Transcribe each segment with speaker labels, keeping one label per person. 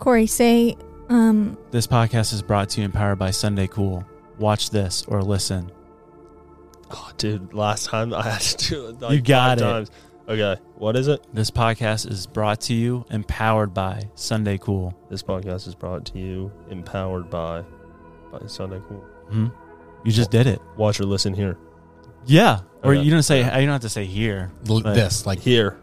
Speaker 1: Corey, say, um,
Speaker 2: This podcast is brought to you and powered by Sunday Cool. Watch this or listen.
Speaker 3: Oh, dude, last time I had to do it. Like
Speaker 2: You got
Speaker 3: five
Speaker 2: it.
Speaker 3: Times. Okay, what is it?
Speaker 2: This podcast is brought to you and powered by Sunday Cool.
Speaker 3: This podcast is brought to you, empowered by, by Sunday Cool.
Speaker 2: Hmm? You just did it.
Speaker 3: Watch or listen here.
Speaker 2: Yeah. Or
Speaker 3: Okay.
Speaker 2: you don't say you don't have to say here.
Speaker 4: L-
Speaker 2: but-
Speaker 4: this like
Speaker 3: Here.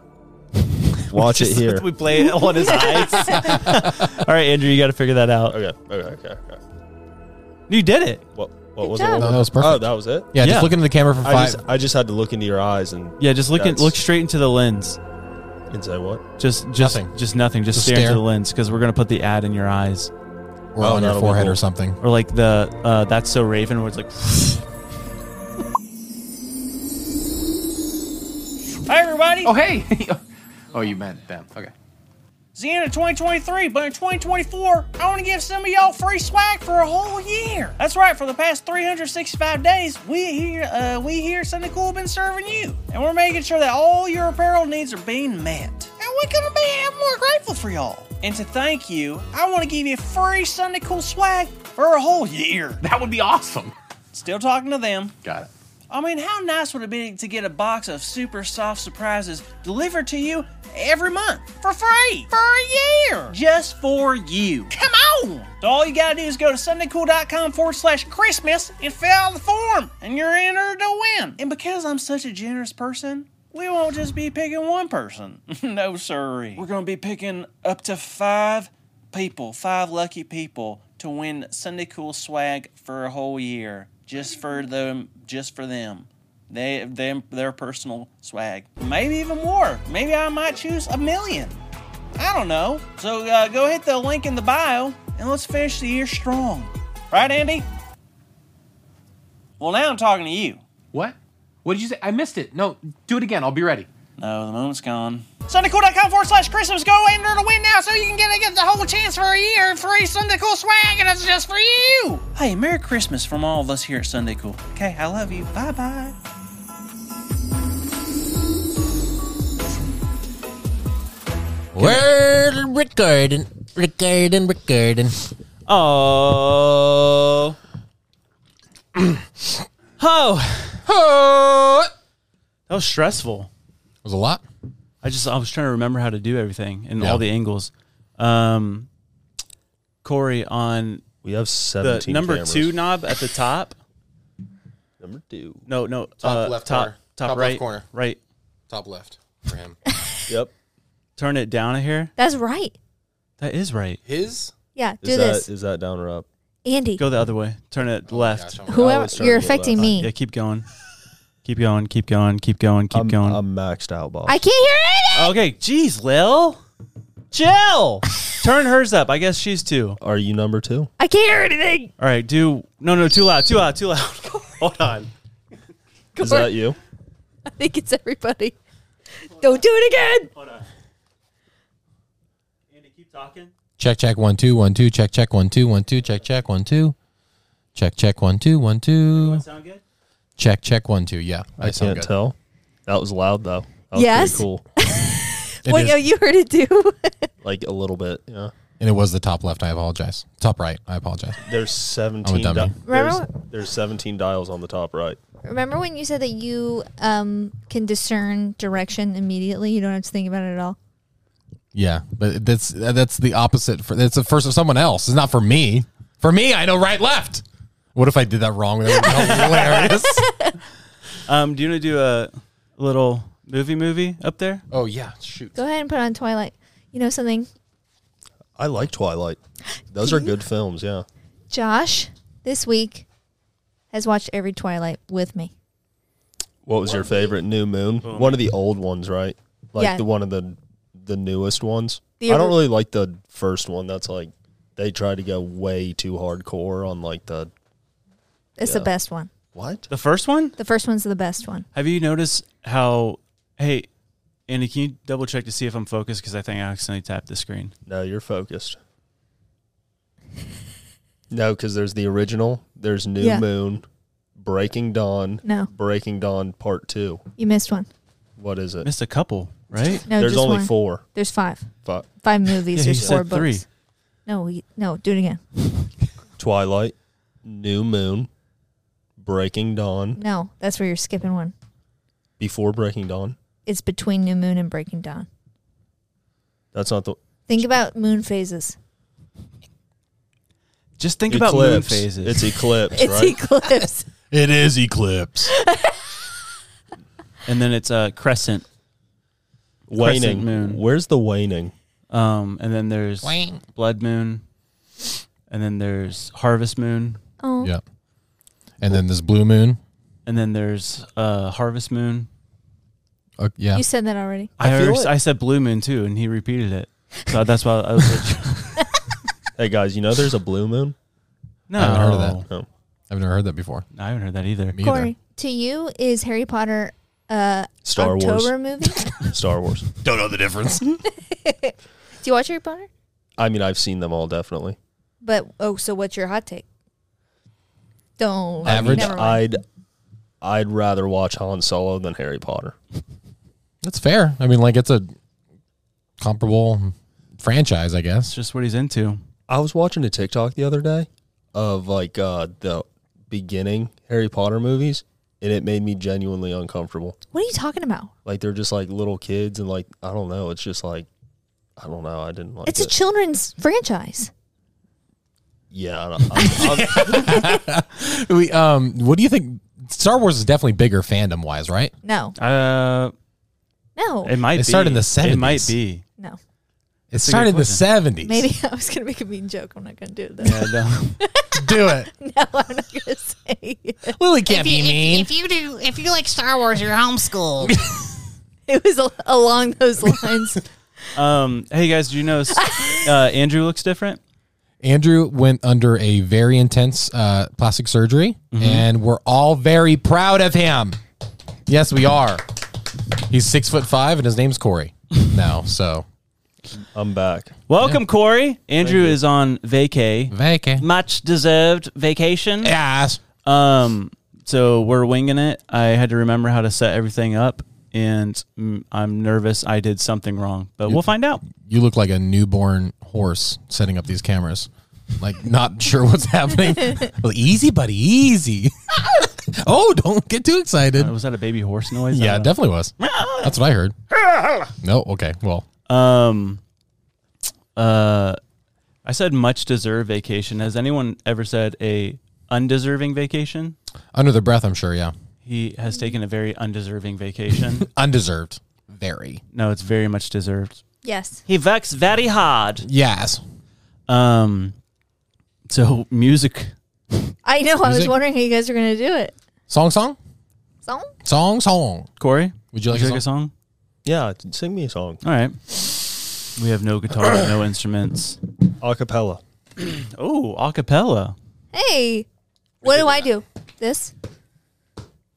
Speaker 3: Watch it here.
Speaker 2: we play it on his eyes. All right, Andrew, you got to figure that out.
Speaker 3: Okay, okay, okay. okay.
Speaker 2: You did it.
Speaker 3: What, what
Speaker 1: Good
Speaker 3: was
Speaker 1: job.
Speaker 3: it?
Speaker 4: No, that was
Speaker 3: Oh,
Speaker 4: perfect.
Speaker 3: that was it?
Speaker 4: yeah,
Speaker 2: Yeah.
Speaker 4: just look into the camera for
Speaker 3: I
Speaker 4: five.
Speaker 3: just, I just had to look into your eyes and,
Speaker 2: Yeah, just look in,
Speaker 3: That's-
Speaker 2: look straight into the lens.
Speaker 3: and say what?
Speaker 2: Just just
Speaker 4: Nothing.
Speaker 2: just nothing. Just,
Speaker 4: Just
Speaker 2: stare, into
Speaker 4: stare.
Speaker 2: the lens because we're gonna put the ad in your eyes
Speaker 4: or
Speaker 3: Oh,
Speaker 4: on your
Speaker 3: that'll be
Speaker 4: forehead
Speaker 3: cool.
Speaker 4: or something.
Speaker 2: or like the uh, that's so Raven where it's like.
Speaker 5: Hi, everybody.
Speaker 6: Oh, hey. oh, you meant them. Okay.
Speaker 5: It's the end of 2023, but in 2024, I want to give some of y'all free swag for a whole year. That's right. For the past 365 days, we here, uh, we here, at Sunday Cool, have been serving you, and we're making sure that all your apparel needs are being met. And we couldn't be any more grateful for y'all. And to thank you, I want to give you free Sunday Cool swag for a whole year.
Speaker 6: That would be awesome.
Speaker 5: Still talking to them.
Speaker 6: Got it.
Speaker 5: I mean, how nice would it be to get a box of super soft surprises delivered to you every month for free for a year just for you? Come on! So, all you gotta do is go to SundayCool.com forward slash Christmas and fill out the form, and you're entered to win. And because I'm such a generous person, we won't just be picking one person. no, sorry. We're gonna be picking up to five people, five lucky people to win Sunday Cool swag for a whole year, just for them, just for them. They, them, their personal swag. Maybe even more. Maybe I might choose a million. I don't know. So uh, go hit the link in the bio and let's finish the year strong. Right, Andy? Well, now I'm talking to you.
Speaker 6: What? What did you say? I missed it. No, do it again. I'll be ready.
Speaker 5: No, the moment's gone. SundayCool.com forward slash Christmas. Go enter to win now so you can get, get the whole chance for a year and free Sunday Cool swag, and it's just for you. Hey, Merry Christmas from all of us here at Sunday Cool. Okay, I love you. Bye bye.
Speaker 4: We're recording, recording, recording.
Speaker 2: Oh. oh.
Speaker 4: Oh,
Speaker 2: That was stressful.
Speaker 4: it was a lot.
Speaker 2: I just I was trying to remember how to do everything and
Speaker 4: Yeah.
Speaker 2: all the angles. Um Corey on
Speaker 3: We have
Speaker 2: the
Speaker 3: 17
Speaker 2: number
Speaker 3: cameras.
Speaker 2: two knob at the top.
Speaker 3: Number two.
Speaker 2: No, no,
Speaker 4: Top
Speaker 2: uh,
Speaker 4: left
Speaker 2: top,
Speaker 4: corner.
Speaker 2: top,
Speaker 4: Top left
Speaker 2: right
Speaker 4: corner.
Speaker 2: Right.
Speaker 4: Top left for him.
Speaker 3: Yep.
Speaker 2: Turn it down a hair.
Speaker 1: that's right.
Speaker 2: That is right.
Speaker 4: His
Speaker 1: Yeah, do
Speaker 3: Is that is
Speaker 1: this.
Speaker 3: that down or up?
Speaker 1: Andy,
Speaker 2: Go the other way. Turn it left.
Speaker 4: Oh
Speaker 2: Uh,
Speaker 4: Gosh, I'm-
Speaker 1: whoever,
Speaker 3: always trying
Speaker 1: you're
Speaker 3: to get
Speaker 1: affecting
Speaker 3: left.
Speaker 1: me.
Speaker 2: yeah, keep going. Keep going. Keep going. Keep going. Keep
Speaker 3: I'm,
Speaker 2: going.
Speaker 3: I'm maxed out, Bob.
Speaker 1: I can't hear anything.
Speaker 2: okay. Jeez, Lil. Jill. Turn hers up. I guess she's two.
Speaker 3: Are you number two?
Speaker 1: I can't hear anything.
Speaker 2: All right, do no, no, too loud, too loud, too loud. Hold on.
Speaker 3: Is that you?
Speaker 1: I think it's everybody. Don't do it again.
Speaker 2: Andy, keep talking.
Speaker 4: Check, check, one, two, one, two. Check, check, one, two, one, two. Check, check, one, two. Check, check, one, two, one, two.
Speaker 2: Sound good?
Speaker 4: Check, check, one, two. Yeah,
Speaker 3: I can't tell. That was loud though. That was
Speaker 1: Yes.
Speaker 3: pretty cool.
Speaker 1: Wait,
Speaker 4: is-
Speaker 1: oh, you heard it too.
Speaker 3: Like a little bit. Yeah.
Speaker 4: And it was the top left. I apologize. Top right. I apologize.
Speaker 3: There's 17
Speaker 4: dummy.
Speaker 3: di- there's,
Speaker 1: Remember-
Speaker 3: there's 17 dials on the top right.
Speaker 1: Remember when you said that you um, can discern direction immediately? You don't have to think about it at all.
Speaker 4: Yeah, but that's that's the opposite. For that's the first of someone else. It's not for me. For me, I know right, left. What if I did that wrong? That would be hilarious.
Speaker 2: Um, do you want to do a little movie movie up there?
Speaker 4: Oh yeah, shoot.
Speaker 1: Go ahead and put on Twilight. You know something,
Speaker 3: I like Twilight. Those are good films, yeah.
Speaker 1: Josh? This week has watched every Twilight with me.
Speaker 3: What was your favorite new moon? One of the old ones, right? Like
Speaker 1: Yeah.
Speaker 3: the one of the the newest ones.
Speaker 7: The
Speaker 3: I don't really like the first one. That's like they tried to go way too hardcore on like the
Speaker 1: It's the best one.
Speaker 3: what?
Speaker 2: The first one?
Speaker 1: The first one's the best one.
Speaker 2: Have you noticed how? Hey, Andy, can you double check to see if I'm focused? Because I think I accidentally tapped the screen.
Speaker 3: No, you're focused. No, because there's the original. There's New
Speaker 1: Yeah.
Speaker 3: Moon, Breaking Dawn.
Speaker 1: No.
Speaker 3: Breaking Dawn Part Two.
Speaker 1: You missed one.
Speaker 3: What is it?
Speaker 2: Missed a couple, right?
Speaker 1: No,
Speaker 3: there's
Speaker 1: Oh, just
Speaker 3: only
Speaker 1: one.
Speaker 3: four.
Speaker 1: There's five.
Speaker 3: Fuck.
Speaker 1: Five movies.
Speaker 2: Yeah, you
Speaker 1: there's four
Speaker 2: said
Speaker 1: books.
Speaker 2: three.
Speaker 1: No, he- no, do it again.
Speaker 3: Twilight, New Moon, Breaking Dawn.
Speaker 1: No, that's where you're skipping one.
Speaker 3: Before Breaking Dawn.
Speaker 1: It's between New Moon and Breaking Dawn.
Speaker 3: That's not the
Speaker 1: Think about moon phases.
Speaker 2: Just think about moon
Speaker 3: Eclipse.
Speaker 2: phases.
Speaker 3: It's Eclipse,
Speaker 1: It's
Speaker 3: right?
Speaker 1: eclipse.
Speaker 4: It is Eclipse.
Speaker 2: and then it's a crescent.
Speaker 3: waning.
Speaker 2: Crescent moon.
Speaker 3: Where's the waning?
Speaker 2: Um, and then there's blood moon, and then there's harvest moon,
Speaker 1: Oh,
Speaker 4: yeah. And then this blue moon.
Speaker 2: and then there's uh harvest moon.
Speaker 4: Uh, yeah.
Speaker 1: you said that already.
Speaker 2: I
Speaker 3: feel
Speaker 2: already-
Speaker 3: it.
Speaker 2: I said blue moon too, and he repeated it. So that's why I was like,
Speaker 3: Hey guys, you know there's a blue moon.
Speaker 2: no,
Speaker 4: haven't heard of
Speaker 3: Oh,
Speaker 4: I've never heard that before.
Speaker 2: that. I haven't heard that either.
Speaker 4: Me either.
Speaker 1: Corey, to you is Harry Potter uh
Speaker 3: Star
Speaker 1: October movie?
Speaker 3: Wars. Star Wars.
Speaker 4: Don't know the difference.
Speaker 1: Do you watch Harry Potter?
Speaker 3: I mean, I've seen them all definitely.
Speaker 1: But oh, so what's your hot take? Don't
Speaker 4: Average.
Speaker 1: Never mind.
Speaker 3: I'd I'd rather watch Han Solo than Harry Potter.
Speaker 4: That's fair. I mean, like it's a comparable franchise, I
Speaker 2: It's
Speaker 4: guess.
Speaker 2: just what he's into.
Speaker 3: I was watching a TikTok the other day of like uh, the beginning Harry Potter movies, and it made me genuinely uncomfortable.
Speaker 1: What are you talking about?
Speaker 3: Like they're just like little kids, and like I don't know. It's just like I don't know. I didn't like
Speaker 1: It's a
Speaker 3: it.
Speaker 1: children's franchise.
Speaker 3: yeah, I don't, I, I,
Speaker 4: We, um, what do you think? Star Wars is definitely bigger fandom wise, right?
Speaker 1: No,
Speaker 2: Uh,
Speaker 1: no,
Speaker 2: it might.
Speaker 4: Oh, It
Speaker 2: be.
Speaker 4: started in the
Speaker 2: It might
Speaker 4: 70s.
Speaker 2: be.
Speaker 1: no.
Speaker 4: It
Speaker 2: a good
Speaker 4: started in the
Speaker 2: question.
Speaker 4: seventies.
Speaker 1: Maybe I was gonna make a mean joke. I'm not gonna do it. Though.
Speaker 2: Yeah, no.
Speaker 4: do it.
Speaker 1: No, I'm not gonna say it.
Speaker 4: Lily can't be mean.
Speaker 8: If you do, if you like Star Wars, you're homeschooled.
Speaker 1: It was al- along those lines.
Speaker 2: Um, hey guys, do you know uh, Andrew looks different?
Speaker 4: Andrew went under a very intense uh, plastic surgery, and we're all very proud of him. Yes, we are. He's six foot five, and his name's Corey now. So,
Speaker 3: I'm back.
Speaker 2: Welcome, Corey. Andrew is on vacay,
Speaker 4: vacay.
Speaker 2: much deserved vacation.
Speaker 4: Yes.
Speaker 2: Um, so we're winging it. I had to remember how to set everything up, and mm, I'm nervous. I did something wrong, but we'll find out.
Speaker 4: You look like a newborn horse setting up these cameras. Like, not sure what's happening. well, easy, buddy, easy. oh, don't get too excited.
Speaker 2: Oh, Was that a baby horse noise? I
Speaker 4: Yeah, it
Speaker 2: don't know.
Speaker 4: definitely was. That's what I heard. No, okay. Well,
Speaker 2: Um, uh, I said much deserved vacation. Has anyone ever said a undeserving vacation?
Speaker 4: under the breath, I'm sure. Yeah.
Speaker 2: He has taken a very undeserving vacation.
Speaker 4: Undeserved. Very.
Speaker 2: no, it's very much deserved.
Speaker 1: yes.
Speaker 2: He works very hard.
Speaker 4: Yes.
Speaker 2: Um, so music.
Speaker 1: I know. I was
Speaker 4: Music?
Speaker 1: wondering how you guys were gonna do it.
Speaker 4: Song, song,
Speaker 1: So
Speaker 4: song, song.
Speaker 2: Corey,
Speaker 4: Would you like a
Speaker 2: a song?
Speaker 3: Yeah, sing me a song,
Speaker 2: All right. We have no guitar, no instruments.
Speaker 3: acapella.
Speaker 2: Oh, a cappella.
Speaker 1: hey, what do I do? This?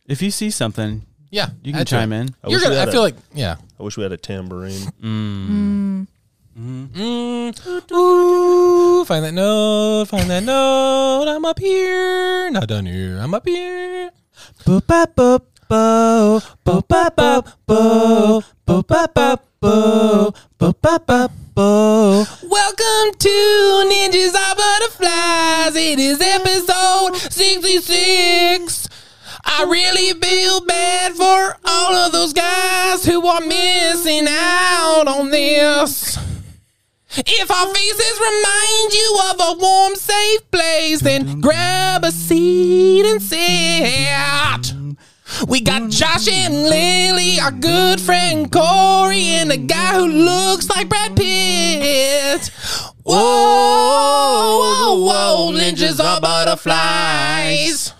Speaker 2: If you see something,
Speaker 4: Yeah,
Speaker 2: you can chime in.
Speaker 3: I
Speaker 4: You're
Speaker 3: wish we
Speaker 4: gonna.
Speaker 3: had
Speaker 4: I feel
Speaker 3: a-
Speaker 4: like yeah.
Speaker 3: I wish we had a tambourine.
Speaker 4: Ooh, find that note, find that note. I'm up here, not down here. I'm up here. Boop, bop, boop, bo. Boop, bop, bop, bo. Boop, bop, bop, bo. Boop, bop, bop, bo. Welcome to Ninjas Are Butterflies. It is episode 66. I really feel bad for all of those guys who are missing out on this. If our faces remind you of a warm, safe place, then grab a seat and sit. We got Josh and Lily, our good friend Corey, and a guy who looks like Brad Pitt. Whoa, whoa, whoa, ninjas are butterflies.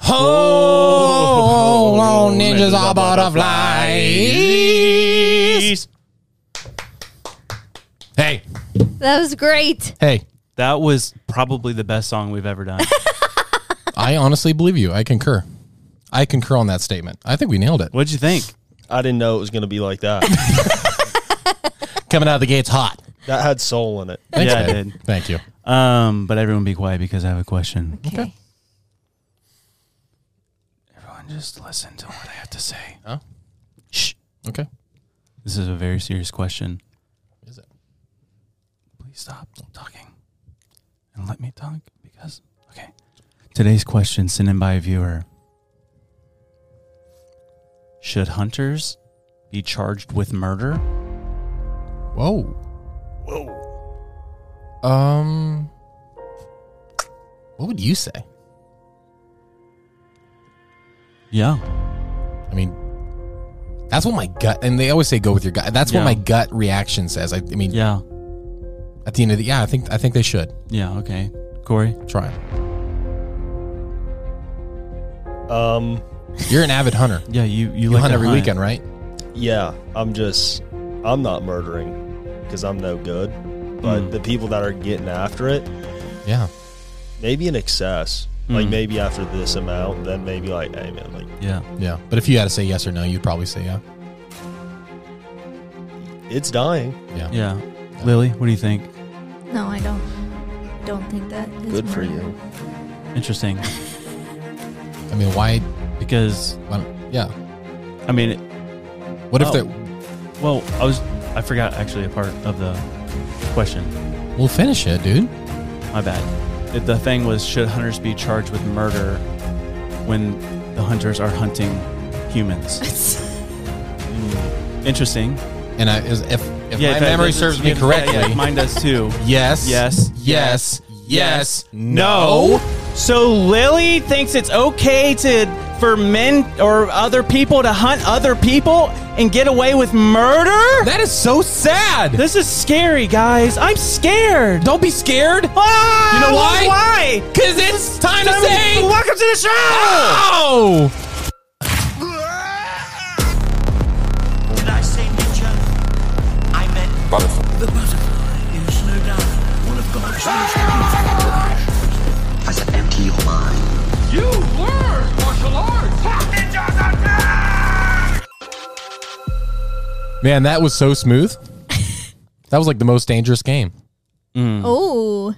Speaker 4: Hold on, ninjas are butterflies.
Speaker 1: That was great.
Speaker 4: Hey,
Speaker 2: That was probably the best song we've ever done.
Speaker 4: I honestly believe you. I concur. I concur on that statement. I think we nailed it.
Speaker 2: What'd you think?
Speaker 3: I didn't know it was going to be like that.
Speaker 4: Coming out of the gates hot.
Speaker 3: that had soul in it.
Speaker 4: Thanks,
Speaker 2: Yeah, I
Speaker 4: man.
Speaker 2: did.
Speaker 4: Thank you.
Speaker 2: Um, but everyone be quiet because I have a question.
Speaker 1: Okay.
Speaker 2: Everyone just listen to what I have to say.
Speaker 4: Huh? Okay.
Speaker 2: This is a very serious question.
Speaker 4: Is it?
Speaker 2: Please stop talking and let me talk because, okay. Today's question sent in by a viewer Should hunters be charged with murder?
Speaker 4: Whoa. Whoa. Um. What would you say?
Speaker 2: Yeah.
Speaker 4: I mean, that's what my gut. And they always say go with your gut. That's
Speaker 2: Yeah.
Speaker 4: what my gut reaction says. I, I mean,
Speaker 2: Yeah.
Speaker 4: at the end of the yeah, I think I think they should
Speaker 2: Yeah. Okay. Corey?
Speaker 4: try.
Speaker 3: Um,
Speaker 4: You're an avid hunter.
Speaker 2: Yeah. You, you,
Speaker 4: You
Speaker 2: like
Speaker 4: hunt
Speaker 2: to
Speaker 4: every weekend, right?
Speaker 3: yeah, I'm just, I'm not murdering because I'm no good. But
Speaker 2: Mm.
Speaker 3: the people that are getting after it,
Speaker 4: Yeah.
Speaker 3: maybe in excess. Like
Speaker 2: Mm.
Speaker 3: maybe after this amount, then maybe like, hey man, like
Speaker 2: Yeah.
Speaker 4: Yeah. But if you had to say yes or no, you'd probably say yeah.
Speaker 3: it's dying.
Speaker 4: Yeah.
Speaker 2: Yeah. Lily, what do you think?
Speaker 1: No, I don't. Don't think that. is
Speaker 3: Good for
Speaker 1: murder.
Speaker 3: you.
Speaker 2: Interesting.
Speaker 4: I mean, why?
Speaker 2: because,
Speaker 4: why don't, yeah.
Speaker 2: I mean,
Speaker 4: What if
Speaker 2: Oh.
Speaker 4: they?
Speaker 2: Well, I was I forgot actually a part of the question.
Speaker 4: We'll finish it, dude.
Speaker 2: My bad. It, the thing was should hunters be charged with murder when the hunters are hunting humans? Hmm. Interesting.
Speaker 4: And I, is, if if
Speaker 2: Yeah,
Speaker 4: my
Speaker 2: if that-
Speaker 4: memory
Speaker 2: this is-
Speaker 4: serves me
Speaker 2: yeah, yeah,
Speaker 4: correctly,
Speaker 2: yeah, mine does too.
Speaker 4: yes,
Speaker 2: Yes.
Speaker 4: yes, yes, no.
Speaker 2: No. So Lily thinks it's okay to for men or other people to hunt other people and get away with murder?
Speaker 4: That is so sad.
Speaker 2: this is scary, guys. I'm scared.
Speaker 4: don't be scared.
Speaker 2: Ah,
Speaker 4: You know why?
Speaker 2: Why?
Speaker 4: Cause it's time to say
Speaker 2: Welcome to the show.
Speaker 4: no.
Speaker 7: Did I say nature? I meant butterfly. The butterfly is no doubt one of God's most beautiful Has an empty mind. You learn martial arts.
Speaker 4: Man, that was so smooth. that was like the most dangerous game.
Speaker 1: Oh.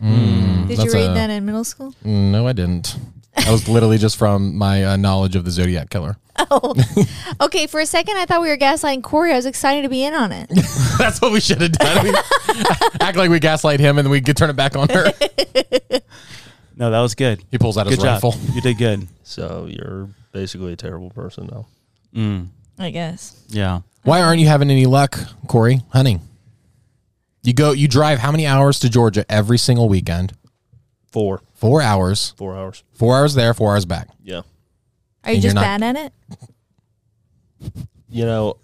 Speaker 1: Did you
Speaker 4: that's
Speaker 1: read
Speaker 4: a-
Speaker 1: that in middle school?
Speaker 4: No, I didn't. That was literally just from my uh, knowledge of the Zodiac killer.
Speaker 1: Okay, for a second I thought we were gaslighting Corey. I was excited to be in on it.
Speaker 4: That's what we should have done. We- act like we gaslight him, and then we could turn it back on her.
Speaker 2: No, that was good.
Speaker 4: He pulls out
Speaker 2: Good
Speaker 4: his
Speaker 2: job.
Speaker 4: rifle.
Speaker 2: You did good.
Speaker 3: So you're basically a terrible person now.
Speaker 1: I guess.
Speaker 2: Yeah.
Speaker 4: Why aren't you having any luck, Corey? Hunting. You go. You drive how many hours to Georgia every single weekend?
Speaker 3: Four,
Speaker 4: Four hours.
Speaker 3: four hours.
Speaker 4: Four hours there. Four hours back.
Speaker 3: Yeah.
Speaker 1: Are you
Speaker 4: And you're
Speaker 1: just
Speaker 4: not-
Speaker 1: bad at it?
Speaker 3: You know,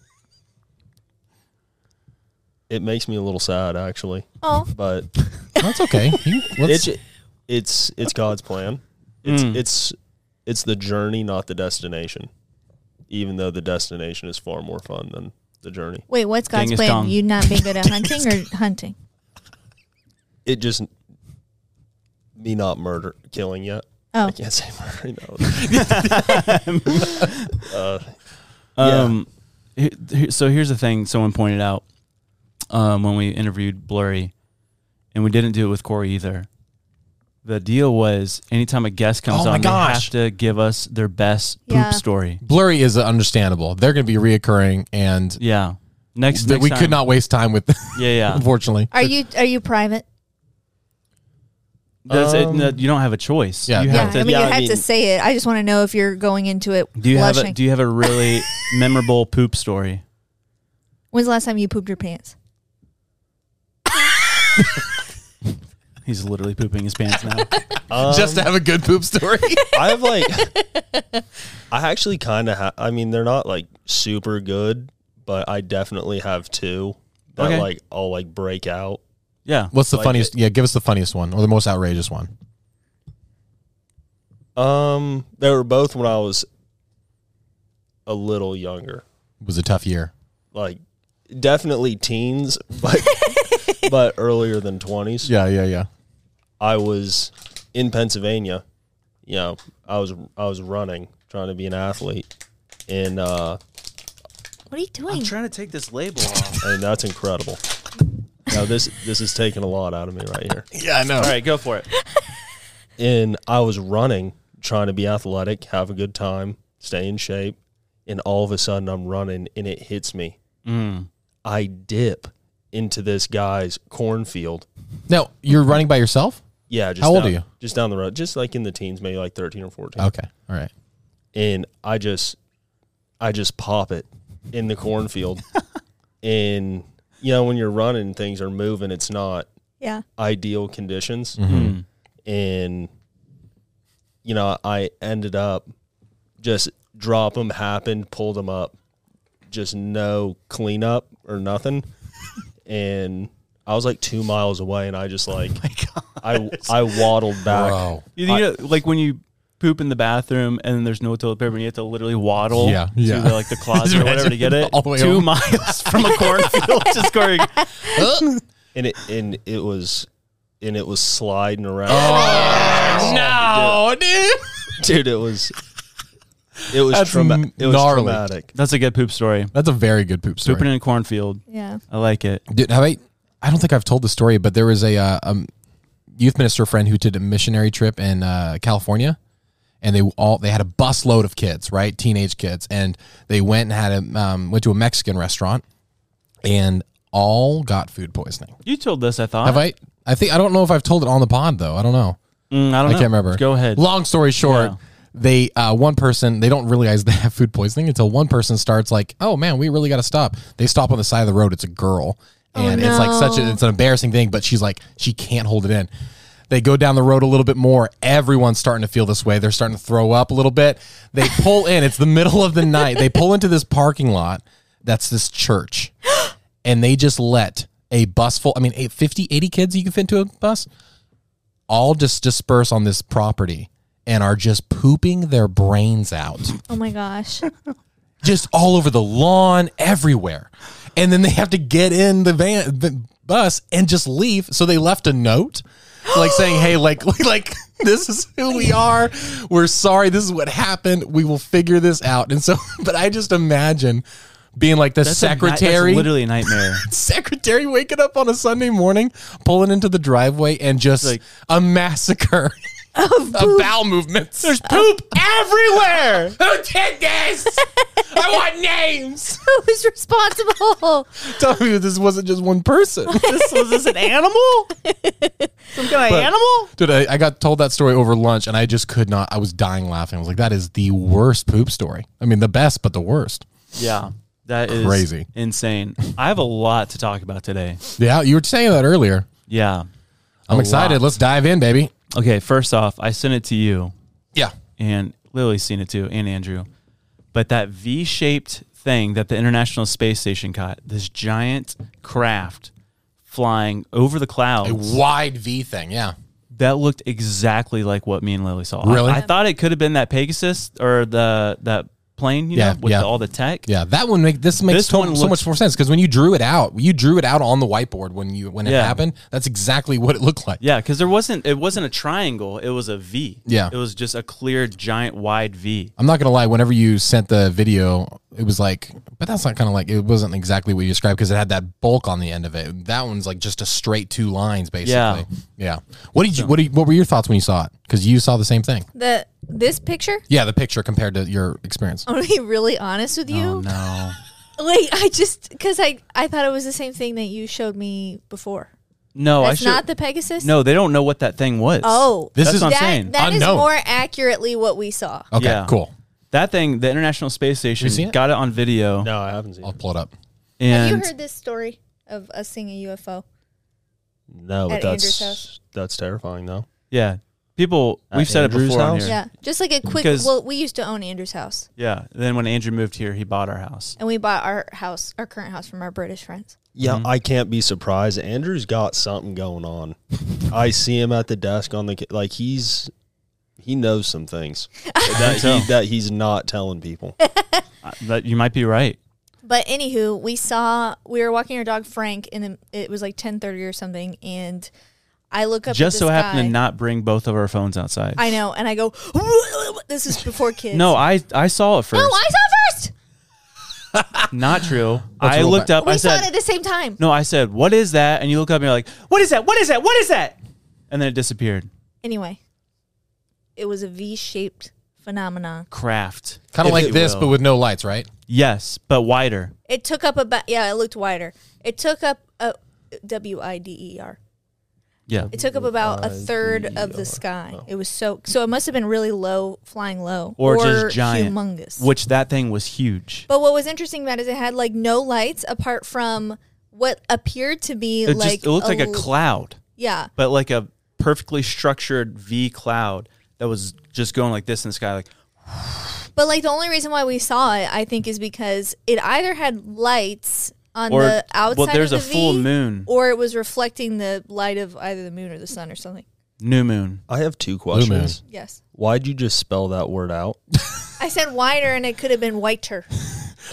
Speaker 3: it makes me a little sad actually,
Speaker 1: Oh,
Speaker 3: but
Speaker 4: That's okay. You, let's,
Speaker 3: it's it's it's God's plan. It's it's it's the journey, not the destination. Even though the destination is far more fun than the journey.
Speaker 1: wait, what's God's
Speaker 2: Genghis
Speaker 1: plan?
Speaker 2: Khan.
Speaker 1: You not being good at hunting or hunting?
Speaker 3: It just me not murder killing yet.
Speaker 1: Oh.
Speaker 3: I can't say murdering. No. Yeah.
Speaker 2: Um, he- he- so here's the thing someone pointed out um, when we interviewed Blurry, and we didn't do it with Corey either. The deal was anytime a guest comes
Speaker 4: Oh my
Speaker 2: on, they have
Speaker 4: gosh.
Speaker 2: to give us their best
Speaker 1: Yeah.
Speaker 2: poop story.
Speaker 4: blurry is understandable. They're going to be reoccurring, and
Speaker 2: Yeah. Next,
Speaker 4: that
Speaker 2: next
Speaker 4: we
Speaker 2: time-
Speaker 4: could not waste time with.
Speaker 2: Yeah, yeah.
Speaker 4: unfortunately.
Speaker 1: Are you are you private?
Speaker 2: That's it. No, you don't have a choice.
Speaker 4: um, Yeah,
Speaker 2: You
Speaker 4: no.
Speaker 2: have
Speaker 1: I
Speaker 2: to.
Speaker 1: mean,
Speaker 3: yeah,
Speaker 1: you
Speaker 3: I
Speaker 1: have to
Speaker 3: mean-
Speaker 1: say it. I just want to know if you're going into it
Speaker 2: do you have
Speaker 1: blushing.
Speaker 2: a Do you have a really memorable poop story?
Speaker 1: When's the last time you pooped your pants?
Speaker 2: He's literally pooping his pants now.
Speaker 4: Just to have a good poop story.
Speaker 3: I have like, I actually kind of have. I mean, they're not like super good, but I definitely have two that
Speaker 2: Okay.
Speaker 3: like I'll like break out.
Speaker 2: Yeah.
Speaker 4: What's the
Speaker 3: Like
Speaker 4: funniest? Yeah, give us the funniest one or the most outrageous one.
Speaker 3: Um, they were both when I was a little younger,
Speaker 4: It was a tough year.
Speaker 3: like definitely teens, but but earlier than 20s.
Speaker 4: Yeah, yeah, yeah.
Speaker 3: I was in Pennsylvania. You know, I was I was running, trying to be an athlete, and uh,
Speaker 1: What are you doing?
Speaker 5: I'm trying to take this label off.
Speaker 3: I mean, that's incredible. Now this this is taking a lot out of me right here.
Speaker 4: Yeah, I know.
Speaker 5: All right, go for it.
Speaker 3: And I was running, trying to be athletic, have a good time, stay in shape, and all of a sudden I'm running and it hits me.
Speaker 4: Mm.
Speaker 3: I dip into this guy's cornfield.
Speaker 4: Now you're running by yourself.
Speaker 3: Yeah, just
Speaker 4: How old
Speaker 3: down-
Speaker 4: are you?
Speaker 3: Just down the road, just like in the teens, maybe like thirteen or fourteen.
Speaker 4: Okay. All right.
Speaker 3: and I just I just pop it in the cornfield. and you know, when you're running things are moving, it's not
Speaker 1: yeah.
Speaker 3: ideal conditions. And you know, I ended up just drop them happened, pulled them up. Just no cleanup or nothing. and I was like 2 miles away and I just like I I waddled back.
Speaker 4: Bro.
Speaker 2: You know, like when you poop in the bathroom and then there's no toilet paper and you have to literally waddle
Speaker 4: Yeah,
Speaker 2: to
Speaker 4: yeah.
Speaker 2: The, like the closet or whatever to get it.
Speaker 4: All the way
Speaker 2: Two
Speaker 4: home.
Speaker 2: miles from a cornfield just going,
Speaker 3: and it and it was and it was sliding around. Oh,
Speaker 4: No, dude.
Speaker 3: dude, it was it was
Speaker 4: That's
Speaker 3: trauma- it was
Speaker 4: gnarly.
Speaker 3: traumatic.
Speaker 2: That's a good poop story.
Speaker 4: That's a very good poop story.
Speaker 2: Pooping in a cornfield.
Speaker 1: Yeah.
Speaker 2: I like it.
Speaker 4: Dude, have I? I don't think I've told the story, but there was a uh, um, youth minister friend who did a missionary trip in uh, California, and they all they had a busload of kids, right, teenage kids, and they went and had a um, went to a Mexican restaurant, and all got food poisoning.
Speaker 2: You told this, I thought.
Speaker 4: Have I? I think I don't know if I've told it on the pod though. I don't know.
Speaker 2: Mm, I don't know.
Speaker 4: I can't remember.
Speaker 2: Go ahead.
Speaker 4: Long story short,
Speaker 2: Yeah.
Speaker 4: they uh, one person they don't realize they have food poisoning until one person starts like, "Oh man, we really got to stop." They stop on the side of the road. It's a girl, and it's like such a, it's an embarrassing thing. But she's like, she can't hold it in. They go down the road a little bit more. Everyone's starting to feel this way. They're starting to throw up a little bit. They pull in. It's the middle of the night. They pull into this parking lot. That's this church and they just let a bus full i mean eight- 50 80 kids you can fit into a bus all just disperse on this property and are just pooping their brains out
Speaker 1: Oh my gosh.
Speaker 4: just all over the lawn everywhere and then they have to get in the van the bus and just leave so they left a note like saying hey like like this is who we are we're sorry this is what happened we will figure this out and so but i just imagine being like the
Speaker 2: That's a ni- that's
Speaker 4: secretary
Speaker 2: literally a nightmare.
Speaker 4: secretary waking up on a Sunday morning, pulling into the driveway, and just
Speaker 2: Like-
Speaker 4: a massacre of, bowel movements. There's poop everywhere. Who did this? I want names.
Speaker 1: Who's responsible?
Speaker 4: Tell me this wasn't just one person.
Speaker 5: this, was this an animal? Some kind of animal?
Speaker 4: Dude, I, I got told that story over lunch, and I just could not. I was dying laughing. I was like, that is the worst poop story. I mean, the best, but the worst.
Speaker 2: yeah. That is
Speaker 4: Crazy.
Speaker 2: insane. I have a lot to talk about today.
Speaker 4: Yeah, you were saying that earlier.
Speaker 2: Yeah.
Speaker 4: I'm excited.
Speaker 2: lot.
Speaker 4: Let's dive in, baby.
Speaker 2: Okay, first off, I sent it to you.
Speaker 4: Yeah.
Speaker 2: and Lily's seen it too, and Andrew. But that V shaped thing that the International Space Station caught, this giant craft flying over the
Speaker 4: A
Speaker 2: clouds,
Speaker 4: wide V thing. Yeah.
Speaker 2: that looked exactly like what me and Lily saw. I-
Speaker 4: Really?
Speaker 2: I, thought it could have been that Pegasus or the that plane, you
Speaker 4: Yeah,
Speaker 2: know, with
Speaker 4: yeah.
Speaker 2: the- all the tech.
Speaker 4: Yeah, that one make this makes
Speaker 2: This
Speaker 4: to-
Speaker 2: one
Speaker 4: so
Speaker 2: looks-
Speaker 4: much more sense because when you drew it out, you drew it out on the whiteboard when you when it
Speaker 2: Yeah.
Speaker 4: happened. That's exactly what it looked like.
Speaker 2: Yeah, because there wasn't it wasn't a triangle, it was a V.
Speaker 4: Yeah.
Speaker 2: It was just a clear giant wide V.
Speaker 4: I'm not gonna lie. Whenever you sent the video, it was like, but that's not kind of like it wasn't exactly what you described because it had that bulk on the end of it. That one's like just a straight two lines basically.
Speaker 2: Yeah.
Speaker 4: Yeah. What did you? What? Did, what were your thoughts when you saw it? Because you saw the same thing.
Speaker 1: the this picture?
Speaker 4: Yeah, the picture compared to your experience.
Speaker 2: Um,
Speaker 1: I'm gonna be really honest with you.
Speaker 2: Oh no.
Speaker 1: Like I just because I I thought it was the same thing that you showed me before.
Speaker 2: No, Oh, I
Speaker 1: That's
Speaker 2: should
Speaker 1: not the Pegasus.
Speaker 2: No, they don't know what that thing was.
Speaker 1: Oh,
Speaker 4: This
Speaker 2: That's
Speaker 4: is
Speaker 2: what I'm
Speaker 1: that,
Speaker 2: saying.
Speaker 1: that is
Speaker 4: Unknown.
Speaker 1: more accurately what we saw.
Speaker 4: Okay.
Speaker 2: Yeah.
Speaker 4: Cool.
Speaker 2: That thing, the International Space
Speaker 4: seen
Speaker 2: Station,
Speaker 4: it?
Speaker 2: got it on video.
Speaker 3: No, I haven't seen.
Speaker 4: I'll
Speaker 3: It.
Speaker 4: pull it up.
Speaker 1: Have
Speaker 2: And
Speaker 1: you heard this story of us seeing a UFO?
Speaker 3: No,
Speaker 1: At
Speaker 3: but
Speaker 1: Andrew's house.
Speaker 3: that's that's terrifying though.
Speaker 2: yeah, people,
Speaker 3: At
Speaker 2: we've said it
Speaker 3: Andrew's
Speaker 2: before on
Speaker 3: house?
Speaker 2: here.
Speaker 1: Yeah, just like a quick.
Speaker 2: Because-
Speaker 1: well, we used to own Andrew's house,
Speaker 2: Yeah. Then when Andrew moved here, he bought our house.
Speaker 1: and we bought our house, our current house, from our British friends.
Speaker 3: Yeah, I can't be surprised. Andrew's got something going on. I see him at the desk on the ca- like he's he knows some things that he, that he's not telling people.
Speaker 2: That you might be right.
Speaker 1: But anywho, we saw we were walking our dog Frank, and then it was like ten thirty or something, and I look up. at
Speaker 2: Just so
Speaker 1: this
Speaker 2: happened
Speaker 1: guy.
Speaker 2: to not bring both of our phones outside.
Speaker 1: I know, and I go. This is before kids.
Speaker 2: No, I I saw it first.
Speaker 1: no, I saw it first.
Speaker 2: not true. I
Speaker 4: roll
Speaker 2: looked
Speaker 4: back.
Speaker 2: up.
Speaker 1: We
Speaker 2: I
Speaker 1: saw
Speaker 2: said,
Speaker 1: it at the same time.
Speaker 2: "No," I said, "What is that?" And you look up and you're like, "What is that? What is that? What is that?" And then it disappeared.
Speaker 1: Anyway, it was a V-shaped phenomenon.
Speaker 2: Craft.
Speaker 4: Kind
Speaker 2: if
Speaker 4: of like
Speaker 2: you
Speaker 4: this,
Speaker 2: will.
Speaker 4: but with no lights, right?
Speaker 2: yes, but wider.
Speaker 1: It took up about yeah, it looked wider. It took up a W I D E R.
Speaker 2: Yeah.
Speaker 1: It took up about a third of the sky. It was so so it must have been really low, flying low,
Speaker 2: Oh. Or just giant.
Speaker 1: humongous.
Speaker 2: Which that thing was huge.
Speaker 1: but what was interesting about it is it had like no lights apart from what appeared to be
Speaker 2: It
Speaker 1: like
Speaker 2: just it looked like a
Speaker 1: l-
Speaker 2: cloud,
Speaker 1: Yeah,
Speaker 2: but like a perfectly structured V cloud that was just going like this in the sky, like
Speaker 1: but like the only reason why we saw it, I think, is because it either had lights on
Speaker 2: Or-
Speaker 1: the
Speaker 2: well,
Speaker 1: outside
Speaker 2: there's
Speaker 1: of
Speaker 2: a
Speaker 1: the
Speaker 2: full
Speaker 1: V,
Speaker 2: moon.
Speaker 1: or it was reflecting the light of either the moon or the sun or something.
Speaker 2: new moon.
Speaker 3: I have two
Speaker 4: moon.
Speaker 3: questions.
Speaker 1: Yes,
Speaker 3: Why'd you just spell that word out?
Speaker 1: I said wider, and it could have been whiter.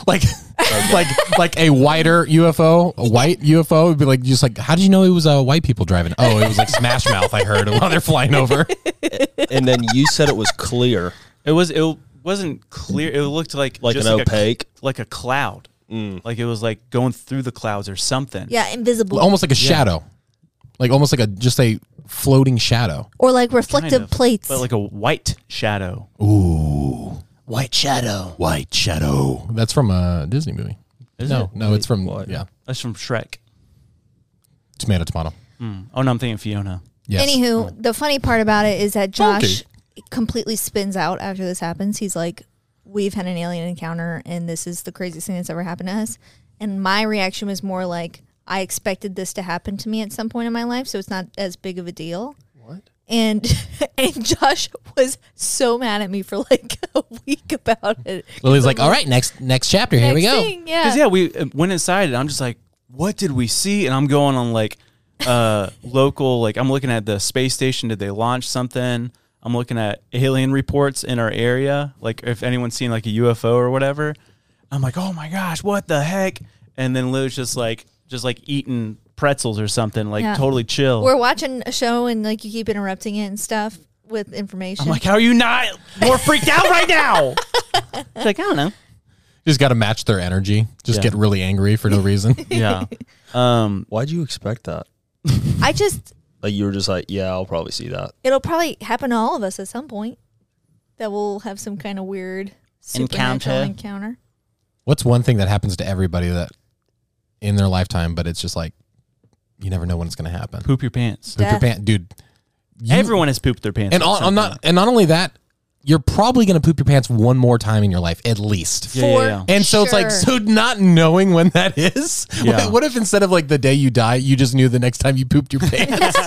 Speaker 4: Like, like, like a whiter UFO, a white UFO would be like, just like, how did you know it was uh, white people driving? Oh, it was like Smash Mouth. I heard while they're flying over.
Speaker 3: and then you said it was clear,
Speaker 2: It was it wasn't clear. It looked like
Speaker 3: like
Speaker 2: just
Speaker 3: an
Speaker 2: like a-
Speaker 3: opaque. Mm.
Speaker 2: like a cloud. Like it was like going through the clouds or something.
Speaker 1: Yeah, invisible.
Speaker 4: almost like a shadow, like almost like a just a floating shadow.
Speaker 1: or like reflective
Speaker 2: kind of,
Speaker 1: plates.
Speaker 2: But like a white shadow.
Speaker 4: White shadow. White shadow. That's from a Disney movie. no, no, it's from yeah,
Speaker 2: That's from Shrek.
Speaker 4: tomato, tomato.
Speaker 2: Oh no, I'm thinking Fiona.
Speaker 4: Yes. Oh.
Speaker 1: Anywho, the funny part about it is that Josh completely spins out after this happens. He's like, "We've had an alien encounter, and this is the craziest thing that's ever happened to us." And my reaction was more like, "I expected this to happen to me at some point in my life, so it's not as big of a deal." What? And and Josh was so mad at me for like a week about it.
Speaker 4: Lily's like, all right, next next chapter. Here we
Speaker 1: Next
Speaker 4: go.
Speaker 1: thing,
Speaker 2: Because
Speaker 1: yeah.
Speaker 2: yeah, we uh, went inside and I'm just like, what did we see? And I'm going on like uh local, like I'm looking at the space station. Did they launch something? I'm looking at alien reports in our area, like if anyone's seen like a UFO or whatever. I'm like, oh my gosh, what the heck? And then Lou's just like, just like eating pretzels or something, like
Speaker 1: Yeah.
Speaker 2: totally chill.
Speaker 1: We're watching a show, and like you keep interrupting it and stuff with information.
Speaker 2: I'm like, how are you not more freaked out right now? It's like, I don't know.
Speaker 4: Just got to match their energy. Just
Speaker 2: Yeah.
Speaker 4: get really angry for no reason.
Speaker 2: Yeah. Um,
Speaker 3: Why'd you expect that?
Speaker 1: I just
Speaker 3: Like you were just like, yeah, I'll probably see that.
Speaker 1: it'll probably happen to all of us at some point that we'll have some kind of weird supernatural
Speaker 2: Encounter.
Speaker 1: encounter.
Speaker 4: What's one thing that happens to everybody that in their lifetime, but it's just like you never know when it's going to happen.
Speaker 2: poop your pants.
Speaker 4: Poop your
Speaker 1: Death.
Speaker 4: pants, dude. you-
Speaker 2: Everyone has pooped their pants.
Speaker 4: and
Speaker 2: at
Speaker 4: on,
Speaker 2: some
Speaker 4: I'm
Speaker 2: point.
Speaker 4: not, and not only that, you're probably going to poop your pants one more time in your life at least.
Speaker 2: Yeah,
Speaker 1: For-
Speaker 2: yeah, yeah.
Speaker 4: And so it's like,
Speaker 1: Sure.
Speaker 4: so not knowing when that is.
Speaker 2: Yeah.
Speaker 4: What, what if instead of like the day you die, you just knew the next time you pooped your pants?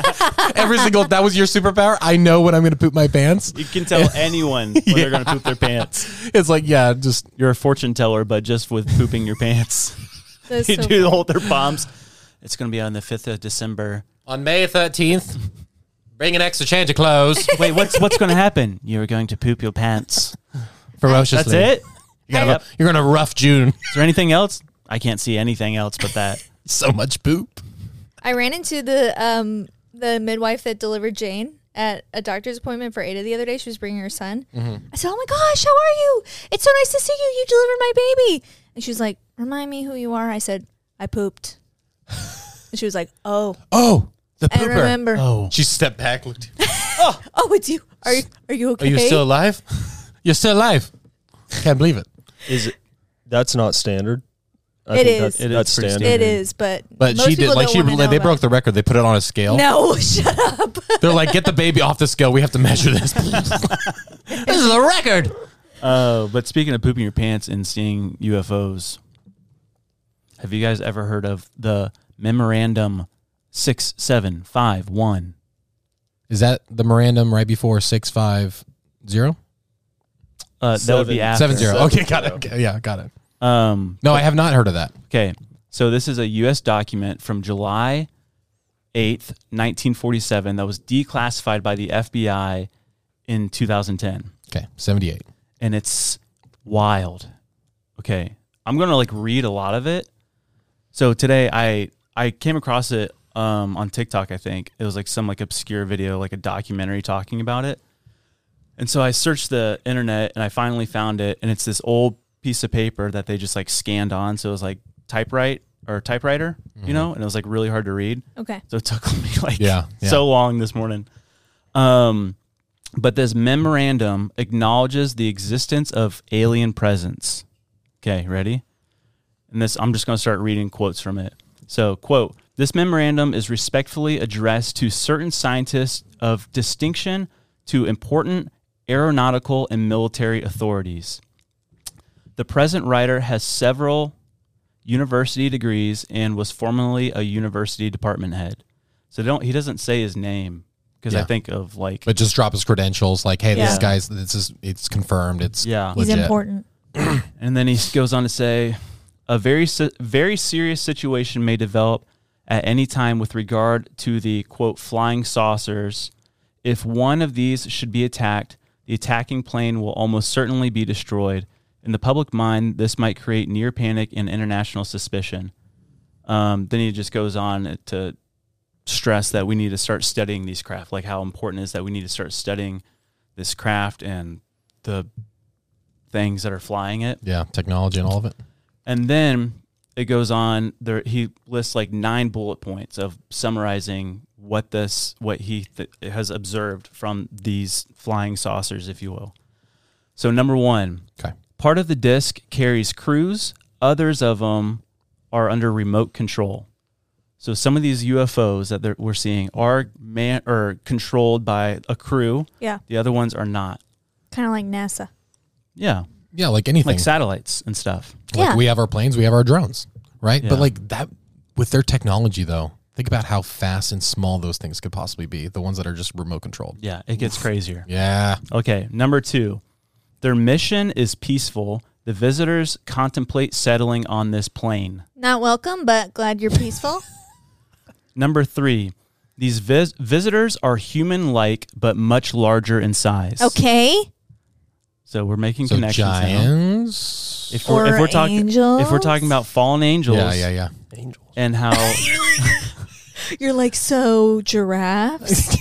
Speaker 4: Every single that was your superpower. I know when I'm going to poop my pants.
Speaker 2: You can tell anyone when they're going to poop their pants.
Speaker 4: It's like, yeah, just
Speaker 2: You're a fortune teller, but just with pooping your pants.
Speaker 1: That's
Speaker 2: you
Speaker 1: so
Speaker 2: do the whole their bombs. It's going to be on the 5th of December.
Speaker 4: on May 13th, bring an extra change of clothes
Speaker 2: Wait, what's what's going to happen? You're going to poop your pants. That's
Speaker 4: ferociously.
Speaker 2: it?
Speaker 4: You're gonna,
Speaker 2: Yep.
Speaker 4: have a- you're gonna have a rough June.
Speaker 2: Is there anything else? I can't see anything else but that.
Speaker 4: so much poop.
Speaker 1: I ran into the um the midwife that delivered Jane at a doctor's appointment for Ada the other day. She was bringing her son.
Speaker 4: Mm-hmm.
Speaker 1: I said, "Oh my gosh, how are you? It's so nice to see you. You delivered my baby." And she was like, "Remind me who you are." I said, "I pooped." and she was like, "Oh,
Speaker 4: Oh, the
Speaker 1: I remember. Oh.
Speaker 4: She stepped back. Looked.
Speaker 1: it's you. Are you are you okay?"
Speaker 4: Are you still alive? You're still alive. Can't believe it.
Speaker 3: Is it? That's not standard. I
Speaker 1: It
Speaker 3: that-
Speaker 1: is. It
Speaker 2: is
Speaker 3: that's
Speaker 2: pretty
Speaker 3: standard.
Speaker 1: It is, but
Speaker 4: But
Speaker 1: most
Speaker 4: she did.
Speaker 1: people
Speaker 4: Like
Speaker 1: don't
Speaker 4: she,
Speaker 1: wanna know
Speaker 4: they
Speaker 1: about
Speaker 4: broke
Speaker 1: it.
Speaker 4: the record. They put it on a scale.
Speaker 1: No, shut up.
Speaker 4: They're like, get the baby off the scale. We have to measure this. please." this is a record.
Speaker 2: Uh, but speaking of pooping your pants and seeing UFOs, have you guys ever heard of the Memorandum 6751?
Speaker 4: Is that the Mirandum right before six five zero
Speaker 2: Uh, that would be
Speaker 3: Seven.
Speaker 2: after.
Speaker 4: seven zero?
Speaker 3: Seven
Speaker 4: Okay, got it.
Speaker 3: zero.
Speaker 4: Okay, yeah, got it.
Speaker 2: Um,
Speaker 4: No, I have not heard of that.
Speaker 2: Okay. So this is a U.S. document from July 8th, 1947, that was declassified by the FBI in 2010.
Speaker 4: Okay, seventy eight.
Speaker 2: And it's wild. Okay. I'm gonna like read a lot of it. So today I I came across it um, on TikTok. I think it was like some like obscure video, like a documentary talking about it. And so I searched the internet and I finally found it. And it's this old piece of paper that they just like scanned on. So it was like typewrite or typewriter, you know, and it was like really hard to read.
Speaker 1: Okay.
Speaker 2: So it took me like
Speaker 4: Yeah, yeah.
Speaker 2: so long this morning. Um, but this memorandum acknowledges the existence of alien presence. Okay, ready? And this, I'm just going to start reading quotes from it. So, quote, this memorandum is respectfully addressed to certain scientists of distinction to important aeronautical and military authorities. The present writer has several university degrees and was formerly a university department head. So they don't he doesn't say his name because I
Speaker 4: Yeah.
Speaker 2: think of like
Speaker 4: But just drop his credentials, like, hey,
Speaker 1: Yeah.
Speaker 4: this guy's this is it's confirmed. It's
Speaker 2: Yeah.
Speaker 1: He's
Speaker 4: legit.
Speaker 1: important.
Speaker 2: And then he goes on to say, a very se- very serious situation may develop at any time with regard to the quote flying saucers. If one of these should be attacked, the attacking plane will almost certainly be destroyed. In the public mind, this might create near panic and international suspicion. Um, then he just goes on to stress that we need to start studying these craft, like how important it is that we need to start studying this craft and the things that are flying it.
Speaker 4: Yeah, technology and all of it.
Speaker 2: And then it goes on there he lists like nine bullet points of summarizing what this what he th- has observed from these flying saucers if you will. So number 1,
Speaker 4: Okay.
Speaker 2: part of the disc carries crews, others of them are under remote control. So some of these UFOs that they're- we're seeing are man or controlled by a crew.
Speaker 1: Yeah.
Speaker 2: The other ones are not.
Speaker 1: Kind of like NASA.
Speaker 2: Yeah,
Speaker 4: Yeah, like anything.
Speaker 2: like satellites and stuff.
Speaker 4: Like
Speaker 1: Yeah.
Speaker 4: we have our planes, we have our drones, right?
Speaker 2: Yeah.
Speaker 4: But like that with their technology though, think about how fast and small those things could possibly be. The ones that are just remote controlled.
Speaker 2: Yeah, it gets crazier.
Speaker 4: Yeah.
Speaker 2: Okay, number two. Their mission is peaceful. The visitors contemplate settling on this plane.
Speaker 1: Not welcome, but glad you're peaceful.
Speaker 2: Number three. These vis- visitors are human like, but much larger in size.
Speaker 1: okay.
Speaker 2: So we're making
Speaker 4: So
Speaker 2: connections now.
Speaker 4: giants.
Speaker 2: If we're,
Speaker 1: Or
Speaker 2: if, we're talking, if we're
Speaker 1: angels?
Speaker 2: talking about fallen angels
Speaker 4: yeah, yeah, yeah.
Speaker 2: and how.
Speaker 1: You're like, so giraffes?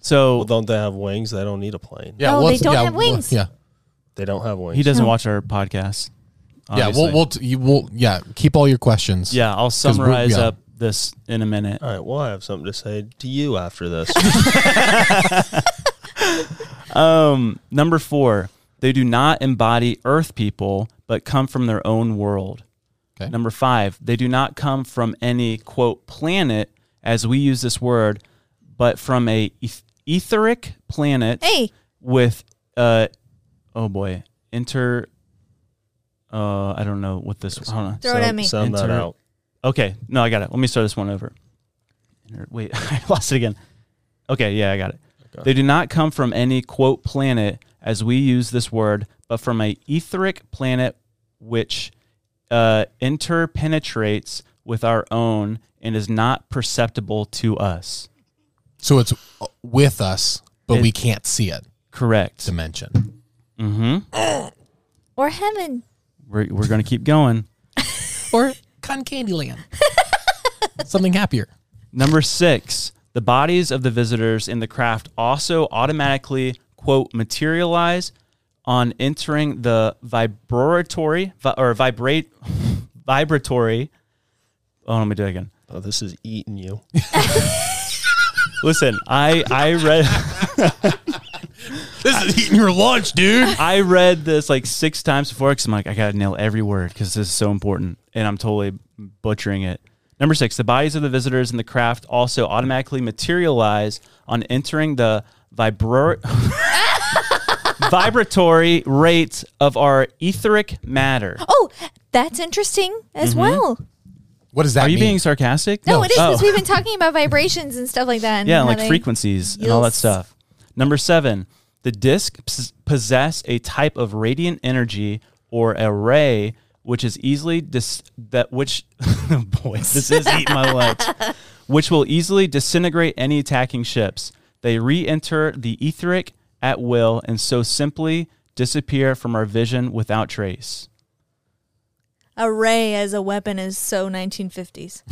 Speaker 2: So
Speaker 3: Well, don't they have wings? They don't need a plane.
Speaker 4: Yeah,
Speaker 1: No,
Speaker 4: well,
Speaker 1: Oh, they don't
Speaker 4: yeah,
Speaker 1: have
Speaker 4: well,
Speaker 1: wings.
Speaker 4: Yeah.
Speaker 3: They don't have wings.
Speaker 2: he doesn't
Speaker 1: Oh.
Speaker 2: watch our podcast.
Speaker 4: Yeah,
Speaker 2: obviously.
Speaker 4: we'll we'll t- you will yeah, keep all your questions.
Speaker 2: yeah, I'll
Speaker 4: 'Cause we're-
Speaker 2: summarize
Speaker 4: yeah.
Speaker 2: up this in a minute.
Speaker 3: All right. Well, I have something to say to you after this.
Speaker 2: Um, number four, they do not embody Earth people, but come from their own world.
Speaker 4: Okay.
Speaker 2: Number five, they do not come from any quote planet as we use this word, but from a eth- etheric planet
Speaker 1: hey,
Speaker 2: with uh oh boy inter uh I don't know what this hold on
Speaker 1: throw it at me.
Speaker 3: Sound that
Speaker 2: Enter-
Speaker 3: out.
Speaker 2: Okay, no, I got it. Let me start this one over. Inter- Wait, I lost it again. Okay, yeah, I got it. They do not come from any quote planet as we use this word, but from a etheric planet which uh, interpenetrates with our own and is not perceptible to us.
Speaker 4: So it's uh, with us, but
Speaker 2: It-
Speaker 4: we can't see it.
Speaker 2: Correct.
Speaker 4: Dimension.
Speaker 1: Or heaven.
Speaker 2: We're, we're going to keep going.
Speaker 4: Or Con Candyland. Something happier.
Speaker 2: Number six, the bodies of the visitors in the craft also automatically, quote, materialize on entering the vibratory vi- or vibrate vibratory. Oh, let me do it again.
Speaker 3: Oh, this is eating you.
Speaker 2: Listen, I I read
Speaker 4: This is eating your lunch, dude.
Speaker 2: I read this like six times before because I'm like I gotta nail every word because this is so important and I'm totally butchering it. Number six, the bodies of the visitors in the craft also automatically materialize on entering the vibro- vibratory rate of our etheric matter.
Speaker 1: Oh, that's interesting as
Speaker 2: Mm-hmm.
Speaker 1: well.
Speaker 4: What does that
Speaker 2: Are you
Speaker 4: mean?
Speaker 2: being sarcastic?
Speaker 1: No, it is because
Speaker 2: Oh.
Speaker 1: we've been talking about vibrations and stuff like that. and
Speaker 2: Yeah,
Speaker 1: how
Speaker 2: like
Speaker 1: they-
Speaker 2: frequencies and all that
Speaker 1: Yes.
Speaker 2: stuff. Number seven, the disc pos- possess a type of radiant energy or a ray which is easily dis- that which oh boy this is eating my legs, which will easily disintegrate any attacking ships. They re-enter the etheric at will and so simply disappear from our vision without trace.
Speaker 1: a ray as a weapon is so 1950s.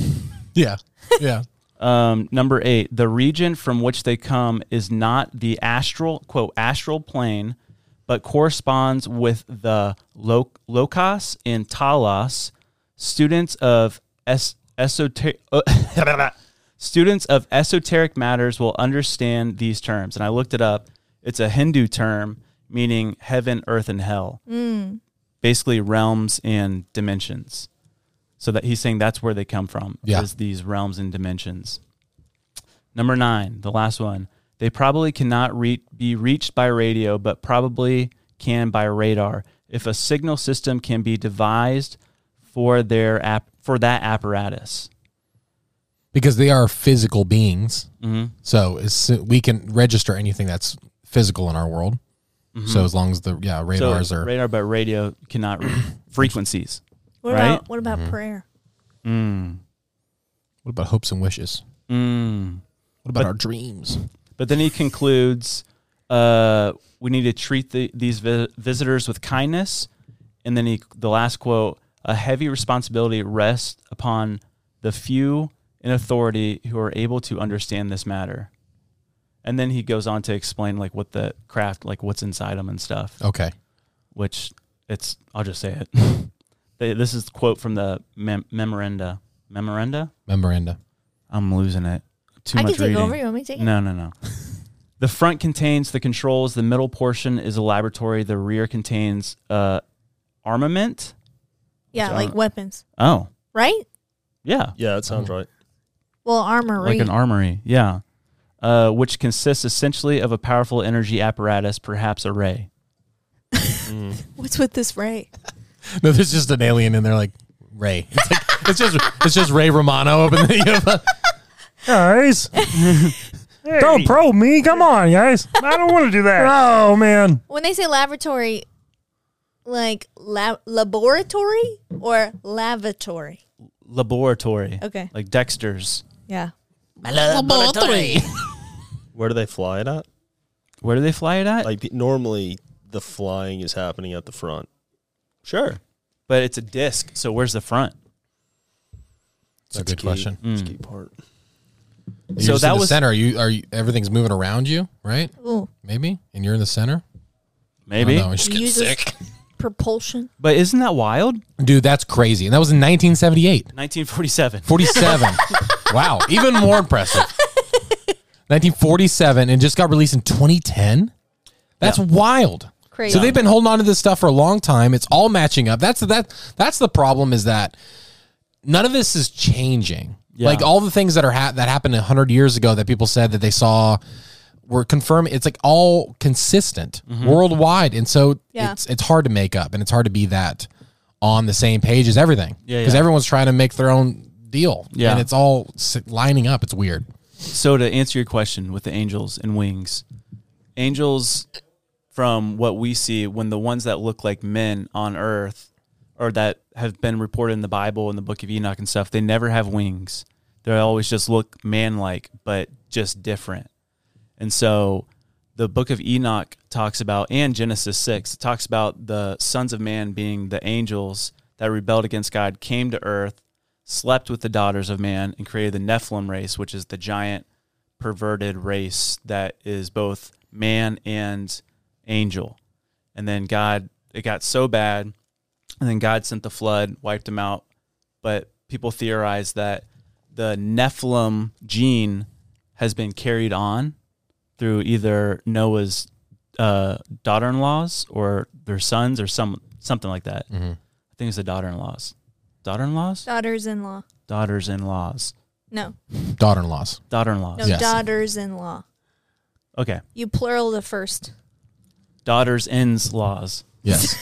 Speaker 4: Yeah. Yeah.
Speaker 2: Um, number eight, the region from which they come is not the astral quote astral plane, but corresponds with the lo- locos in talos. Students of es- esoteric students of esoteric matters will understand these terms. And I looked it up. It's a Hindu term meaning heaven, earth, and hell. Basically, realms and dimensions. So that he's saying that's where they come from.
Speaker 4: Yeah.
Speaker 2: Is these realms and dimensions. Number nine, the last one. They probably cannot re- be reached by radio, but probably can by radar. If a signal system can be devised for their app for that apparatus,
Speaker 4: Because they are physical beings. So it's, we can register anything that's physical in our world. Mm-hmm. So as long as the yeah radars
Speaker 2: so
Speaker 4: are
Speaker 2: radar, but radio cannot read frequencies.
Speaker 1: What
Speaker 2: Right?
Speaker 1: about what
Speaker 2: Mm-hmm.
Speaker 1: about prayer?
Speaker 4: what about hopes and wishes?
Speaker 2: Mm.
Speaker 4: What about our dreams?
Speaker 2: But then he concludes, uh, "We need to treat the, these vi- visitors with kindness." And then he, the last quote: "A heavy responsibility rests upon the few in authority who are able to understand this matter." And then he goes on to explain like what the craft, like what's inside them and stuff.
Speaker 4: Okay.
Speaker 2: Which it's, I'll just say it. They- this is the quote from the mem- memoranda. Memoranda.
Speaker 4: Memoranda.
Speaker 2: I'm losing it. Too
Speaker 1: I can
Speaker 2: much
Speaker 1: take
Speaker 2: reading.
Speaker 1: over. You want me to take it?
Speaker 2: No, no, no. the front contains the controls. The middle portion is a laboratory. The rear contains uh, armament.
Speaker 1: Yeah,
Speaker 2: John-
Speaker 1: like weapons,
Speaker 2: Oh,
Speaker 1: right?
Speaker 2: yeah,
Speaker 3: Yeah, that sounds right.
Speaker 1: Well, armory.
Speaker 2: like an armory. Yeah, uh, which consists essentially of a powerful energy apparatus, perhaps a ray.
Speaker 1: What's with this ray?
Speaker 4: No, there's just an alien in there like Ray. It's, like, it's just it's just Ray Romano up in the guys. Don't probe me. Come on, guys. I don't want to do that. Oh man.
Speaker 1: When they say laboratory, like lab- laboratory or lavatory?
Speaker 2: Laboratory.
Speaker 1: Okay.
Speaker 2: Like Dexter's.
Speaker 1: Yeah.
Speaker 8: My laboratory.
Speaker 3: Where do they fly it at?
Speaker 2: Where do they fly it at?
Speaker 3: Like the, normally, the flying is happening at the front.
Speaker 2: sure, but it's a disc. So where's the front?
Speaker 4: That's a good question.
Speaker 3: That's a key part.
Speaker 4: You're
Speaker 2: So
Speaker 4: just
Speaker 2: that
Speaker 4: in the
Speaker 2: was-
Speaker 4: center. Are you are you, everything's moving around you, right?
Speaker 1: Ooh.
Speaker 4: Maybe, and you're in the center. Oh,
Speaker 2: Maybe.
Speaker 4: no, I'm just getting
Speaker 1: Uses
Speaker 4: sick,
Speaker 1: propulsion.
Speaker 2: But isn't that wild?
Speaker 4: dude. That's crazy, and that was in 1978,
Speaker 2: 1947.
Speaker 4: 47. wow, even more impressive. 1947, and just got released in 2010. That's wild.
Speaker 1: Crazy.
Speaker 4: So they've been holding on to this stuff for a long time. It's all matching up. That's that. That's the problem. Is that none of this is changing.
Speaker 2: Yeah.
Speaker 4: Like all the things that are ha- that happened hundred years ago that people said that they saw were confirmed. It's like all consistent
Speaker 2: Mm-hmm.
Speaker 4: worldwide, and so
Speaker 1: Yeah.
Speaker 4: it's it's hard to make up, and it's hard to be that on the same page as everything.
Speaker 2: Yeah,
Speaker 4: because
Speaker 2: yeah.
Speaker 4: everyone's trying to make their own deal.
Speaker 2: Yeah.
Speaker 4: and it's all s- lining up. It's weird.
Speaker 2: So to answer your question with the angels and wings, angels from what we see when the ones that look like men on earth or that have been reported in the Bible and the book of Enoch and stuff, they never have wings. They always just look man like, but just different. And so the book of Enoch talks about, and Genesis 6, it talks about the sons of man being the angels that rebelled against God, came to earth, slept with the daughters of man, and created the Nephilim race, which is the giant, perverted race that is both man and angel. And then God, it got so bad. And then God sent the flood, wiped them out. But people theorize that the Nephilim gene has been carried on through either Noah's uh, daughter-in-laws or their sons or some something like that. I think it's the daughter-in-laws, daughter-in-laws,
Speaker 1: Daughters-in-law.
Speaker 2: daughters-in-laws,
Speaker 1: No.
Speaker 4: Daughter-in-laws.
Speaker 2: daughter-in-laws.
Speaker 1: No,
Speaker 4: Oh. Yes.
Speaker 1: daughters-in-law.
Speaker 2: Okay,
Speaker 1: You plural the first.
Speaker 2: daughters-in-laws.
Speaker 4: Yes.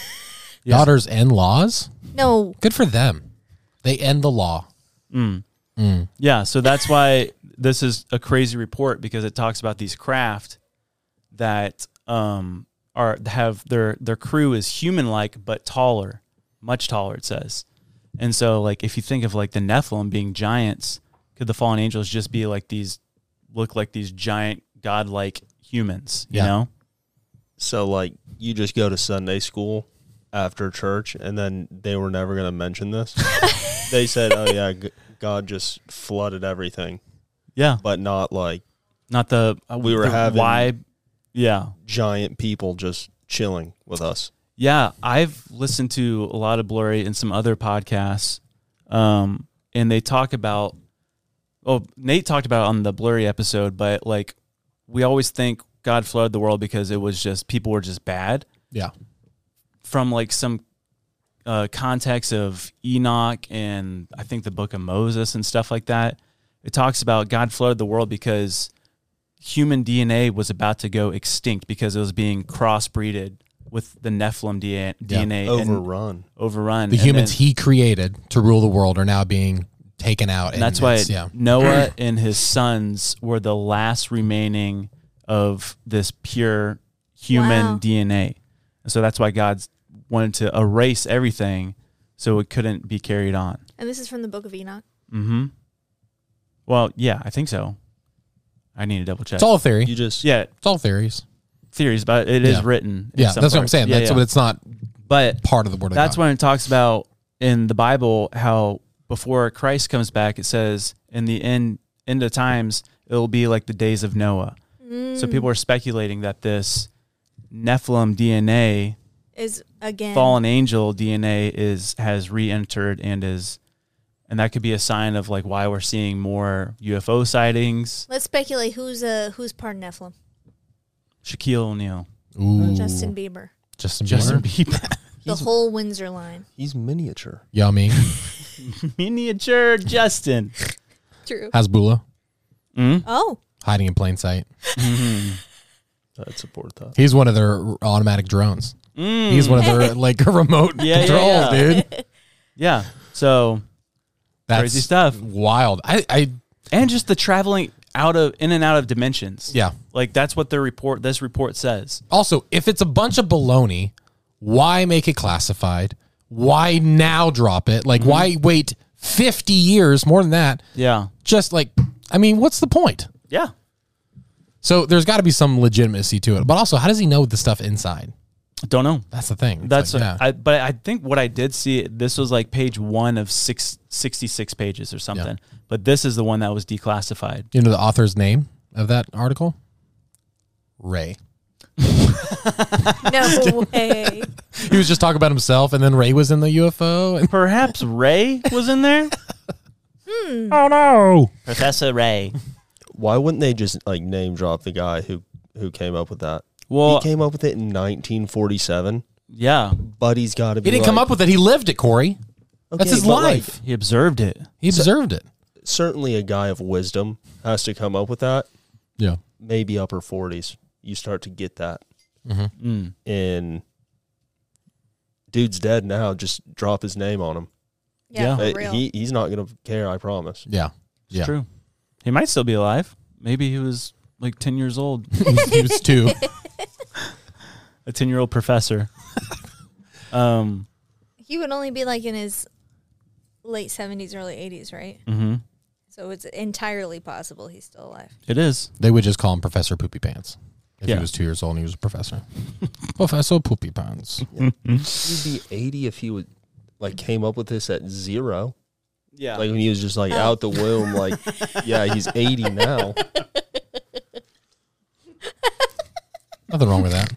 Speaker 4: Daughters and laws.
Speaker 1: No.
Speaker 4: Good for them. They end the law.
Speaker 2: Yeah, so that's why this is a crazy report because it talks about these craft that um, are have their their crew is human like but taller, much taller. It says, and so like if you think of like the Nephilim being giants, could the fallen angels just be like these, look like these giant godlike humans? You
Speaker 4: Yeah.
Speaker 2: know,
Speaker 3: So, like, you just go to Sunday school after church, and then they were never going to mention this. they said, "Oh yeah, g- God just flooded everything,"
Speaker 2: Yeah,
Speaker 3: but not like
Speaker 2: not the uh,
Speaker 3: We were
Speaker 2: the
Speaker 3: having-
Speaker 2: why. Yeah,
Speaker 3: giant people just chilling with us.
Speaker 2: Yeah, I've listened to a lot of Blurry and some other podcasts, um, and they talk about. Oh, Nate talked about it on the Blurry episode, but like we always think God flooded the world because it was just people were just bad
Speaker 4: Yeah.
Speaker 2: from like some uh, context of Enoch and I think the Book of Moses and stuff like that. It talks about God flooded the world because human DNA was about to go extinct because it was being crossbreeded with the Nephilim DNA, DNA and
Speaker 3: Overrun.
Speaker 2: overrun.
Speaker 4: The
Speaker 2: And
Speaker 4: humans
Speaker 2: then-
Speaker 4: he created to rule the world are now being taken out.
Speaker 2: and that's why
Speaker 4: it's- yeah.
Speaker 2: Noah and his sons were the last remaining of this pure human
Speaker 1: Wow.
Speaker 2: DNA. And so that's why God wanted to erase everything so it couldn't be carried on.
Speaker 1: And this is from the Book of Enoch.
Speaker 2: Mm-hmm. Well, yeah, I think so. I need to double check.
Speaker 4: It's all theory.
Speaker 3: You just
Speaker 2: yeah,
Speaker 4: It's all theories.
Speaker 2: theories, but it is
Speaker 4: Yeah.
Speaker 2: written. in
Speaker 4: Yeah, that's
Speaker 2: some
Speaker 4: what I'm
Speaker 2: parts.
Speaker 4: saying.
Speaker 2: Yeah,
Speaker 4: that's
Speaker 2: yeah.
Speaker 4: what it's not
Speaker 2: but
Speaker 4: part of the word of
Speaker 2: that's
Speaker 4: God.
Speaker 2: when it talks about in the Bible how before Christ comes back, it says in the end end of times it'll be like the days of Noah. So people are speculating that this Nephilim DNA,
Speaker 1: Is again
Speaker 2: fallen angel DNA, is has re-entered and is, and that could be a sign of like why we're seeing more UFO sightings.
Speaker 1: Let's speculate who's uh who's part of Nephilim.
Speaker 2: Shaquille O'Neal,
Speaker 4: Ooh,
Speaker 1: Justin Bieber.
Speaker 4: Justin,
Speaker 2: Justin
Speaker 4: Bieber.
Speaker 2: Bieber,
Speaker 1: The whole Windsor line.
Speaker 3: he's miniature.
Speaker 4: Yummy.
Speaker 2: miniature Justin.
Speaker 1: True.
Speaker 4: Hasbula
Speaker 1: Oh.
Speaker 4: hiding in plain sight.
Speaker 3: I'd support that.
Speaker 4: He's one of their automatic drones. He's one of their like remote
Speaker 2: Mm. Yeah, yeah,
Speaker 4: controls,
Speaker 2: yeah.
Speaker 4: dude.
Speaker 2: Yeah. So
Speaker 4: That's
Speaker 2: Crazy stuff.
Speaker 4: Wild. I, I
Speaker 2: and just the traveling out of in and out of dimensions.
Speaker 4: yeah.
Speaker 2: Like that's what the report this report says.
Speaker 4: Also, if it's a bunch of baloney, why make it classified? Why now drop it? Like, why wait 50 years more than that?
Speaker 2: Yeah.
Speaker 4: Just like, I mean, what's the point?
Speaker 2: Yeah.
Speaker 4: So there's got to be some legitimacy to it. But also, how does he know the stuff inside?
Speaker 2: Don't know.
Speaker 4: That's the thing. It's
Speaker 2: That's
Speaker 4: like, yeah.
Speaker 2: I, but I think what I did see this was like page 1 of six, 66 pages or something. But this is the one that was declassified.
Speaker 4: you know the author's name of that article? Ray.
Speaker 1: No way.
Speaker 4: He was just talking about himself, and then Ray was in the UFO. And
Speaker 2: Perhaps Ray was in there?
Speaker 4: oh no!
Speaker 2: Professor Ray.
Speaker 3: Why wouldn't they just like name drop the guy who who came up with that?
Speaker 2: Well,
Speaker 3: he came up with it in 1947.
Speaker 2: yeah.
Speaker 3: Buddy's got to be.
Speaker 4: He didn't come
Speaker 3: like-
Speaker 4: up with it. He lived it, Corey. That's
Speaker 3: Okay,
Speaker 4: his
Speaker 3: but, like,
Speaker 4: life.
Speaker 2: He observed it.
Speaker 4: he observed it.
Speaker 3: certainly a guy of wisdom has to come up with that.
Speaker 4: Yeah.
Speaker 3: Maybe upper 40s, you start to get that. Mm-hmm.
Speaker 2: Mm.
Speaker 3: And dude's dead now. Just drop his name on him.
Speaker 2: Yeah.
Speaker 1: Yeah,
Speaker 3: Uh,
Speaker 1: for real.
Speaker 3: He he's not gonna care. I promise.
Speaker 4: Yeah.
Speaker 2: It's
Speaker 4: Yeah.
Speaker 2: true. He might still be alive. Maybe he was like 10 years old,
Speaker 4: he, was, he was two.
Speaker 2: a 10-year-old professor. um
Speaker 1: he would only be like in his late 70s, early 80s, right?
Speaker 2: mhm.
Speaker 1: So it's entirely possible he's still alive.
Speaker 2: It is.
Speaker 4: They would just call him Professor Poopy Pants if
Speaker 2: Yeah.
Speaker 4: he was two years old and he was a professor. professor Poopy Pants.
Speaker 3: He'd be 80 if he would like came up with this at zero.
Speaker 2: Yeah.
Speaker 3: Like when he was just like out the womb. Like yeah, he's 80 now.
Speaker 4: Nothing wrong with that.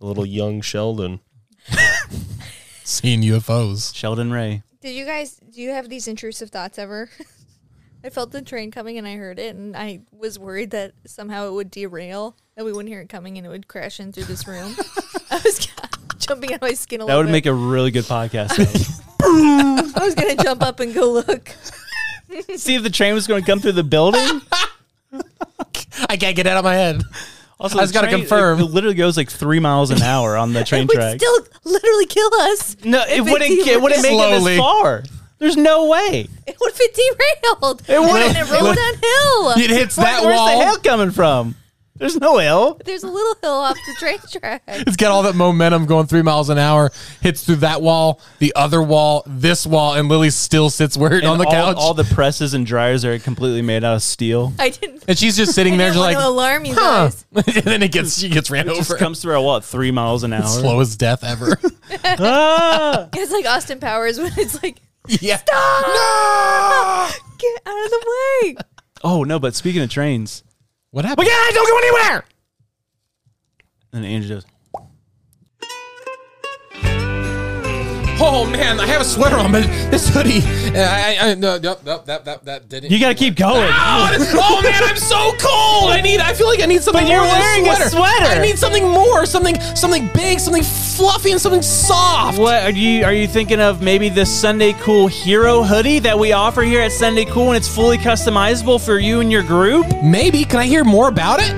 Speaker 3: A little young Sheldon.
Speaker 4: Seeing UFOs.
Speaker 2: Sheldon Ray.
Speaker 1: Did you guys do you have these intrusive thoughts ever? I felt the train coming and I heard it and I was worried that somehow it would derail and we wouldn't hear it coming and it would crash in through this room. I was jumping out of my skin a
Speaker 2: That
Speaker 1: little
Speaker 2: would
Speaker 1: bit.
Speaker 2: make a really good podcast. though.
Speaker 1: I was gonna jump up and go look.
Speaker 2: See if the train was going to come through the building.
Speaker 4: I can't get it out of my head.
Speaker 2: Also,
Speaker 4: I just
Speaker 2: the
Speaker 4: gotta
Speaker 2: train,
Speaker 4: confirm.
Speaker 2: It, it literally goes like three miles an hour on the train
Speaker 1: it would
Speaker 2: track.
Speaker 1: still literally kill us.
Speaker 2: no, it
Speaker 1: if it
Speaker 2: wouldn't. It wouldn't make it
Speaker 4: Slowly.
Speaker 2: this far. There's no way.
Speaker 1: It would have been derailed.
Speaker 2: It would.
Speaker 1: And it rolled downhill.
Speaker 4: It hits that
Speaker 2: Where- where's
Speaker 4: wall.
Speaker 2: the hell coming from? There's no L.
Speaker 1: There's a little hill off the train track.
Speaker 4: It's got all that momentum going three miles an hour, hits through that wall, the other wall, this wall, and Lily still sits where
Speaker 2: And
Speaker 4: on the
Speaker 2: all,
Speaker 4: couch.
Speaker 2: All the presses and dryers are completely made out of steel.
Speaker 1: I didn't.
Speaker 4: and she's just sitting
Speaker 1: I
Speaker 4: there,
Speaker 1: didn't
Speaker 4: just
Speaker 1: want
Speaker 4: like,
Speaker 1: to alarm you
Speaker 4: huh.
Speaker 1: guys.
Speaker 4: and then it gets she gets ran
Speaker 2: It just
Speaker 4: over.
Speaker 2: comes through at what three miles an hour.
Speaker 4: Slow as death ever.
Speaker 2: Ah!
Speaker 1: It's like Austin Powers when it's like,
Speaker 4: yeah.
Speaker 1: get out of the way.
Speaker 2: Oh no! But speaking of trains,
Speaker 4: What happened?
Speaker 2: I don't go anywhere. And Andrew goes,
Speaker 4: Oh man, I have a sweater on, but this hoodie. uh, I, I, no, no, no, that, that, that didn't.
Speaker 2: "You got to keep going."
Speaker 4: Oh, it- oh, man, I'm so cold. I need. I feel like I need something
Speaker 2: But you're
Speaker 4: more than
Speaker 2: wearing a sweater.
Speaker 4: I need something more. Something. Something big. Something fluffy and something soft.
Speaker 2: What are you are you thinking of? Maybe the Sunday Cool Hero hoodie that we offer here at Sunday Cool, and it's fully customizable for you and your group.
Speaker 4: Maybe. Can I hear more about it?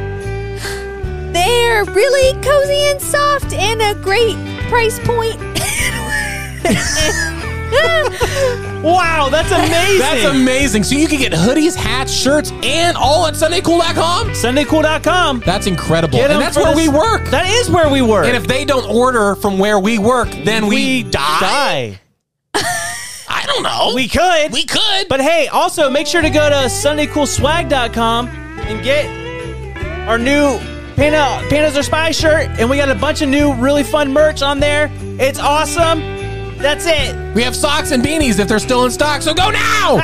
Speaker 1: They're really cozy and soft and a great price point.
Speaker 2: Wow, that's amazing!
Speaker 4: That's amazing. So you can get hoodies, hats, shirts, and all at SundayCool.com.
Speaker 2: SundayCool.com.
Speaker 4: That's incredible.
Speaker 2: Get 'em
Speaker 4: and that's
Speaker 2: for
Speaker 4: where
Speaker 2: the-
Speaker 4: we work.
Speaker 2: That is where we work.
Speaker 4: and if they don't order from where we work, then we, I don't know.
Speaker 2: We could.
Speaker 4: we could.
Speaker 2: But hey, also make sure to go to SundayCoolSwag.com and get our new Panda Pandas Are Spy shirt, and we got a bunch of new really fun merch on there. It's awesome. That's it.
Speaker 4: We have socks and beanies if they're still in stock, so go now!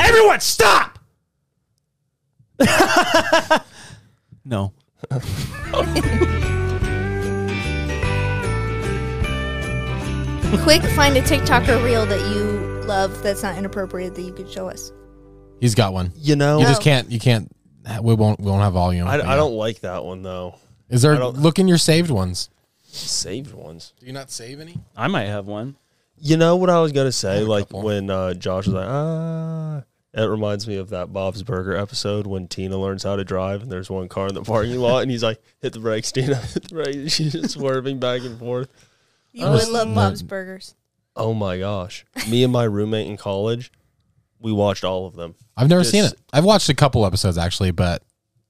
Speaker 2: Everyone, stop! no.
Speaker 1: Quick, find a TikToker reel that you love that's not inappropriate that you could show us.
Speaker 4: He's got one.
Speaker 3: You know,
Speaker 4: You just can't. You can't. We won't. We won't have volume.
Speaker 3: I, I don't like that one though.
Speaker 4: Is there?
Speaker 3: I don't-
Speaker 4: look in your saved ones.
Speaker 3: Saved ones.
Speaker 4: Do you not save any?
Speaker 2: I might have one.
Speaker 3: You know what I was gonna say?
Speaker 4: a
Speaker 3: Like
Speaker 4: couple.
Speaker 3: when uh, Josh was like, ah, it reminds me of that Bob's Burger episode when Tina learns how to drive, and there's one car in the parking lot, and he's like, hit the brakes, Tina, hit the brakes. She's just swerving back and forth.
Speaker 1: You would love Bob's Burgers.
Speaker 3: Oh my gosh! Me and my roommate in college, we watched all of them.
Speaker 4: I've never seen it.
Speaker 3: Just-
Speaker 4: I've watched a couple episodes actually, but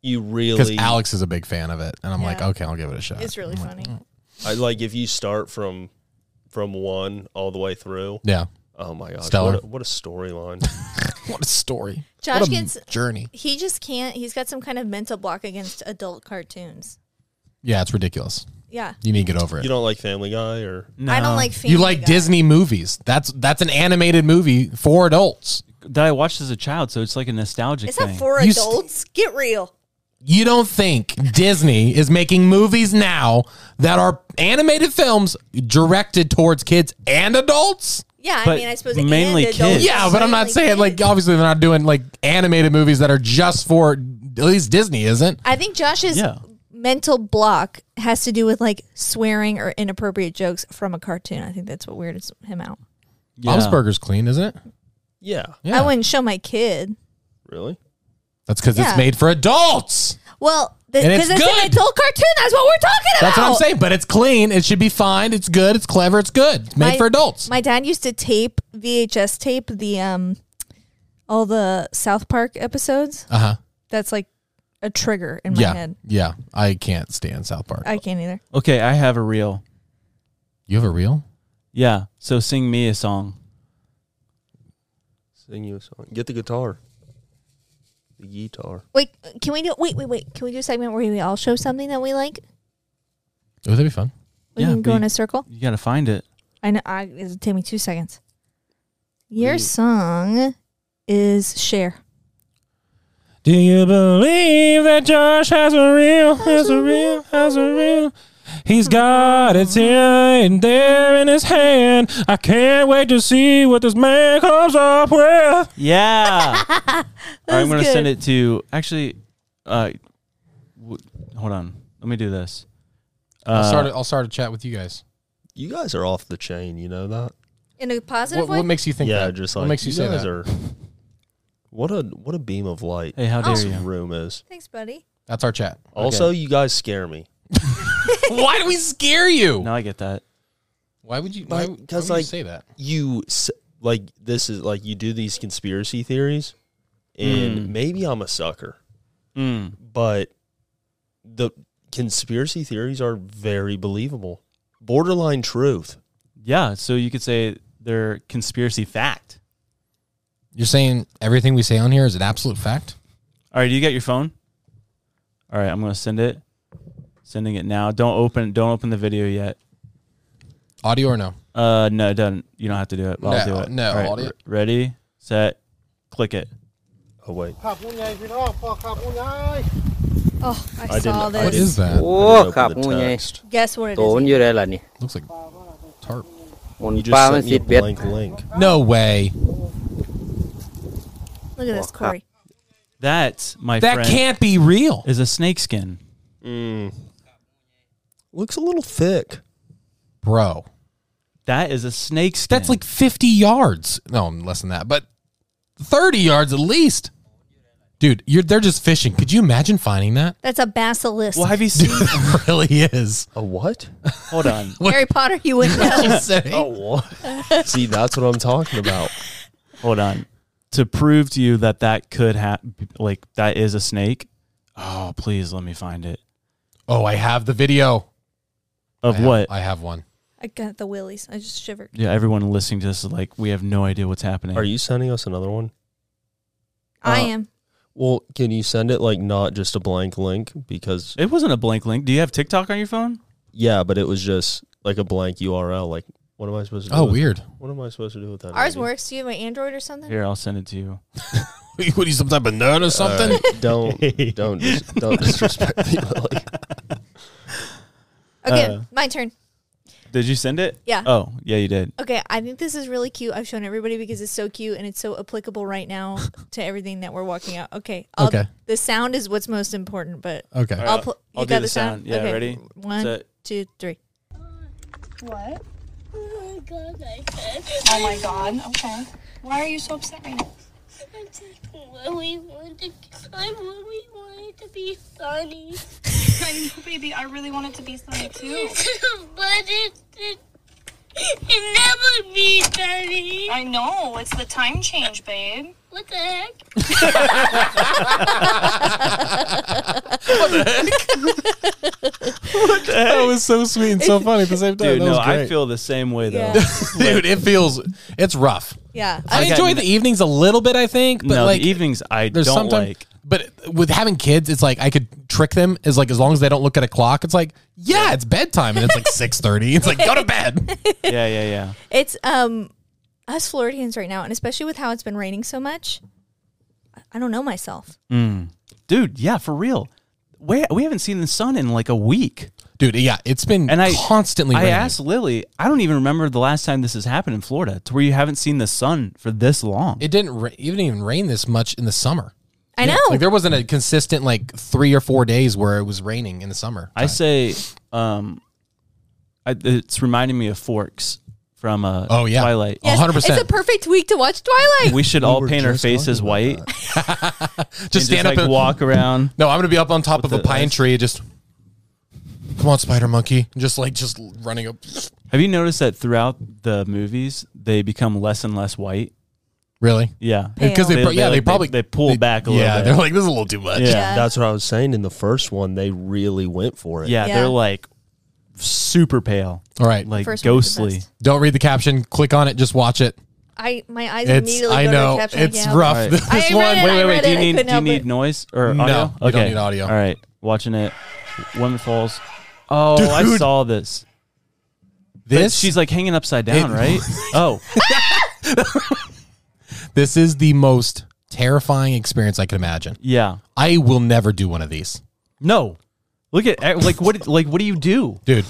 Speaker 3: You
Speaker 4: because
Speaker 3: really,
Speaker 4: Alex is a big fan of it, and I'm like,
Speaker 1: Yeah.
Speaker 4: okay, I'll give it a shot.
Speaker 1: It's really
Speaker 4: I'm like,
Speaker 1: funny.
Speaker 3: I like if you start from from one all the way through.
Speaker 4: Yeah.
Speaker 3: Oh my gosh!
Speaker 4: Stellar.
Speaker 3: What a, what a storyline.
Speaker 4: What a story.
Speaker 1: Josh
Speaker 4: what a
Speaker 1: gets-
Speaker 4: journey.
Speaker 1: He just can't. He's got some kind of mental block against adult cartoons.
Speaker 4: Yeah, it's ridiculous.
Speaker 1: Yeah.
Speaker 4: You need to get over it.
Speaker 3: you
Speaker 4: You,
Speaker 3: don't like Family Guy or
Speaker 1: I don't like Family
Speaker 4: like
Speaker 1: Guy.
Speaker 4: Disney movies. That's that's an animated movie for adults.
Speaker 2: That I watched as a child, so it's like a nostalgic
Speaker 1: It's
Speaker 2: thing.
Speaker 1: not for
Speaker 4: You st-
Speaker 1: adults. Get real.
Speaker 4: You don't think Disney is making movies now that are animated films directed towards kids and adults?
Speaker 1: Yeah, I
Speaker 2: But
Speaker 1: mean, I suppose
Speaker 2: mainly
Speaker 1: and adults.
Speaker 2: kids.
Speaker 4: Yeah, but I'm not
Speaker 1: Mainly
Speaker 4: saying like
Speaker 1: kids.
Speaker 4: obviously they're not doing like animated movies that are just for at least Disney isn't.
Speaker 1: I think Josh's
Speaker 2: Yeah.
Speaker 1: mental block has to do with like swearing or inappropriate jokes from a cartoon. I think that's what weirds him out.
Speaker 2: Yeah.
Speaker 4: Bob's Burgers clean, isn't it?
Speaker 3: yeah,
Speaker 4: Yeah.
Speaker 1: I wouldn't show my kid.
Speaker 3: really.
Speaker 4: That's because
Speaker 1: Yeah.
Speaker 4: it's made for adults.
Speaker 1: Well, because
Speaker 4: And
Speaker 1: it's,
Speaker 4: it's
Speaker 1: an
Speaker 4: good.
Speaker 1: adult cartoon. That's what we're talking about.
Speaker 4: That's what I'm saying. But it's clean. It should be fine. It's good. It's clever. It's good. It's made
Speaker 1: My-
Speaker 4: for adults.
Speaker 1: My dad used to tape VHS tape the um all the South Park episodes.
Speaker 4: Uh huh.
Speaker 1: That's like a trigger in my
Speaker 4: Yeah.
Speaker 1: head.
Speaker 4: Yeah. I can't stand South Park.
Speaker 1: I can't either.
Speaker 2: Okay, I have a reel.
Speaker 4: you have a reel?
Speaker 2: Yeah, so sing me a song.
Speaker 3: Sing you a song. Get the guitar. The guitar.
Speaker 1: Wait, can we do? Wait, wait, wait. Can we do a segment where we all show something that we like?
Speaker 4: Oh, that'd be fun.
Speaker 1: We
Speaker 2: Yeah,
Speaker 1: can go
Speaker 2: we-
Speaker 1: in a circle.
Speaker 2: You got to find it.
Speaker 1: I know. I, it'll take me two seconds. Your song is share.
Speaker 4: Do you believe that Josh has a reel? Has a reel? Has a reel? He's got it here and there in his hand. I can't wait to see what this man comes up
Speaker 3: Uh,
Speaker 4: with.
Speaker 2: Yeah. All right, I'm
Speaker 1: was
Speaker 2: going to
Speaker 1: good.
Speaker 2: send it to actually uh w- hold on. Let me do this.
Speaker 4: I'll
Speaker 2: Uh,
Speaker 4: start. A, I'll start a chat with you guys.
Speaker 3: You guys are off the chain. You know that.
Speaker 1: In a
Speaker 4: What,
Speaker 1: positive
Speaker 4: what
Speaker 1: way?
Speaker 4: makes you think?
Speaker 3: yeah,
Speaker 4: that?
Speaker 3: just like
Speaker 4: what makes you, say
Speaker 3: guys
Speaker 4: that?
Speaker 3: are. What a what a beam of light
Speaker 2: hey, how dare
Speaker 3: this
Speaker 2: you?
Speaker 3: room is.
Speaker 1: Thanks, buddy.
Speaker 4: That's our chat.
Speaker 3: Also, you guys scare me.
Speaker 4: why do we scare you?
Speaker 2: Now I get that.
Speaker 4: Why would you?
Speaker 3: Like,
Speaker 4: Why, why
Speaker 3: 'cause,
Speaker 4: would you
Speaker 3: like-
Speaker 4: say that?
Speaker 3: You s- like this is like you do these conspiracy theories, and
Speaker 4: Mm.
Speaker 3: maybe I'm a sucker, but the conspiracy theories are very believable, borderline truth.
Speaker 2: Yeah, so you could say they're conspiracy fact.
Speaker 4: You're saying everything we say on here is an absolute fact?
Speaker 2: All right, do you get your phone? All right, I'm gonna send it. Sending it now. Don't open. Don't open the video yet.
Speaker 4: Audio or no?
Speaker 2: Uh, no, it doesn't. You don't have to do it. But I'll
Speaker 4: No,
Speaker 2: do it.
Speaker 4: no,
Speaker 2: All right,
Speaker 4: audio-
Speaker 2: re- ready, set, click it.
Speaker 3: Oh wait,
Speaker 1: Oh, I,
Speaker 3: I
Speaker 1: saw
Speaker 3: didn't-
Speaker 1: this.
Speaker 3: I
Speaker 4: What is that?
Speaker 3: I
Speaker 9: Oh,
Speaker 3: didn't open the
Speaker 9: kapunya.
Speaker 3: text.
Speaker 1: Guess what it is.
Speaker 9: Tuon jure lah nih.
Speaker 4: Looks like tarp.
Speaker 9: Mun
Speaker 3: You just
Speaker 9: paman
Speaker 3: sent me a
Speaker 9: sit bed.
Speaker 3: blank link.
Speaker 4: No way.
Speaker 1: Look at this, Corey.
Speaker 2: That my
Speaker 4: That
Speaker 2: friend
Speaker 4: can't be real.
Speaker 2: is a snake skin.
Speaker 3: Looks a little thick.
Speaker 4: Bro.
Speaker 2: That is a snake skin.
Speaker 4: That's like 50 yards. No, less than that, but 30 yards at least. Dude, you're they're just fishing. Could you imagine finding that?
Speaker 1: That's a basilisk.
Speaker 2: Well, have you seen?
Speaker 4: It really is.
Speaker 3: A what?
Speaker 2: Hold on.
Speaker 1: Harry Potter, you wouldn't know.
Speaker 4: Just saying.
Speaker 3: See, that's what I'm talking about.
Speaker 2: Hold on. To prove to you that that could have, like, that is a snake. Oh, please let me find it.
Speaker 4: Oh, I have the video.
Speaker 2: Of
Speaker 4: I have-
Speaker 2: what?
Speaker 4: I have one.
Speaker 1: I got the willies. I just shivered.
Speaker 2: yeah, everyone listening to this is like, we have no idea what's happening.
Speaker 3: Are you sending us another one?
Speaker 1: I
Speaker 3: Uh,
Speaker 1: am.
Speaker 3: Well, can you send it like not just a blank link? Because
Speaker 2: It wasn't a blank link. Do you have TikTok on your phone?
Speaker 3: yeah, but it was just like a blank URL. Like, what am I supposed to? do
Speaker 4: Oh,
Speaker 3: with-
Speaker 4: weird.
Speaker 3: What am I supposed to do with that?
Speaker 1: Ours
Speaker 3: Andy?
Speaker 1: works. Do you have an Android or something?
Speaker 2: Here, I'll send it to you.
Speaker 4: What are you, some type of nerd or something?
Speaker 3: Don't don't dis- don't disrespect me, Lily.
Speaker 1: Okay,
Speaker 2: Uh,
Speaker 1: my turn.
Speaker 2: Did you send it?
Speaker 1: Yeah.
Speaker 2: Oh, yeah, you did.
Speaker 1: Okay, I think this is really cute. I've shown everybody because it's so cute and it's so applicable right now to everything that we're walking out. Okay. I'll,
Speaker 4: Okay.
Speaker 1: The sound is what's most important, but
Speaker 4: Okay.
Speaker 1: I'll pl- you
Speaker 2: I'll do
Speaker 1: got
Speaker 2: the sound. Yeah,
Speaker 1: okay.
Speaker 2: ready?
Speaker 1: One,
Speaker 2: Set.
Speaker 1: two, three.
Speaker 10: What? Oh my god, I Oh my god, okay. Why are you so upset right now? I'm just really wanted, I really wanted to be funny. I know, Oh, baby, I really wanted to be funny too. but it, it, it never be funny. I know, it's the time change, babe. What the heck?
Speaker 4: that was so sweet and so funny at the same time.
Speaker 2: Dude,
Speaker 4: that
Speaker 2: no,
Speaker 4: was
Speaker 2: I
Speaker 4: great.
Speaker 2: feel the same way though.
Speaker 1: Yeah.
Speaker 4: Dude, it feels it's rough.
Speaker 1: Yeah.
Speaker 4: I
Speaker 2: got
Speaker 4: enjoy
Speaker 2: n-
Speaker 4: the evenings a little bit, I think, but
Speaker 2: no,
Speaker 4: like
Speaker 2: the evenings I don't
Speaker 4: there's sometimes
Speaker 2: like.
Speaker 4: but with having kids, it's like I could trick them as like as long as they don't look at a clock, it's like, yeah, it's bedtime and it's like six thirty. It's like go to bed.
Speaker 2: Yeah, yeah, yeah.
Speaker 1: It's um us Floridians right now, and especially with how it's been raining so much. I- I don't know myself.
Speaker 2: Dude, yeah, for real. We, we haven't seen the sun in like a week.
Speaker 4: Dude, yeah, it's been
Speaker 2: And I
Speaker 4: constantly
Speaker 2: I
Speaker 4: raining.
Speaker 2: asked Lily, I don't even remember the last time this has happened in Florida to where you haven't seen the sun for this long.
Speaker 4: it didn't ra- even even rain this much in the summer.
Speaker 1: I know.
Speaker 4: Like there wasn't a consistent like three or four days where it was raining in the summer.
Speaker 2: I say, um, I, it's reminding me of Forks from uh,
Speaker 4: Oh, yeah.
Speaker 2: Twilight.
Speaker 4: Yes. 100%.
Speaker 1: It's a perfect week to watch Twilight.
Speaker 2: We should all
Speaker 3: were
Speaker 2: paint our
Speaker 3: just
Speaker 2: faces
Speaker 3: talking
Speaker 2: white.
Speaker 3: about
Speaker 2: and
Speaker 4: just stand up
Speaker 2: like,
Speaker 4: and
Speaker 2: walk around.
Speaker 4: No, I'm gonna be up on top of a
Speaker 2: the
Speaker 4: pine
Speaker 2: ice.
Speaker 4: tree. Just come on, spider monkey. Just like just running up.
Speaker 2: Have you noticed that throughout the movies they become less and less white?
Speaker 4: Really?
Speaker 2: Yeah,
Speaker 4: Because they,
Speaker 2: They-
Speaker 4: pro- yeah
Speaker 2: they,
Speaker 4: they
Speaker 2: like,
Speaker 4: probably
Speaker 2: they- they pull back a little
Speaker 4: yeah
Speaker 2: bit.
Speaker 4: they're like this is a little too much.
Speaker 2: Yeah.
Speaker 1: Yeah.
Speaker 3: That's what I was saying. In the first one, they really went for it.
Speaker 2: yeah,
Speaker 1: Yeah.
Speaker 2: they're like super pale,
Speaker 4: All right,
Speaker 2: like
Speaker 1: First one's the
Speaker 2: ghostly.
Speaker 1: best.
Speaker 4: don't read the caption. Click on it. Just watch it.
Speaker 1: I my eyes
Speaker 4: It's
Speaker 1: immediately
Speaker 4: I
Speaker 1: go to
Speaker 4: know
Speaker 1: the caption.
Speaker 4: it's
Speaker 1: yeah.
Speaker 4: rough.
Speaker 2: Alright.
Speaker 4: This
Speaker 1: I read it,
Speaker 4: one.
Speaker 1: I
Speaker 2: Wait, wait, wait.
Speaker 1: read
Speaker 2: Do
Speaker 1: it,
Speaker 2: you
Speaker 1: I
Speaker 2: need
Speaker 1: couldn't
Speaker 2: do you
Speaker 1: help
Speaker 2: need
Speaker 1: it.
Speaker 2: noise or
Speaker 4: No,
Speaker 2: audio?
Speaker 4: you don't need audio.
Speaker 2: All right, watching it. Woman falls. Oh, I
Speaker 4: Dude.
Speaker 2: saw this.
Speaker 4: This
Speaker 2: She's like hanging upside down,
Speaker 4: It-
Speaker 2: right? Oh,
Speaker 4: this is the most terrifying experience I can imagine.
Speaker 2: yeah.
Speaker 4: I will never do one of these,
Speaker 2: No, look at eh, like what like what do you do?
Speaker 4: dude.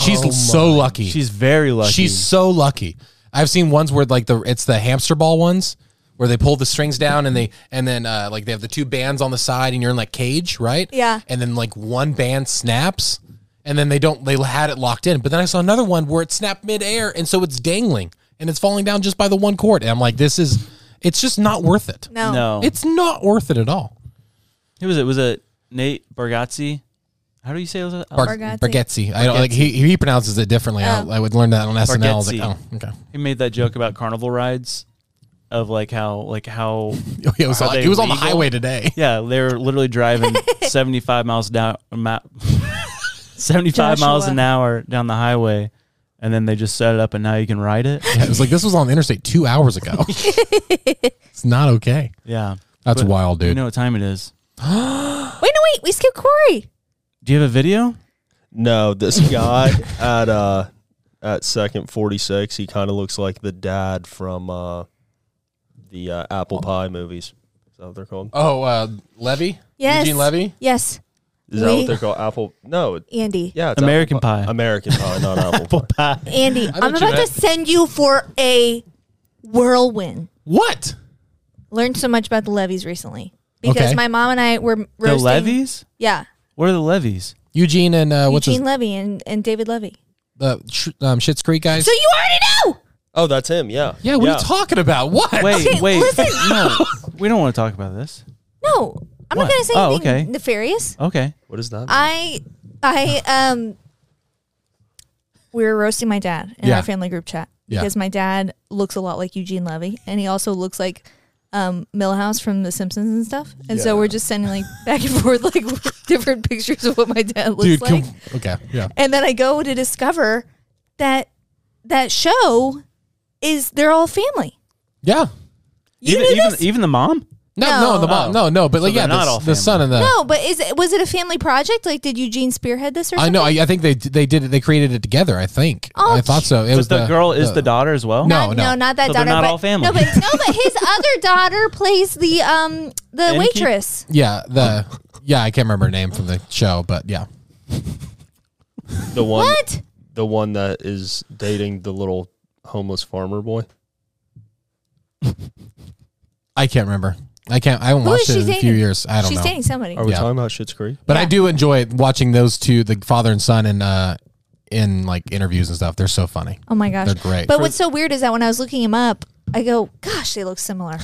Speaker 4: She's so lucky.
Speaker 2: Oh She's very lucky.
Speaker 4: She's so lucky. I've seen ones where like the it's the hamster ball ones where they pull the strings down and they and then uh, like they have the two bands on the side and you're in like cage, right?
Speaker 1: Yeah.
Speaker 4: And then like one band snaps and then they don't they had it locked in. But then I saw another one where it snapped midair and so it's dangling and it's falling down just by the one chord. And I'm like, this is it's just not worth it.
Speaker 1: No.
Speaker 2: no.
Speaker 4: It's not worth it at all.
Speaker 2: Who was it? Was it Nate Bargatze? How do you say those?
Speaker 4: Bar- Bargatze. I don't like he, he pronounces it differently.
Speaker 1: Oh.
Speaker 4: I, I would learn that on SNL. I was like,
Speaker 2: Bargatze.
Speaker 4: oh, okay.
Speaker 2: He made that joke about carnival rides, of like how like how
Speaker 4: It was,
Speaker 2: are
Speaker 4: like,
Speaker 2: they
Speaker 4: he was on the
Speaker 2: legal?
Speaker 4: highway today.
Speaker 2: Yeah, they're literally driving 75 miles down ma- 75 miles
Speaker 1: Joshua.
Speaker 2: an hour down the highway and then they just set it up and now you can ride it.
Speaker 4: Yeah, it was like this was on the interstate two hours ago. it's not okay.
Speaker 2: Yeah.
Speaker 4: That's wild,
Speaker 2: You
Speaker 4: dude.
Speaker 2: know what time it is.
Speaker 1: Wait, no, wait. We skipped Corey.
Speaker 2: Do you have a video?
Speaker 3: No, this guy at uh at second forty six, he kind of looks like the dad from uh the uh,
Speaker 1: Oh.
Speaker 3: Apple Pie movies. Is that what they're called?
Speaker 4: Oh, uh, Levy.
Speaker 1: Yes.
Speaker 4: Eugene Levy.
Speaker 1: Yes.
Speaker 3: Is that
Speaker 1: We-
Speaker 3: what they're called? Apple? No, it-
Speaker 1: Andy.
Speaker 3: yeah, it's
Speaker 2: American
Speaker 3: Apple
Speaker 2: Pie.
Speaker 3: American Pie, not Apple Pie.
Speaker 1: Andy, I'm
Speaker 4: bet you
Speaker 1: about to
Speaker 4: that-
Speaker 1: send you for a whirlwind.
Speaker 4: What?
Speaker 1: Learned so much about the levies recently because
Speaker 4: Okay.
Speaker 1: my mom and I were roasting.
Speaker 2: The levies?
Speaker 1: Yeah,
Speaker 2: What are the levies?
Speaker 4: Eugene and
Speaker 2: Oh,
Speaker 4: uh, what's
Speaker 1: Eugene Levy and, and David Levy.
Speaker 4: his uh, Sh- um, Shit's Creek guys?
Speaker 1: So you already know.
Speaker 3: Oh, that's him. Yeah.
Speaker 4: yeah, what are you talking about? What?
Speaker 2: Wait,
Speaker 1: Okay,
Speaker 2: wait.
Speaker 1: listen.
Speaker 2: No. We don't want to talk about this.
Speaker 1: No, I'm
Speaker 2: What?
Speaker 1: not going to say
Speaker 2: Oh,
Speaker 1: anything
Speaker 2: okay.
Speaker 1: nefarious.
Speaker 2: Okay.
Speaker 3: What is
Speaker 1: Uh,
Speaker 3: that?
Speaker 1: I, I um, we were roasting my dad in
Speaker 4: Yeah.
Speaker 1: our family group chat
Speaker 4: Yeah.
Speaker 1: because my dad looks a lot like Eugene Levy, and he also looks like. Um, Millhouse from The Simpsons and stuff, and so we're just sending like back and forth like different pictures of what my dad looks
Speaker 4: dude.
Speaker 1: like.
Speaker 4: Can, okay, yeah.
Speaker 1: And then I go to discover that that show is they're all family.
Speaker 4: Yeah.
Speaker 1: You
Speaker 2: even
Speaker 1: knew
Speaker 2: even,
Speaker 1: this?
Speaker 2: even the mom?
Speaker 4: No,
Speaker 1: No.
Speaker 4: no, the mom.
Speaker 2: Oh.
Speaker 4: No, no, but like,
Speaker 2: So
Speaker 4: yeah,
Speaker 2: they're
Speaker 4: the,
Speaker 2: not all
Speaker 4: the son and the.
Speaker 1: no, but is it was it a family project? Like, did Eugene spearhead this or something?
Speaker 4: I know. I, I think they they did it. They created it together. I think.
Speaker 1: Oh,
Speaker 4: I thought so. It
Speaker 2: But
Speaker 4: was
Speaker 2: the, girl is the
Speaker 4: dog.
Speaker 2: daughter as well?
Speaker 4: No.
Speaker 1: Not- no, not that
Speaker 2: So they're
Speaker 1: daughter.
Speaker 2: not
Speaker 1: but,
Speaker 2: all family.
Speaker 1: No, but no, but his other daughter plays the um the
Speaker 2: Innkeep-
Speaker 1: waitress.
Speaker 4: Yeah, the yeah. I can't remember her name from the show, but yeah.
Speaker 3: the one.
Speaker 1: What?
Speaker 3: The one that is dating the little homeless farmer boy.
Speaker 4: I can't remember. I can't. I haven't
Speaker 1: Who is
Speaker 4: watched
Speaker 1: she
Speaker 4: it in a few
Speaker 1: dating?
Speaker 4: years. I don't
Speaker 1: She's
Speaker 4: know.
Speaker 1: dating somebody.
Speaker 3: Are we
Speaker 4: Yeah.
Speaker 3: talking about Shit's Creek?
Speaker 4: But I do enjoy watching those two, the father and son, and uh, in like interviews and stuff. They're so funny.
Speaker 1: Oh my gosh.
Speaker 4: They're great.
Speaker 1: But what's so weird is that when I was looking him up, I go, gosh, they look similar.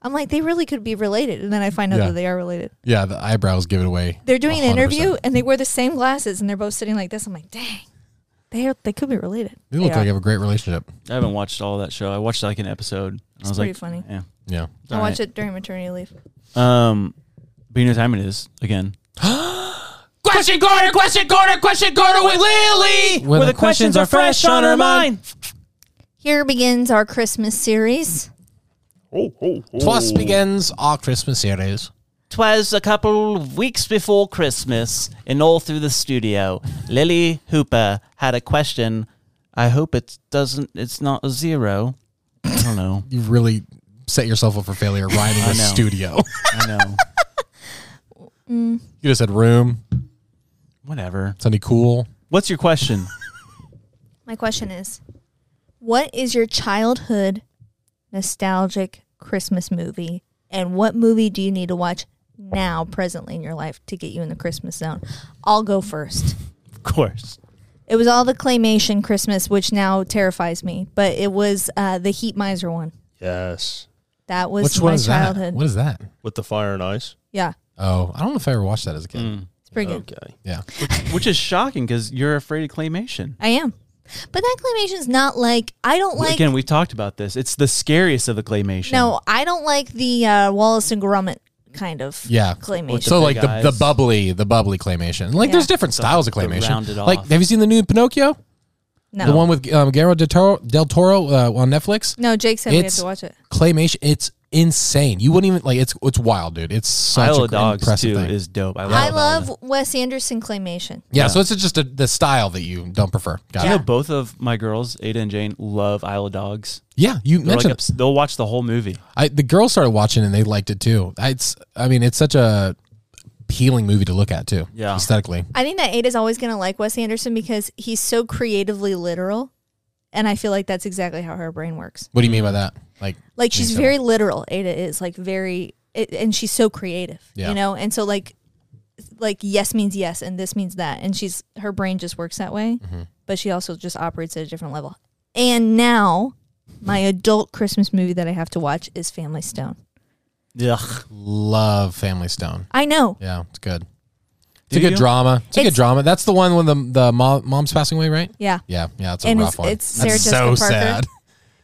Speaker 1: I'm like, they really could be related. And then I find out
Speaker 4: Yeah.
Speaker 1: that they are related.
Speaker 4: Yeah, the eyebrows give it away.
Speaker 1: They're doing an
Speaker 4: 100%.
Speaker 1: interview and they wear the same glasses and they're both sitting like this. I'm like, dang, they are, they could be related.
Speaker 4: They
Speaker 1: They
Speaker 4: look like they
Speaker 1: are.
Speaker 4: have a great relationship.
Speaker 2: I haven't watched all that show. I watched like an episode. It's I was
Speaker 1: pretty
Speaker 2: like,
Speaker 1: funny.
Speaker 2: Yeah.
Speaker 4: Yeah.
Speaker 1: I watch it during maternity leave.
Speaker 2: Um but you know what time it is again.
Speaker 4: Question corner, question corner, question corner with Lily, where,
Speaker 1: Here begins our Christmas series.
Speaker 4: Plus begins our Christmas series.
Speaker 2: Twas a couple of weeks before Christmas, and all through the studio, Lily Hooper had a question. I hope it doesn't. It's not a zero. I don't know.
Speaker 4: You really set yourself up for failure riding a
Speaker 2: know.
Speaker 4: studio.
Speaker 2: I know.
Speaker 4: you just said room.
Speaker 2: Whatever.
Speaker 4: Sunday cool.
Speaker 2: What's your question?
Speaker 1: My question is What is your childhood nostalgic Christmas movie? And what movie do you need to watch now, presently in your life, to get you in the Christmas zone? I'll go first.
Speaker 2: Of course.
Speaker 1: It was all the claymation Christmas, which now terrifies me, but it was uh, the Heat Miser one.
Speaker 3: Yes.
Speaker 1: That was
Speaker 4: Which
Speaker 1: my
Speaker 4: one is
Speaker 1: childhood.
Speaker 4: that? What is that?
Speaker 3: With the fire and ice.
Speaker 1: Yeah,
Speaker 4: Oh, I don't know if I ever watched that as a kid.
Speaker 2: Mm.
Speaker 1: it's pretty good.
Speaker 3: Okay.
Speaker 4: Yeah.
Speaker 2: Which is shocking because you're afraid of
Speaker 4: Oh.
Speaker 2: claymation.
Speaker 1: I am. But that claymation's not like I don't like
Speaker 2: Again, we talked about this. It's the scariest of the claymation.
Speaker 1: no, I don't like the uh, Wallace and Gromit kind of
Speaker 4: Yeah.
Speaker 1: claymation.
Speaker 4: so like
Speaker 2: big
Speaker 4: the, the
Speaker 2: eyes.
Speaker 4: bubbly, the bubbly claymation. Like there's different styles of claymation.
Speaker 2: rounded
Speaker 4: Like
Speaker 2: off.
Speaker 4: have you seen the new Pinocchio?
Speaker 1: no.
Speaker 4: The one with um, Guillermo del Toro, del Toro uh, on Netflix?
Speaker 1: no, Jake said we have
Speaker 4: It's-
Speaker 1: to watch it.
Speaker 4: Claymation, it's insane. You wouldn't even like it's it's wild, dude. It's such
Speaker 2: Isle
Speaker 4: a
Speaker 2: of
Speaker 4: cr-
Speaker 2: Dogs
Speaker 4: impressive
Speaker 2: too
Speaker 4: thing.
Speaker 2: is dope. I love.
Speaker 1: I
Speaker 2: that
Speaker 1: love
Speaker 2: one.
Speaker 1: Wes Anderson claymation.
Speaker 4: yeah, so it's just a, the style that you don't prefer.
Speaker 2: Do
Speaker 4: Got
Speaker 2: you
Speaker 4: yeah.
Speaker 2: know both of my girls, Ada and Jane, love Isle of Dogs.
Speaker 4: Yeah, you
Speaker 2: They're like
Speaker 4: mentioned
Speaker 2: obs- they'll watch the whole movie.
Speaker 4: I, the girls started watching and they liked it too. I, it's, I mean, it's such a appealing movie to look at too.
Speaker 2: Yeah.
Speaker 4: aesthetically.
Speaker 1: I think that Ada's always going to like Wes Anderson because he's so creatively literal. And I feel like that's exactly how her brain works.
Speaker 4: What do you mean by
Speaker 2: Mm-hmm.
Speaker 4: that? Like,
Speaker 1: Like she's
Speaker 4: Yeah.
Speaker 1: very literal. Ada is like very, it, and she's so creative,
Speaker 4: Yeah.
Speaker 1: you know? And so like, like yes means yes and this means that. And she's, her brain just works that way, but she also just operates at a different level. And now my adult Christmas movie that I have to watch is Family Stone.
Speaker 2: Yeah.
Speaker 4: love Family Stone.
Speaker 1: I know.
Speaker 4: Yeah, it's good. It's a good
Speaker 2: you?
Speaker 4: drama. It's, a good
Speaker 1: It's-
Speaker 4: drama. That's the one when the the mom, mom's passing away, right?
Speaker 1: Yeah.
Speaker 4: Yeah. Yeah. It's a
Speaker 1: and
Speaker 4: rough
Speaker 1: it's,
Speaker 4: one.
Speaker 1: it's Sarah Jessica Parker.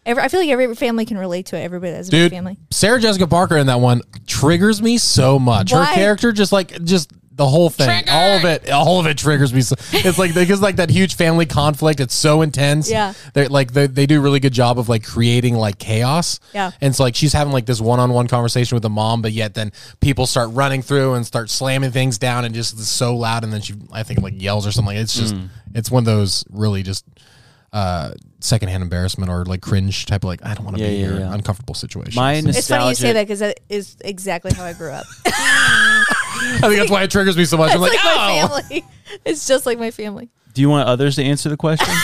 Speaker 1: Every, I feel like every family can relate to it. Everybody has a big
Speaker 4: Dude,
Speaker 1: family.
Speaker 4: Sarah Jessica Parker in that one triggers me so much.
Speaker 1: Why?
Speaker 4: Her character just like just the whole thing, all of it, all of it triggers me. So, it's like because like that huge family conflict. It's so intense.
Speaker 1: Yeah.
Speaker 4: they like they, they do a really good job of like creating like chaos.
Speaker 1: Yeah.
Speaker 4: and so like she's having like this one on one conversation with the mom, but yet then people start running through and start slamming things down and just it's so loud, and then she I think like yells or something. It's just
Speaker 2: Mm.
Speaker 4: it's one of those really just. Uh, secondhand embarrassment or like cringe type of like I don't want to
Speaker 2: Yeah,
Speaker 4: be
Speaker 2: yeah,
Speaker 4: here,
Speaker 2: yeah.
Speaker 4: uncomfortable situation.
Speaker 2: My
Speaker 1: It's funny you say
Speaker 2: nostalgic-
Speaker 1: that because that is exactly how I grew up.
Speaker 4: I think that's why it triggers me so much.
Speaker 1: it's
Speaker 4: I'm
Speaker 1: like,
Speaker 4: like,
Speaker 1: my
Speaker 4: oh,
Speaker 1: family. It's just like my family.
Speaker 2: Do you want others to answer the question?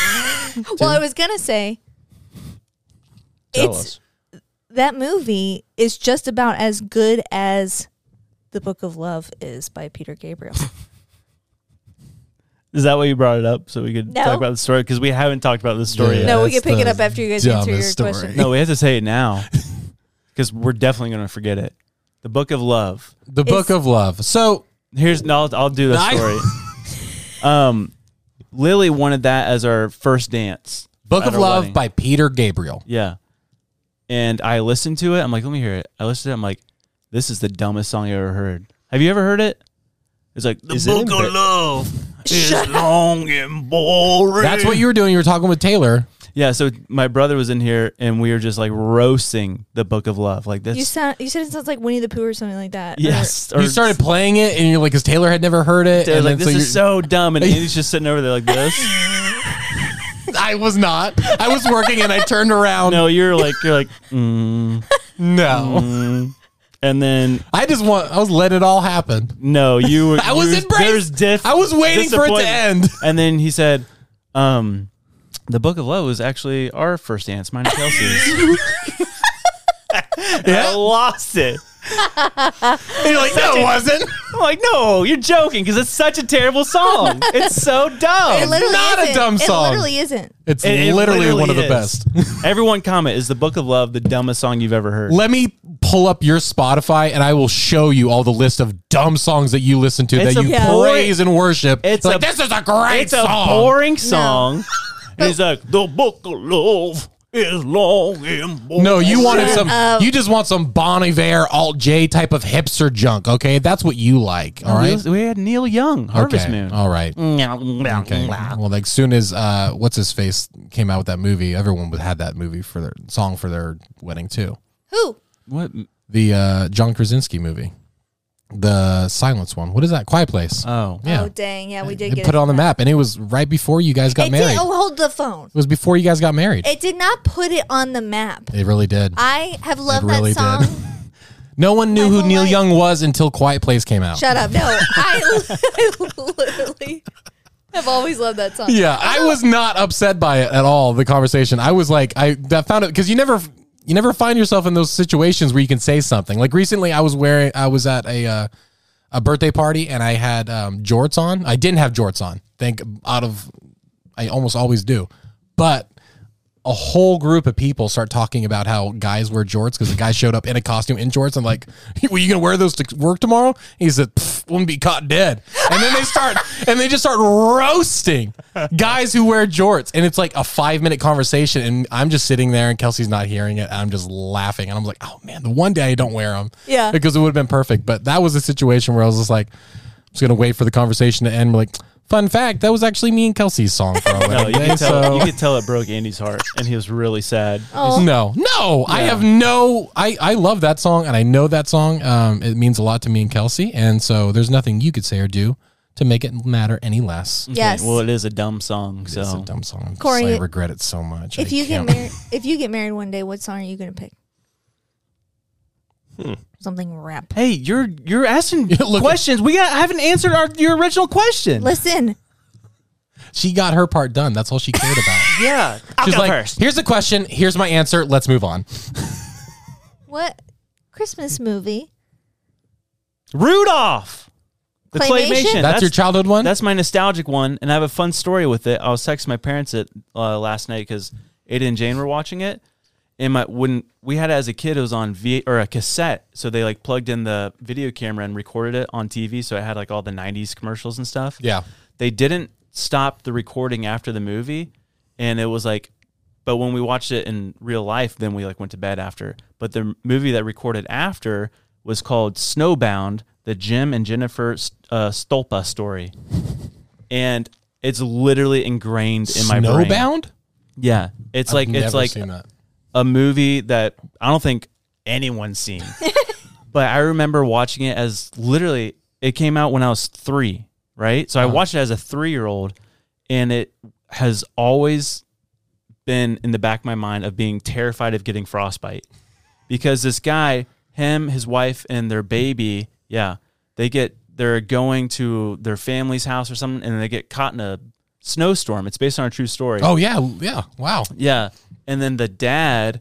Speaker 1: Well, I was gonna say,
Speaker 3: Tell
Speaker 1: it's
Speaker 3: us.
Speaker 1: that movie is just about as good as the Book of Love is by Peter Gabriel.
Speaker 2: Is that why you brought it up so we could
Speaker 1: No.
Speaker 2: talk about the story? Because we haven't talked about this story
Speaker 4: Yeah.
Speaker 2: yet.
Speaker 1: no, we
Speaker 4: that's
Speaker 1: can pick it
Speaker 4: the
Speaker 1: up after you guys answer your
Speaker 4: dumbest story.
Speaker 1: question.
Speaker 2: No, we have to say it now because we're definitely going to forget it. The Book of Love.
Speaker 4: the Book of Love. So
Speaker 2: Here's no, I'll, I'll do the
Speaker 4: I-
Speaker 2: story. um, Lily wanted that as our first dance.
Speaker 4: Book
Speaker 2: at
Speaker 4: of
Speaker 2: our
Speaker 4: Love
Speaker 2: wedding.
Speaker 4: by Peter Gabriel.
Speaker 2: yeah. And I listened to it. I'm like, let me hear it. I listened to it. I'm like, this is the dumbest song I ever heard. Have you ever heard it? It's like the
Speaker 3: Is it
Speaker 2: Book
Speaker 3: embar-
Speaker 2: of Love is long and boring.
Speaker 4: That's what you were doing. You were talking with Taylor.
Speaker 2: Yeah, so my brother was in here and we were just like roasting the Book of Love. Like this
Speaker 1: You sound. You said it sounds like Winnie the Pooh or something like that. or-
Speaker 2: Yes.
Speaker 4: you started playing it, and you're like, because Taylor had never heard it.
Speaker 2: They're
Speaker 4: and
Speaker 2: like,
Speaker 4: then
Speaker 2: this is so
Speaker 4: you're-
Speaker 2: dumb. And Andy's just sitting over there like this.
Speaker 4: I was not. I was working, and I turned around.
Speaker 2: No, you're like, you're like,
Speaker 4: No.
Speaker 2: and then
Speaker 4: I just want. I was let it all happen.
Speaker 2: no, you were.
Speaker 4: I was
Speaker 2: you were-
Speaker 4: embraced.
Speaker 2: There's diff.
Speaker 4: I was waiting for it to
Speaker 2: disappointment.
Speaker 4: end.
Speaker 2: And then he said, um, the Book of Love was actually our first dance, mine and Kelsey's. And I lost it.
Speaker 4: And you're like, no, it wasn't.
Speaker 2: I'm like, no, you're joking because it's such a terrible song. It's so dumb.
Speaker 1: It literally
Speaker 4: not a
Speaker 1: isn't.
Speaker 4: dumb song.
Speaker 1: It literally isn't.
Speaker 4: It's
Speaker 2: It- it
Speaker 4: literally, one of the
Speaker 2: is.
Speaker 4: best.
Speaker 2: Everyone comment is the Book of Love the dumbest song you've ever heard.
Speaker 4: Let me pull up your Spotify and I will show you all the list of dumb songs that you listen to
Speaker 2: It's
Speaker 4: that
Speaker 2: a
Speaker 4: you
Speaker 2: Yeah. boring-
Speaker 4: praise and worship.
Speaker 2: It's
Speaker 4: It's like
Speaker 2: a-
Speaker 4: this is a great
Speaker 2: it's
Speaker 4: song.
Speaker 2: a boring song. And he's like, the Book of Love is long and boring.
Speaker 4: no, you wanted
Speaker 1: Shut
Speaker 4: some.
Speaker 1: up.
Speaker 4: You just want some Bon Iver, Alt J type of hipster junk. Okay, that's what you like.
Speaker 2: Oh,
Speaker 4: All right.
Speaker 2: We had Neil Young, Harvest
Speaker 4: Okay.
Speaker 2: Moon.
Speaker 4: All right. Okay. Well, like soon as uh, what's his face came out with that movie, everyone would had that movie for their song for their wedding too.
Speaker 1: Who?
Speaker 2: What?
Speaker 4: The uh, John Krasinski movie, the Silence one. What is that? Quiet Place.
Speaker 2: Oh.
Speaker 4: yeah.
Speaker 1: Oh dang! Yeah, we did
Speaker 4: They
Speaker 1: get
Speaker 4: put it on the map, and it was right before you guys got
Speaker 1: It
Speaker 4: married.
Speaker 1: did. Oh, hold the phone.
Speaker 4: It was before you guys got married.
Speaker 1: It did not put it on the map.
Speaker 4: They really did.
Speaker 1: I have loved
Speaker 4: really
Speaker 1: that song.
Speaker 4: did. no one
Speaker 1: my
Speaker 4: knew who
Speaker 1: whole
Speaker 4: Neil
Speaker 1: life.
Speaker 4: Young was until Quiet Place came out.
Speaker 1: Shut up! No, I, I literally have always loved that song.
Speaker 4: yeah, I was not upset by it at all. The conversation, I was like, I that found it because you never. You never find yourself in those situations where you can say something. Like recently, I was wearing, I was at a uh, a birthday party and I had um, jorts on. I didn't have jorts on. Think out of, I almost always do, but a whole group of people start talking about how guys wear jorts because the guy showed up in a costume in jorts. I'm like, "Were you gonna wear those to work tomorrow?" He said, "Pff, "Wouldn't be caught dead." And then they start and they just start roasting guys who wear jorts, and it's like a five minute conversation, and I'm just sitting there and Kelsey's not hearing it, and I'm just laughing, and I'm like, "Oh man, the one day I don't wear them,
Speaker 1: Yeah.
Speaker 4: because it would have been perfect." But that was a situation where I was just like, "I'm just gonna wait for the conversation to end." We're like. Fun fact, that was actually me and Kelsey's song for
Speaker 2: No,
Speaker 4: our wedding
Speaker 2: you
Speaker 4: day,
Speaker 2: can,
Speaker 4: so-
Speaker 2: tell, you can tell it broke Andy's heart, and he was really sad.
Speaker 1: Oh,
Speaker 4: no, no, I have no. I I love that song, and I know that song. Um, it means a lot to me and Kelsey, and so there's nothing you could say or do to make it matter any less.
Speaker 1: Yes.
Speaker 2: Well, it is a dumb song, so
Speaker 4: It's a dumb song. I'm just-
Speaker 1: Corey,
Speaker 4: I regret it so much.
Speaker 1: if
Speaker 4: I
Speaker 1: you get
Speaker 4: can't-
Speaker 1: married, if you get married one day, what song are you gonna pick?
Speaker 4: Hmm.
Speaker 1: Something rap.
Speaker 2: Hey, you're you're asking
Speaker 4: Look at-
Speaker 2: questions. we got, I haven't answered our, your original question.
Speaker 1: Listen,
Speaker 4: she got her part done. That's all she cared about.
Speaker 2: yeah, I'll
Speaker 4: She's
Speaker 2: go
Speaker 4: like,
Speaker 2: first.
Speaker 4: here's the question. Here's my answer. Let's move on.
Speaker 1: what Christmas movie?
Speaker 2: Rudolph, the
Speaker 1: Claymation?
Speaker 2: claymation.
Speaker 4: That's, your childhood one.
Speaker 2: That's my nostalgic one, and I have a fun story with it. I was texting my parents it uh, last night because Ada and Jane were watching it, And my when we had it as a kid, it was on V or a cassette. So they like plugged in the video camera and recorded it on TV. So it had like all the '90s commercials and stuff.
Speaker 4: Yeah.
Speaker 2: They didn't stop the recording after the movie, and it was like, but when we watched it in real life, then we like went to bed after. But the movie that recorded after was called Snowbound: The Jim and Jennifer uh, Stolpa Story, and it's literally ingrained in my brain.
Speaker 4: Snowbound?
Speaker 2: Yeah, it's like
Speaker 4: never
Speaker 2: it's like
Speaker 4: seen that.
Speaker 2: a movie that I don't think anyone's seen, but I remember watching it as literally it came out when I was three, right? So I watched it as a three year old, and it has always been in the back of my mind of being terrified of getting frostbite because this guy, him, his wife, and their baby, yeah, they get they're going to their family's house or something, and they get caught in a snowstorm. It's based on a true story.
Speaker 4: Oh yeah, yeah. Wow.
Speaker 2: Yeah, and then the dad,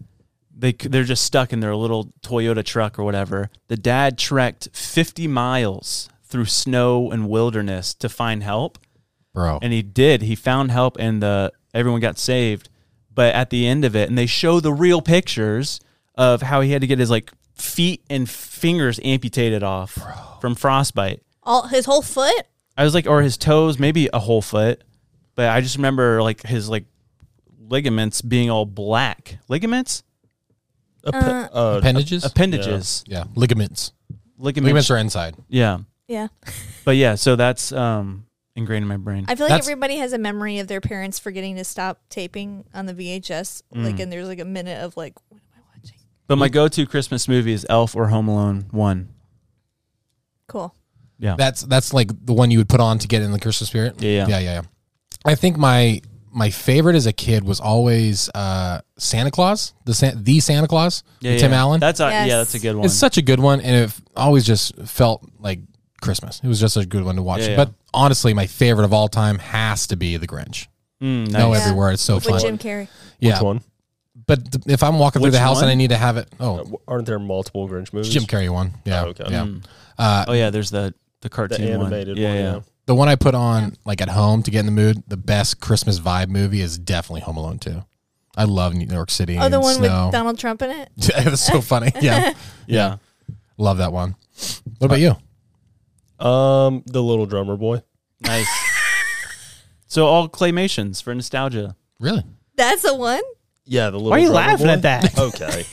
Speaker 2: they c- they're just stuck in their little Toyota truck or whatever. The dad trekked fifty miles through snow and wilderness to find help,
Speaker 4: Bro.
Speaker 2: and he did. He found help, and the everyone got saved. But at the end of it, and they show the real pictures of how he had to get his like feet and fingers amputated off from frostbite.
Speaker 1: All his whole foot.
Speaker 2: I was like, or his toes, maybe a whole foot, but I just remember like his like ligaments being all black. Ligaments,
Speaker 3: Appa- uh,
Speaker 4: Appendages?
Speaker 2: appendages,
Speaker 4: yeah. Ligaments.
Speaker 2: ligaments.
Speaker 4: Ligaments are inside.
Speaker 2: yeah,
Speaker 1: Yeah.
Speaker 2: but yeah. So that's um ingrained in my brain.
Speaker 1: I feel like
Speaker 4: That's-
Speaker 1: everybody has a memory of their parents forgetting to stop taping on the VHS.
Speaker 4: Hmm.
Speaker 1: Like, and there's like a minute of like, what am I watching?
Speaker 2: but my go-to Christmas movie is Elf or Home Alone One.
Speaker 1: Cool.
Speaker 2: Yeah,
Speaker 4: That's that's like the one you would put on to get in the Christmas spirit.
Speaker 2: Yeah, yeah.
Speaker 4: yeah, yeah. yeah. I think my my favorite as a kid was always uh, Santa Claus, the San- the Santa Claus,
Speaker 2: yeah,
Speaker 4: with Tim
Speaker 2: yeah.
Speaker 4: Allen.
Speaker 2: That's a, yeah,
Speaker 1: Yes.
Speaker 2: that's a good one.
Speaker 4: it's such a good one, and it f- always just felt like Christmas. It was just a good one to watch.
Speaker 2: Yeah, yeah.
Speaker 4: But honestly, my favorite of all time has to be The Grinch.
Speaker 2: Mm,
Speaker 4: No,
Speaker 2: nice.
Speaker 1: Yeah.
Speaker 4: everywhere it's so
Speaker 1: With
Speaker 4: fun.
Speaker 1: Jim Carrey.
Speaker 4: yeah,
Speaker 3: Which one?
Speaker 4: but th- if I'm walking
Speaker 2: Which
Speaker 4: through the house
Speaker 2: one?
Speaker 4: and I need to have it, oh,
Speaker 3: Uh, Aren't there multiple Grinch movies?
Speaker 4: Jim Carrey one. Yeah,
Speaker 3: Oh, okay.
Speaker 4: yeah.
Speaker 2: oh yeah, there's the the
Speaker 3: The
Speaker 2: cartoon
Speaker 3: animated
Speaker 2: one. Yeah, yeah.
Speaker 4: The one I put on like at home to get in the mood, the best Christmas vibe movie is definitely Home Alone 2. I love New York City.
Speaker 1: Oh, the
Speaker 4: and
Speaker 1: one
Speaker 4: snow.
Speaker 1: with Donald Trump in it.
Speaker 4: It was so funny. Yeah.
Speaker 2: Yeah.
Speaker 4: love that one. What about you?
Speaker 3: Um, The Little Drummer Boy.
Speaker 2: nice. So all claymations for nostalgia.
Speaker 4: Really?
Speaker 1: That's the one.
Speaker 3: Yeah, the Little
Speaker 2: Why are you
Speaker 3: Drummer
Speaker 2: laughing
Speaker 3: Boy.
Speaker 2: at that?
Speaker 3: Okay.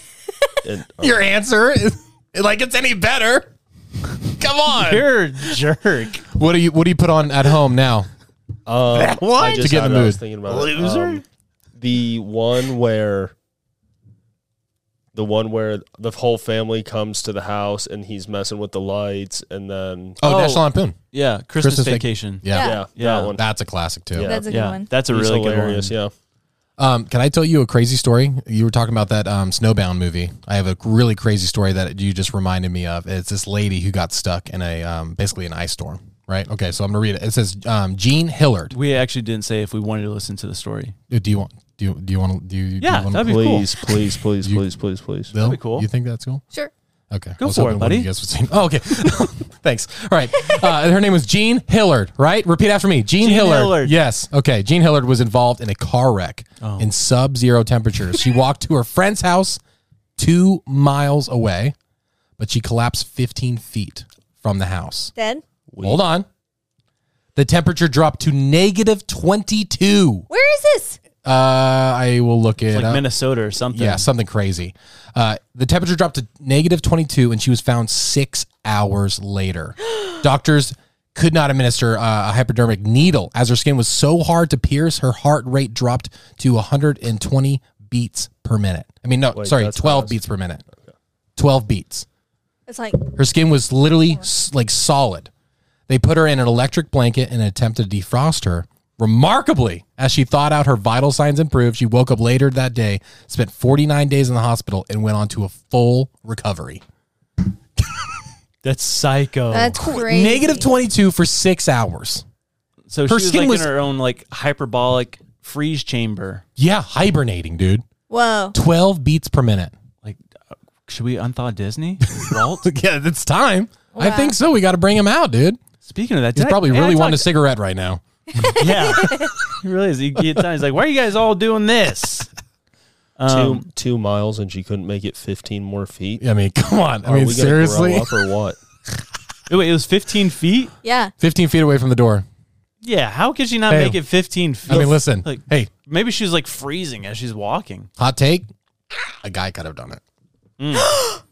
Speaker 3: And, uh,
Speaker 4: Your answer is like it's any better. Come on.
Speaker 2: You're a jerk.
Speaker 4: What do you what do you put on at home now?
Speaker 3: um,
Speaker 4: What?
Speaker 3: I
Speaker 4: To
Speaker 3: just
Speaker 4: get in
Speaker 3: had it, I
Speaker 4: the
Speaker 3: was
Speaker 4: mood.
Speaker 3: thinking about it. Um, the one where the one where the whole family comes to the house and he's messing with the lights and then
Speaker 4: Oh,
Speaker 2: Oh.
Speaker 4: National Lampoon.
Speaker 2: Yeah, Christmas,
Speaker 4: Christmas vac-
Speaker 2: vacation.
Speaker 4: Yeah.
Speaker 3: yeah,
Speaker 2: Yeah.
Speaker 3: that one.
Speaker 4: That's a classic too.
Speaker 3: Yeah.
Speaker 1: That's a good
Speaker 2: yeah,
Speaker 1: one.
Speaker 2: that's a
Speaker 3: He's
Speaker 2: really good one.
Speaker 3: hilarious, Yeah.
Speaker 4: Um, can I tell you a crazy story? You were talking about that um, Snowbound movie. I have a really crazy story that you just reminded me of. It's this lady who got stuck in a um, basically an ice storm, right? Okay, so I'm gonna read it. It says um, Jean Hillard.
Speaker 2: We actually didn't say if we wanted to listen to the story.
Speaker 4: Do you want? Do you, do you want to? Do you?
Speaker 2: Yeah,
Speaker 4: do you
Speaker 2: that'd be cool.
Speaker 3: Please, please, please,
Speaker 4: You-
Speaker 3: please, please, please.
Speaker 4: Bill,
Speaker 2: be cool.
Speaker 4: You think that's cool?
Speaker 1: Sure.
Speaker 4: Okay,
Speaker 2: Go
Speaker 4: I was
Speaker 2: for it,
Speaker 4: hoping one of
Speaker 2: buddy.
Speaker 4: You guys would seem- oh, okay. Thanks. All right. Uh, her name was Jean Hillard, right? Repeat after me. Jean,
Speaker 2: Jean
Speaker 4: Hillard.
Speaker 2: Hillard. Oh.
Speaker 4: Yes. Okay. Jean Hillard was involved in a car wreck in sub-zero temperatures. She walked to her friend's house two miles away, but she collapsed 15 feet from the house.
Speaker 1: Dead.
Speaker 4: Hold on. The temperature dropped to negative 22.
Speaker 1: Where is this?
Speaker 4: Uh, I will look it
Speaker 2: Like
Speaker 4: up.
Speaker 2: Minnesota or something.
Speaker 4: Yeah, something crazy. Uh, the temperature dropped to negative 22, and she was found six hours later. Doctors could not administer uh, a hypodermic needle as her skin was so hard to pierce, her heart rate dropped to 120 beats per minute. I mean, no,
Speaker 3: Wait,
Speaker 4: sorry,
Speaker 3: that's
Speaker 4: 12
Speaker 3: fast.
Speaker 4: beats per minute. 12 beats.
Speaker 1: It's like
Speaker 4: Her skin was literally s- like solid. They put her in an electric blanket in an attempt to defrost her. Remarkably, as she thawed out, her vital signs improved. She woke up later that day, spent 49 days in the hospital, and went on to a full recovery.
Speaker 2: that's psycho.
Speaker 1: that's crazy.
Speaker 4: Negative 22 for six hours.
Speaker 2: so she
Speaker 4: her
Speaker 2: was
Speaker 4: skin
Speaker 2: like
Speaker 4: was-
Speaker 2: in her own like hyperbolic freeze chamber.
Speaker 4: Yeah, hibernating, dude.
Speaker 1: Whoa.
Speaker 4: 12 beats per minute.
Speaker 2: Like, uh, should we unthaw Disney? Walt.
Speaker 4: Yeah, it's time. I
Speaker 1: Wow.
Speaker 4: think so. We got to bring him out, dude.
Speaker 2: Speaking of that,
Speaker 4: He's
Speaker 2: did I-
Speaker 4: probably
Speaker 2: yeah, I
Speaker 4: really wanting a
Speaker 2: talked-
Speaker 4: cigarette right now.
Speaker 2: Yeah, he really is. He gets out, He's like, why are you guys all doing this? Um,
Speaker 3: two two miles, and she couldn't make it fifteen more feet.
Speaker 4: I mean, come on. I
Speaker 3: Are
Speaker 4: mean,
Speaker 3: we gonna grow
Speaker 4: seriously?
Speaker 3: up or what?
Speaker 2: Wait, it was 15 feet?
Speaker 1: Yeah.
Speaker 4: 15 feet away from the door.
Speaker 2: Yeah, how could she not
Speaker 4: Hey.
Speaker 2: make it 15 feet?
Speaker 4: I mean, listen.
Speaker 2: Like,
Speaker 4: hey,
Speaker 2: maybe she's like freezing as she's walking.
Speaker 4: hot take. A guy could have done it.
Speaker 2: Mm.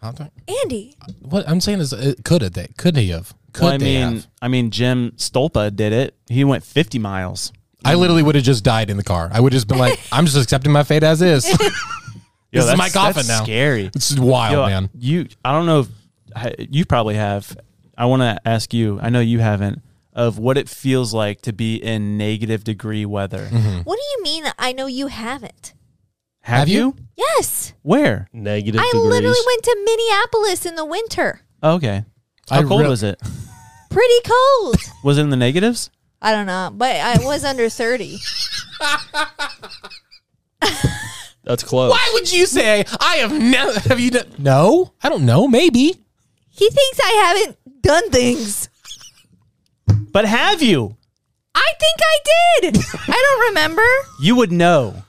Speaker 4: hot take.
Speaker 1: Andy.
Speaker 4: What I'm saying is, it could have. They could he have? Could
Speaker 2: Well, I
Speaker 4: they
Speaker 2: mean,
Speaker 4: have?
Speaker 2: I mean, Jim Stolpa did it. He went 50 miles.
Speaker 4: I literally would have just died in the car. I would have just been like, I'm just accepting my fate as is.
Speaker 2: Yo,
Speaker 4: This is
Speaker 2: that's-
Speaker 4: my coffin
Speaker 2: that's
Speaker 4: now.
Speaker 2: Scary.
Speaker 4: it's wild,
Speaker 2: Yo,
Speaker 4: man.
Speaker 2: You, I don't know. If, I- you probably have. I want to ask you. I know you haven't. Of what it feels like to be in negative degree weather.
Speaker 4: Mm-hmm.
Speaker 1: What do you mean I know you haven't?
Speaker 2: Have,
Speaker 4: Have you?
Speaker 2: you?
Speaker 1: Yes.
Speaker 2: Where?
Speaker 3: Negative
Speaker 1: I
Speaker 3: degrees.
Speaker 1: literally went to Minneapolis in the winter.
Speaker 2: Oh, Okay. How
Speaker 4: I
Speaker 2: cold
Speaker 4: re-
Speaker 2: was it?
Speaker 1: Pretty cold.
Speaker 2: Was it in the negatives?
Speaker 1: I don't know, but I was under 30.
Speaker 3: That's close.
Speaker 4: Why would you say I have never? Have you? done no, I don't know. Maybe.
Speaker 1: He thinks I haven't done things.
Speaker 2: But have you?
Speaker 1: I think I did. I don't remember.
Speaker 2: You would know,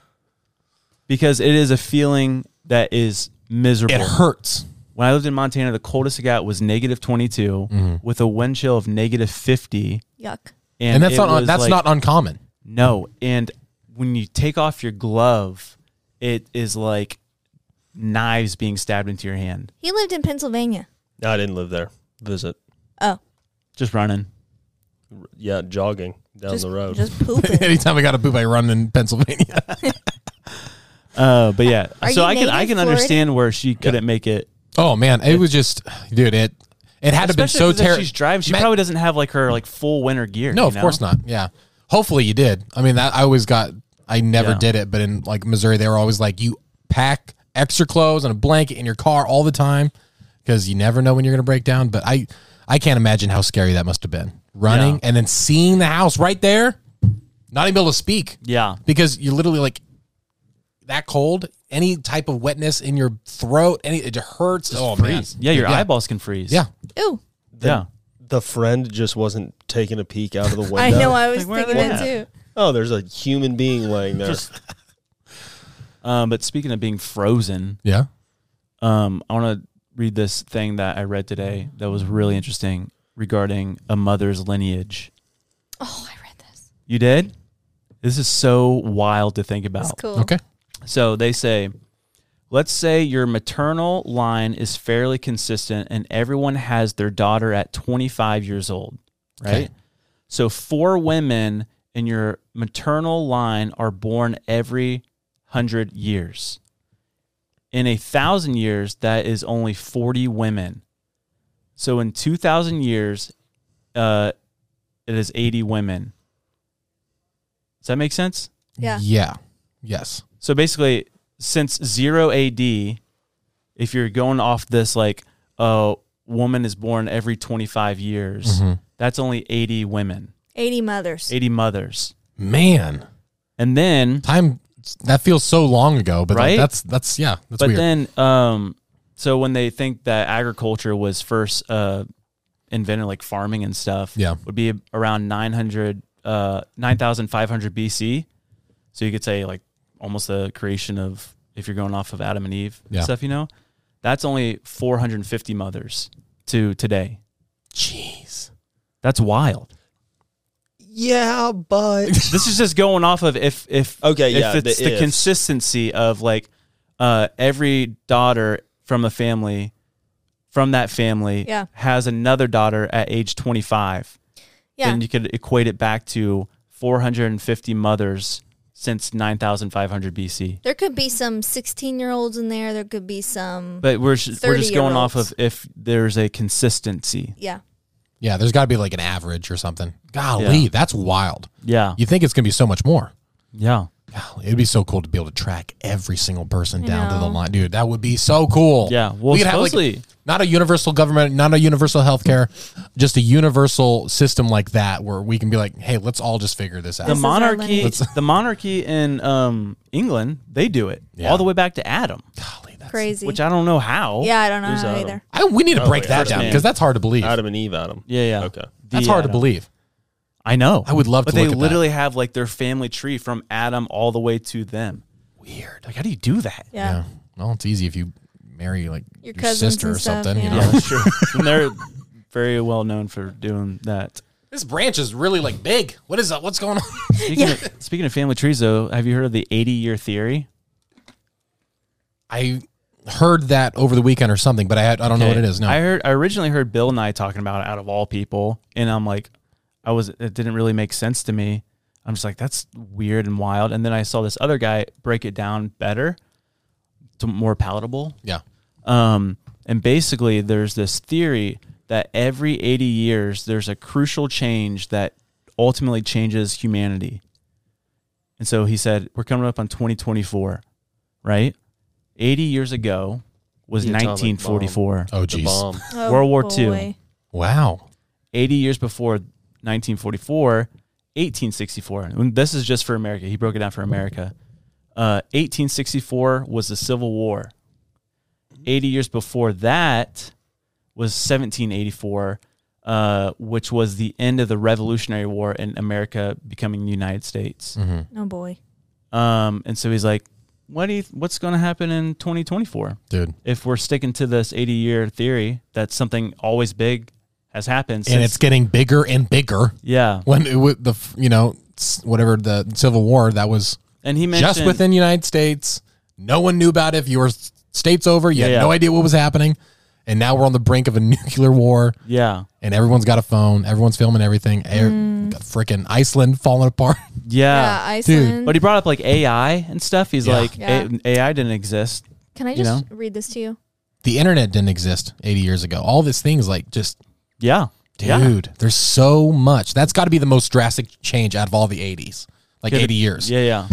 Speaker 2: because it is a feeling that is miserable.
Speaker 4: It hurts.
Speaker 2: when I lived in Montana, the coldest it got was negative 22
Speaker 4: Mm-hmm.
Speaker 2: with a wind chill of negative 50.
Speaker 1: Yuck.
Speaker 4: And, that's
Speaker 2: it
Speaker 4: not
Speaker 2: was
Speaker 4: that's
Speaker 2: like-
Speaker 4: not uncommon.
Speaker 2: No. And when you take off your glove, it is like knives being stabbed into your hand.
Speaker 1: He lived in Pennsylvania.
Speaker 3: No, I didn't live there. Visit.
Speaker 1: Oh,
Speaker 2: Just running.
Speaker 3: Yeah, jogging down
Speaker 1: just,
Speaker 3: the road.
Speaker 1: just pooping.
Speaker 4: Anytime I got a poop, I run in Pennsylvania.
Speaker 2: Uh, but yeah,
Speaker 1: Are
Speaker 2: so
Speaker 1: you
Speaker 2: I can
Speaker 1: native
Speaker 2: I can
Speaker 1: Florida?
Speaker 2: understand where she couldn't make it.
Speaker 4: Oh man, it was just, dude. It it had to been
Speaker 2: Especially
Speaker 4: so
Speaker 2: 'cause if
Speaker 4: terrible.
Speaker 2: She's driving. She
Speaker 4: Ma-
Speaker 2: probably doesn't have like her like full winter gear.
Speaker 4: No,
Speaker 2: you
Speaker 4: of
Speaker 2: know?
Speaker 4: course not. Yeah. Hopefully you did. I mean, that I always got. I never
Speaker 2: Yeah.
Speaker 4: did it, but in like Missouri, they were always like, you pack extra clothes and a blanket in your car all the time because you never know when you're going to break down. But I, I can't imagine how scary that must have been running
Speaker 2: Yeah.
Speaker 4: and then seeing the house right there, not even able to speak
Speaker 2: Yeah.
Speaker 4: because you're literally like that cold. Any type of wetness in your throat, any it hurts. oh
Speaker 2: Freeze.
Speaker 4: man,
Speaker 2: Yeah, your
Speaker 4: yeah.
Speaker 2: eyeballs can freeze.
Speaker 4: yeah.
Speaker 1: Ooh.
Speaker 2: Yeah.
Speaker 3: the friend just wasn't taking a peek out of the window.
Speaker 1: I know. I was
Speaker 2: Like, where are
Speaker 1: thinking
Speaker 2: they
Speaker 1: that
Speaker 2: at?
Speaker 1: too.
Speaker 3: oh, there's a human being laying there.
Speaker 2: Um, but speaking of being frozen,
Speaker 4: Yeah.
Speaker 2: Um, I want to read this thing that I read today that was really interesting regarding a mother's lineage.
Speaker 1: Oh, I read this.
Speaker 2: You did? This is so wild to think about.
Speaker 1: It's cool.
Speaker 4: Okay.
Speaker 2: So they say, let's say your maternal line is fairly consistent and everyone has their daughter at 25 years old, right?
Speaker 4: Okay.
Speaker 2: So four women in your maternal line are born every 100 years. In a thousand years, that is only 40 women. So in 2,000 years, uh, it is 80 women. Does that make sense?
Speaker 1: Yeah.
Speaker 4: Yeah. Yes.
Speaker 2: So basically, since zero AD, if you're going off this like a woman is born every 25 years, that's only 80 women,
Speaker 1: 80 mothers.
Speaker 2: 80 mothers,
Speaker 4: Man.
Speaker 2: and then
Speaker 4: time that feels so long ago, but
Speaker 2: Right?
Speaker 4: that's that's yeah, that's
Speaker 2: but
Speaker 4: weird.
Speaker 2: then um, so when they think that agriculture was first uh invented, like farming and stuff,
Speaker 4: Yeah.
Speaker 2: would be around 900 uh 9500 BC. So you could say like almost the creation of if you're going off of Adam and Eve
Speaker 4: Yeah.
Speaker 2: stuff, you know, that's only 450 mothers to today.
Speaker 4: Jeez,
Speaker 2: That's wild.
Speaker 3: yeah, but
Speaker 2: This is just going off of if if
Speaker 3: Okay,
Speaker 2: if
Speaker 3: yeah,
Speaker 2: it's
Speaker 3: the
Speaker 2: the,
Speaker 3: ifs.
Speaker 2: consistency of like uh, every daughter from a family from that family
Speaker 1: Yeah.
Speaker 2: has another daughter at age 25.
Speaker 1: Yeah.
Speaker 2: Then you could equate it back to 450 mothers since 9500 BC.
Speaker 1: There could be some 16 year olds in there. There could be some.
Speaker 2: But we're just, we're just going off
Speaker 1: 30-year-olds.
Speaker 2: of if there's a consistency.
Speaker 1: yeah.
Speaker 4: yeah, there's got to be like an average or something. Golly,
Speaker 2: Yeah.
Speaker 4: that's wild.
Speaker 2: Yeah.
Speaker 4: You think it's gonna be so much more?
Speaker 2: Yeah.
Speaker 4: Golly, it'd be so cool to be able to track every single person
Speaker 1: I
Speaker 4: down to the
Speaker 1: know.
Speaker 4: line, dude. That would be so cool.
Speaker 2: Yeah, well,
Speaker 4: we could have like
Speaker 2: supposedly-
Speaker 4: not a universal government, not a universal healthcare, just a universal system like that where we can be like, hey, let's all just figure this out.
Speaker 2: The
Speaker 1: is our
Speaker 2: monarchy,
Speaker 1: lineage.
Speaker 2: the monarchy in um, England, they do it all the way back to Adam,
Speaker 4: Golly, that's-
Speaker 1: Crazy.
Speaker 2: which I don't know how.
Speaker 1: yeah, I don't know
Speaker 3: Who's
Speaker 1: how
Speaker 3: Adam?
Speaker 1: either.
Speaker 4: I, we need to
Speaker 3: Oh,
Speaker 4: break
Speaker 3: yeah.
Speaker 4: that
Speaker 3: First
Speaker 4: down
Speaker 2: man.
Speaker 4: because that's hard to believe.
Speaker 3: Adam and Eve, Adam.
Speaker 2: Yeah, yeah.
Speaker 3: Okay.
Speaker 4: that's
Speaker 2: The
Speaker 4: hard to
Speaker 2: Adam.
Speaker 4: believe.
Speaker 2: I know.
Speaker 4: I would love
Speaker 2: but
Speaker 4: to
Speaker 2: they
Speaker 4: look at that.
Speaker 2: literally have like their family tree from Adam all the way to them. weird. Like, how do you do that?
Speaker 1: Yeah.
Speaker 4: Well, it's easy if you marry like
Speaker 1: Your
Speaker 4: your,
Speaker 1: cousins
Speaker 4: sister
Speaker 1: and
Speaker 4: or
Speaker 1: stuff,
Speaker 4: something.
Speaker 1: yeah.
Speaker 4: You know,
Speaker 1: Yeah,
Speaker 2: that's true. and they're very well known for doing that.
Speaker 4: this branch is really like big. What is that? What's going on?
Speaker 2: Speaking, of, speaking of family trees, though, have you heard of the 80 year theory?
Speaker 4: I heard that over the weekend or something, but I had, I don't know what it is. No,
Speaker 2: I heard. I originally heard Bill and I talking about it out of all people, and I'm like, I was. It didn't really make sense to me. I'm just like, that's weird and wild. And then I saw this other guy break it down better, to more palatable.
Speaker 4: yeah,
Speaker 2: Um, and basically, there's this theory that every 80 years, there's a crucial change that ultimately changes humanity. And so he said, We're coming up on 2024, right? 80 years ago was
Speaker 3: The atomic bomb.
Speaker 2: 1944.
Speaker 4: Oh,
Speaker 3: The
Speaker 4: geez.
Speaker 3: bomb.
Speaker 1: Oh,
Speaker 2: World War
Speaker 1: boy.
Speaker 2: II.
Speaker 4: wow,
Speaker 2: 80 years before 1944, 1864. And this is just for America. He broke it down for America. Uh, 1864 was the Civil War. 80 years before that was 1784, uh, which was the end of the Revolutionary War and America becoming the United States.
Speaker 4: Mm-hmm.
Speaker 1: Oh boy.
Speaker 2: Um, and so he's like, what do you, what's going to happen in 2024?
Speaker 4: dude,
Speaker 2: If we're sticking to this 80 year theory that something always big has happened
Speaker 4: and
Speaker 2: since-
Speaker 4: it's getting bigger and bigger.
Speaker 2: yeah.
Speaker 4: When it, wa- the f- you know s- whatever the Civil War that was
Speaker 2: And he mentioned
Speaker 4: just within United States, no one knew about it. If your s- state's over, you had
Speaker 2: Yeah, yeah.
Speaker 4: no idea what was happening, and now we're on the brink of a nuclear war.
Speaker 2: Yeah.
Speaker 4: And everyone's got a phone. Everyone's filming everything. Air, Freaking Iceland falling apart.
Speaker 1: Yeah,
Speaker 2: Yeah.
Speaker 1: Uh, Iceland.
Speaker 2: But he brought up like AI and stuff. He's
Speaker 4: Yeah.
Speaker 2: like,
Speaker 1: Yeah.
Speaker 2: "A- AI didn't exist.
Speaker 1: Can I
Speaker 2: you
Speaker 1: just read this to you?
Speaker 4: the internet didn't exist 80 years ago. All these things like just
Speaker 2: Yeah. Yeah.
Speaker 4: dude, there's so much. That's got to be the most drastic change out of all the 80s. Like
Speaker 2: Yeah, the-
Speaker 4: 80 years.
Speaker 2: Yeah. Yeah.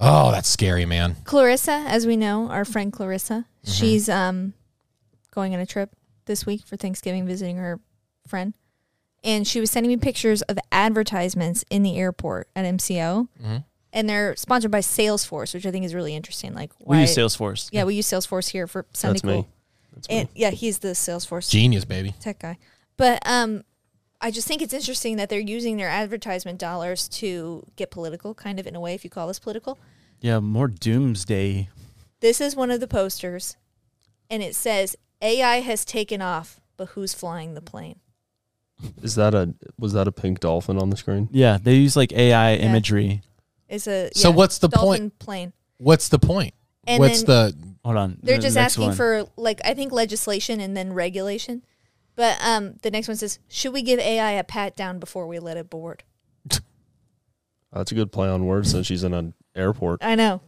Speaker 4: Oh, that's scary, man.
Speaker 1: Clarissa, as we know, our friend Clarissa,
Speaker 2: Mm-hmm.
Speaker 1: she's um going on a trip this week for Thanksgiving visiting her friend. And she was sending me pictures of advertisements in the airport at MCO.
Speaker 2: Mm-hmm.
Speaker 1: And they're sponsored by Salesforce, which I think is really interesting. Like why
Speaker 2: We use Salesforce.
Speaker 1: Yeah, we use Salesforce here for Sunday
Speaker 3: That's me.
Speaker 1: Cool. and yeah, he's the Salesforce
Speaker 4: Genius, baby.
Speaker 1: tech guy. But um, I just think it's interesting that they're using their advertisement dollars to get political, kind of in a way, if you call this political.
Speaker 2: Yeah. More doomsday.
Speaker 1: This is one of the posters, and it says AI has taken off, but who's flying the plane?
Speaker 3: Is that a was that a pink dolphin on the screen?
Speaker 2: Yeah. They use like AI imagery.
Speaker 1: It's a
Speaker 4: So
Speaker 1: yeah,
Speaker 4: what's the
Speaker 1: dolphin
Speaker 4: point?
Speaker 1: Plane.
Speaker 4: What's the point?
Speaker 1: And
Speaker 4: What's the
Speaker 2: Hold on.
Speaker 1: They're
Speaker 2: the
Speaker 1: just
Speaker 2: next
Speaker 1: asking
Speaker 2: one.
Speaker 1: for like I think legislation and then regulation. But um, the next one says, "Should we give AI a pat down before we let it board?"
Speaker 3: That's a good play on words since she's in an airport.
Speaker 1: I know.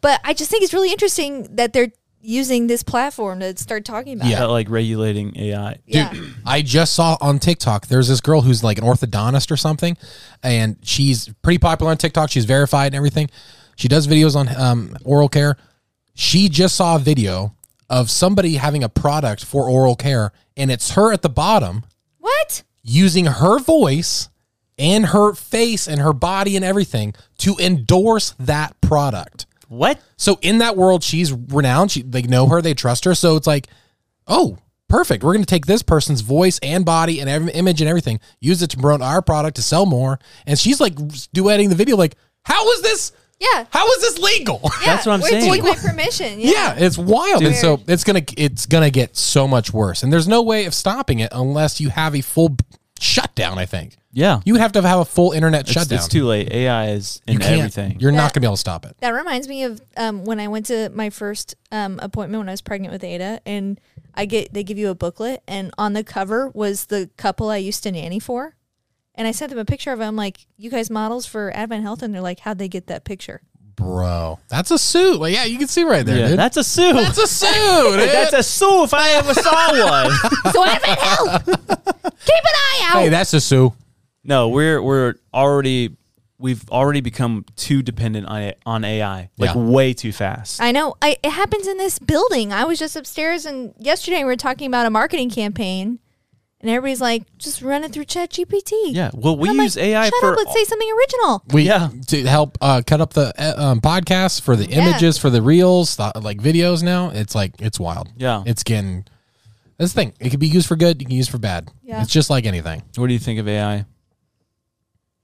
Speaker 1: But I just think it's really interesting that they're using this platform to start talking about
Speaker 4: Yeah.
Speaker 1: it.
Speaker 2: About, like regulating AI.
Speaker 1: Yeah.
Speaker 4: Dude, I just saw on TikTok there's this girl who's like an orthodontist or something, and she's pretty popular on TikTok. She's verified and everything. She does videos on um, oral care. She just saw a video of somebody having a product for oral care, and it's her at the bottom
Speaker 1: What?
Speaker 4: using her voice and her face and her body and everything to endorse that product.
Speaker 2: What?
Speaker 4: So in that world, she's renowned. She, they know her, they trust her. So it's like, oh, perfect. We're going to take this person's voice and body and every image and everything, use it to promote our product to sell more. And she's like duetting the video, like, how is this?
Speaker 1: Yeah.
Speaker 4: How is this legal? Yeah,
Speaker 2: That's what I'm
Speaker 1: Where's
Speaker 2: saying.
Speaker 1: Like my permission. Yeah.
Speaker 4: it's wild. And so it's gonna it's gonna get so much worse. And there's no way of stopping it unless you have a full b- shutdown. I think
Speaker 2: Yeah.
Speaker 4: you would have to have a full internet
Speaker 2: It's,
Speaker 4: shutdown.
Speaker 2: it's too late. AI is in
Speaker 4: you can't,
Speaker 2: everything.
Speaker 4: You're not gonna be able to stop it.
Speaker 1: That reminds me of um, when I went to my first um, appointment when I was pregnant with Ada, and I get they give you a booklet, and on the cover was the couple I used to nanny for, and I sent them a picture of them, like you guys models for Advent Health, and they're like, how'd they get that picture?
Speaker 4: Bro, that's a suit. Like, yeah, you can see right there,
Speaker 2: yeah.
Speaker 4: dude.
Speaker 2: That's a sue.
Speaker 4: That's a suit. dude.
Speaker 2: That's a sue if I ever saw one.
Speaker 1: so Advent Health, keep an eye out.
Speaker 4: hey, that's a suit.
Speaker 2: No, we're we're already we've already become too dependent on it, on AI, like
Speaker 4: Yeah.
Speaker 2: way too fast.
Speaker 1: I know. I, it happens in this building. I was just upstairs, and yesterday we were talking about a marketing campaign, and everybody's like, "Just run it through ChatGPT."
Speaker 2: yeah, well, we
Speaker 1: I'm
Speaker 2: use
Speaker 1: like,
Speaker 2: AI
Speaker 1: Shut
Speaker 2: for
Speaker 1: up! Let's say something original.
Speaker 4: We
Speaker 2: Yeah.
Speaker 4: to help uh, cut up the uh, um, podcast for the images for the reels, the, like videos. Now it's like it's wild.
Speaker 2: Yeah.
Speaker 4: it's getting. This thing, it can be used for good. You can use for bad.
Speaker 1: Yeah.
Speaker 4: It's just like anything.
Speaker 2: What do you think of AI?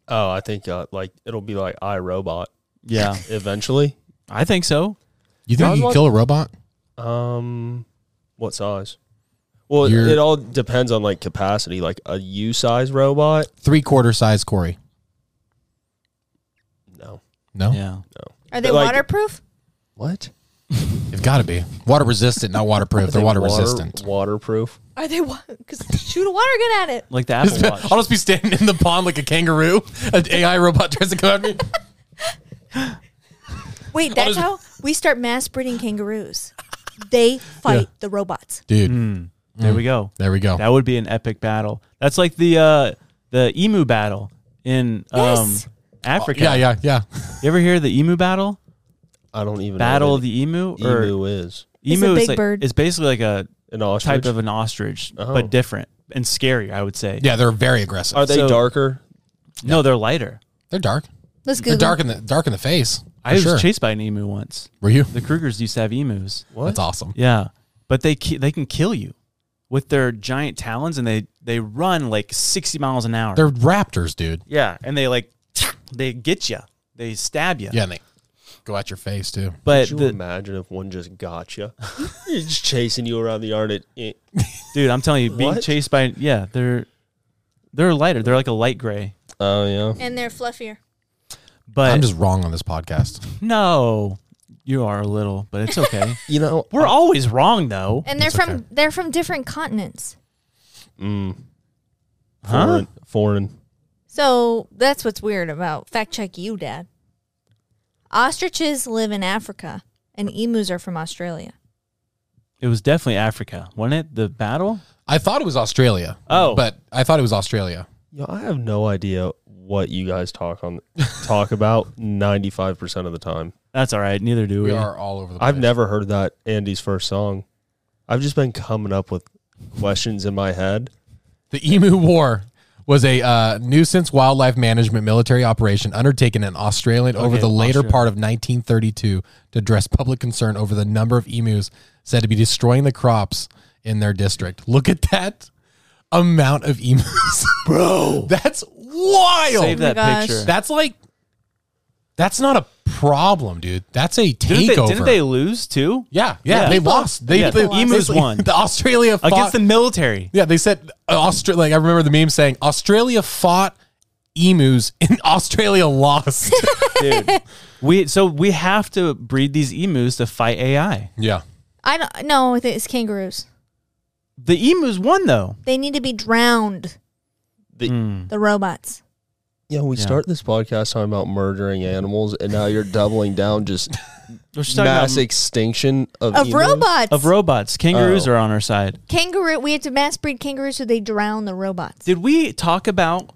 Speaker 3: Oh, I think uh, like it'll be like iRobot
Speaker 2: Yeah,
Speaker 3: eventually.
Speaker 2: I think so.
Speaker 4: You think you could kill a robot?
Speaker 3: Um, what size? Well, it-
Speaker 4: You're-
Speaker 3: it all depends on like capacity. Like a U size robot,
Speaker 4: Three quarter size Corey.
Speaker 3: no,
Speaker 4: No,
Speaker 2: Yeah.
Speaker 3: no.
Speaker 1: Are they
Speaker 3: Like-
Speaker 1: waterproof?
Speaker 3: What?
Speaker 4: they've got to be water resistant, not waterproof. They're water, resistant.
Speaker 3: waterproof.
Speaker 1: Are they? Because shoot a water gun at it.
Speaker 2: Like the Apple Watch.
Speaker 4: I'll just be standing in the pond like a kangaroo. An AI robot tries to come at me.
Speaker 1: Wait, that's how we start mass breeding kangaroos. They fight the robots.
Speaker 4: Dude,
Speaker 2: There we go.
Speaker 4: Mm. there we go.
Speaker 2: Mm. That would be an epic battle. That's like the uh, the emu battle in um,
Speaker 1: Yes.
Speaker 2: Africa.
Speaker 4: yeah, yeah, yeah.
Speaker 2: You ever hear the emu battle?
Speaker 3: I don't even
Speaker 2: Battle
Speaker 3: know
Speaker 2: of the emu
Speaker 3: what an
Speaker 2: or
Speaker 3: emu is
Speaker 1: It's a
Speaker 2: emu is
Speaker 1: big
Speaker 2: like,
Speaker 1: bird.
Speaker 2: It's basically like a
Speaker 3: an ostrich.
Speaker 2: type of an ostrich,
Speaker 3: Oh.
Speaker 2: but different and scarier. I would say.
Speaker 4: Yeah, they're very aggressive.
Speaker 3: Are they
Speaker 2: so-
Speaker 3: darker?
Speaker 2: No, they're lighter.
Speaker 4: they're dark.
Speaker 1: Let's
Speaker 4: They're
Speaker 1: Google.
Speaker 4: dark in the dark in the face.
Speaker 2: I
Speaker 4: for
Speaker 2: was
Speaker 4: sure.
Speaker 2: chased by an emu once.
Speaker 4: Were you?
Speaker 2: The Krugers used to have emus.
Speaker 4: That's awesome.
Speaker 2: Yeah, but they ki- they can kill you with their giant talons, and they they run like sixty miles an hour.
Speaker 4: They're raptors, dude.
Speaker 2: yeah, and they like they get you. They stab you.
Speaker 4: Yeah, and they go at your face too.
Speaker 2: But
Speaker 3: Could you
Speaker 2: the,
Speaker 3: imagine if one just got you? It's just chasing you around the yard. It, it,
Speaker 2: dude, I'm telling you, being
Speaker 3: What?
Speaker 2: chased by yeah, they're they're lighter. They're like a light gray.
Speaker 3: oh yeah.
Speaker 1: and they're fluffier.
Speaker 2: But
Speaker 4: I'm just wrong on this podcast.
Speaker 2: no, you are a little, but it's okay.
Speaker 3: You know,
Speaker 2: We're always wrong though.
Speaker 1: And they're
Speaker 4: It's
Speaker 1: from
Speaker 4: okay.
Speaker 1: they're from different continents.
Speaker 2: Huh?
Speaker 3: foreign. Foreign.
Speaker 1: So that's what's weird about fact check you, Dad. Ostriches live in Africa, and emus are from Australia.
Speaker 2: It was definitely Africa, wasn't it? The battle.
Speaker 4: I thought it was Australia.
Speaker 2: Oh.
Speaker 4: but I thought it was Australia.
Speaker 3: Yo, I have no idea what you guys talk on talk about ninety five percent of the time.
Speaker 2: That's all right. Neither do we.
Speaker 4: We are all over the. place.
Speaker 3: I've never heard that Andy's first song. I've just been coming up with questions in my head.
Speaker 4: The Emu War was a uh, nuisance wildlife management military operation undertaken in Australia over
Speaker 2: Okay,
Speaker 4: the later
Speaker 2: Australia.
Speaker 4: part of 1932 to address public concern over the number of emus said to be destroying the crops in their district. Look at that amount of emus, bro. That's wild.
Speaker 2: Save that
Speaker 1: gosh.
Speaker 2: picture.
Speaker 4: That's like that's not a problem, dude. That's a takeover.
Speaker 2: didn't, they, didn't they lose too?
Speaker 4: yeah, yeah,
Speaker 2: Yeah.
Speaker 4: they lost. They,
Speaker 2: Yeah,
Speaker 4: they
Speaker 2: the emus won.
Speaker 4: The Australia fought,
Speaker 2: against the military.
Speaker 4: Yeah, they said Australia. Like I remember the meme saying Australia fought emus and Australia lost.
Speaker 2: We so we have to breed these emus to fight AI.
Speaker 4: yeah,
Speaker 1: I don't no, I think it's kangaroos.
Speaker 2: The emus won though.
Speaker 1: They need to be drowned.
Speaker 3: The-
Speaker 1: The robots.
Speaker 3: Yeah, we start this podcast talking about murdering animals, and now you're doubling down just
Speaker 2: We're just talking
Speaker 3: mass
Speaker 2: about
Speaker 3: extinction of
Speaker 1: Of
Speaker 3: emus.
Speaker 1: robots.
Speaker 2: of robots. Kangaroos
Speaker 3: Oh.
Speaker 2: are on our side.
Speaker 1: Kangaroo we have to mass breed kangaroos so they drown the robots.
Speaker 2: Did we talk about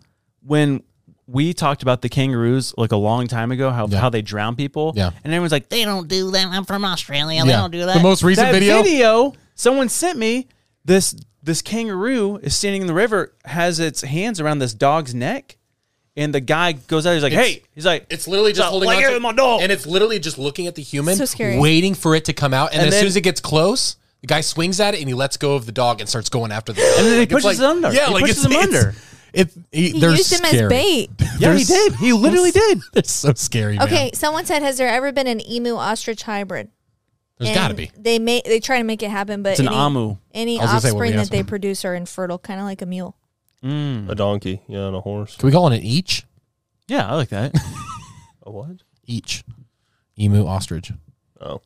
Speaker 2: when we talked about the kangaroos like a long time ago? How
Speaker 4: Yeah.
Speaker 2: how they drown people?
Speaker 4: Yeah.
Speaker 2: and everyone's like,
Speaker 8: They don't do that. I'm from Australia. They
Speaker 4: yeah.
Speaker 8: don't do that.
Speaker 4: The most recent
Speaker 2: that
Speaker 4: video.
Speaker 2: video? someone sent me this this kangaroo is standing in the river has its hands around this dog's neck and the guy goes out he's like
Speaker 4: It's-
Speaker 2: hey he's like
Speaker 4: It's literally just
Speaker 2: "Stop
Speaker 4: holding
Speaker 2: playing
Speaker 4: on to,
Speaker 2: with my dog
Speaker 4: and it's literally just looking at the human,
Speaker 1: So scary.
Speaker 4: waiting for it to come out. And, then as
Speaker 2: then-
Speaker 4: soon as it gets close, the guy swings at it and he lets go of the dog and starts going after the. Dog.
Speaker 2: And then he
Speaker 4: Like, it's
Speaker 2: pushes
Speaker 4: like-
Speaker 2: it under.
Speaker 4: Yeah,
Speaker 2: He
Speaker 4: like
Speaker 2: pushes
Speaker 4: it's,
Speaker 2: him
Speaker 4: it's-
Speaker 2: under.
Speaker 4: It, he,
Speaker 1: He
Speaker 4: they're
Speaker 1: used him
Speaker 4: scary.
Speaker 1: as bait.
Speaker 2: yeah he
Speaker 4: They're s-
Speaker 2: did he literally did
Speaker 4: They're so scary. man.
Speaker 1: Okay, someone said, has there ever been an emu ostrich hybrid?
Speaker 4: there's
Speaker 1: And
Speaker 4: got to be.
Speaker 1: They may they try to make it happen, but
Speaker 2: It's an
Speaker 1: any,
Speaker 2: amu.
Speaker 1: any
Speaker 4: I was gonna say, what were
Speaker 1: offspring
Speaker 4: you
Speaker 1: that they
Speaker 4: asking?
Speaker 1: produce are infertile, kind of like a mule.
Speaker 3: A donkey, yeah, and a horse.
Speaker 4: Can we call it an each?
Speaker 2: yeah i like that
Speaker 3: A what?
Speaker 4: Each. Emu ostrich.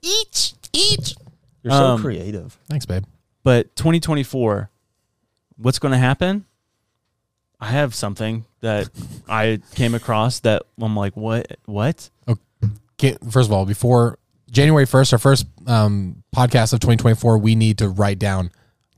Speaker 8: Each, each.
Speaker 3: You're so
Speaker 2: Um,
Speaker 3: creative.
Speaker 4: Thanks, babe.
Speaker 2: but 2024 what's going to happen i have something that i came across that i'm like what what
Speaker 4: Can't, first of all, before January 1st, our first um, podcast of 2024, we need to write down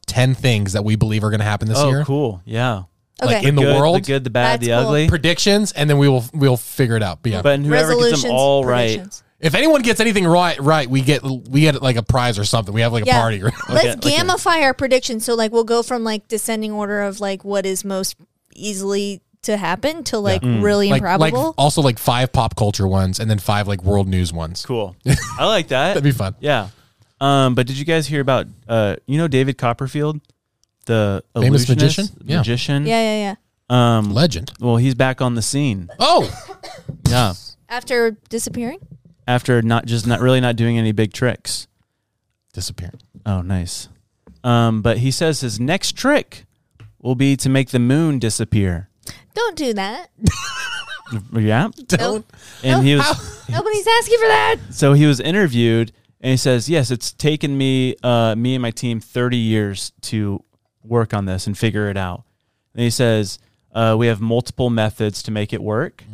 Speaker 4: 10 things that we believe are going to happen this
Speaker 2: oh
Speaker 4: year.
Speaker 2: cool yeah
Speaker 1: Okay.
Speaker 4: Like in the
Speaker 2: Good,
Speaker 4: world,
Speaker 2: the good the bad
Speaker 1: That's
Speaker 2: the
Speaker 1: cool.
Speaker 2: ugly
Speaker 4: predictions, and then we will we'll figure it out. But yeah,
Speaker 2: but whoever gets
Speaker 1: Resolutions.
Speaker 2: them all right
Speaker 1: predictions.
Speaker 4: if anyone gets anything right, right, we get we get like a prize or something. We have like a
Speaker 1: Yeah.
Speaker 4: party. Or,
Speaker 1: Let's gamify our predictions. So like we'll go from like descending order of like what is most easily to happen to like
Speaker 2: Mm.
Speaker 1: really
Speaker 4: like, like
Speaker 1: improbable.
Speaker 4: also like five pop culture ones, and then five like world news ones.
Speaker 2: Cool. I like that.
Speaker 4: That'd be fun.
Speaker 2: Yeah. Um, but did you guys hear about uh, you know David Copperfield, the illusionist,
Speaker 4: Famous magician? Yeah.
Speaker 2: Magician.
Speaker 1: yeah, yeah, yeah.
Speaker 2: Um,
Speaker 4: Legend.
Speaker 2: well, he's back on the scene.
Speaker 4: Oh,
Speaker 2: Yeah.
Speaker 1: After disappearing,
Speaker 2: after not just not really not doing any big tricks.
Speaker 4: Disappearing.
Speaker 2: Oh, nice. Um, but he says his next trick will be to make the moon disappear.
Speaker 1: Don't do that.
Speaker 2: Yeah.
Speaker 1: Don't.
Speaker 2: And he was
Speaker 1: Nobody's asking for that.
Speaker 2: so he was interviewed and he says, "Yes, it's taken me uh, me and my team 30 years to work on this and figure it out." And he says, uh, "We have multiple methods to make it work."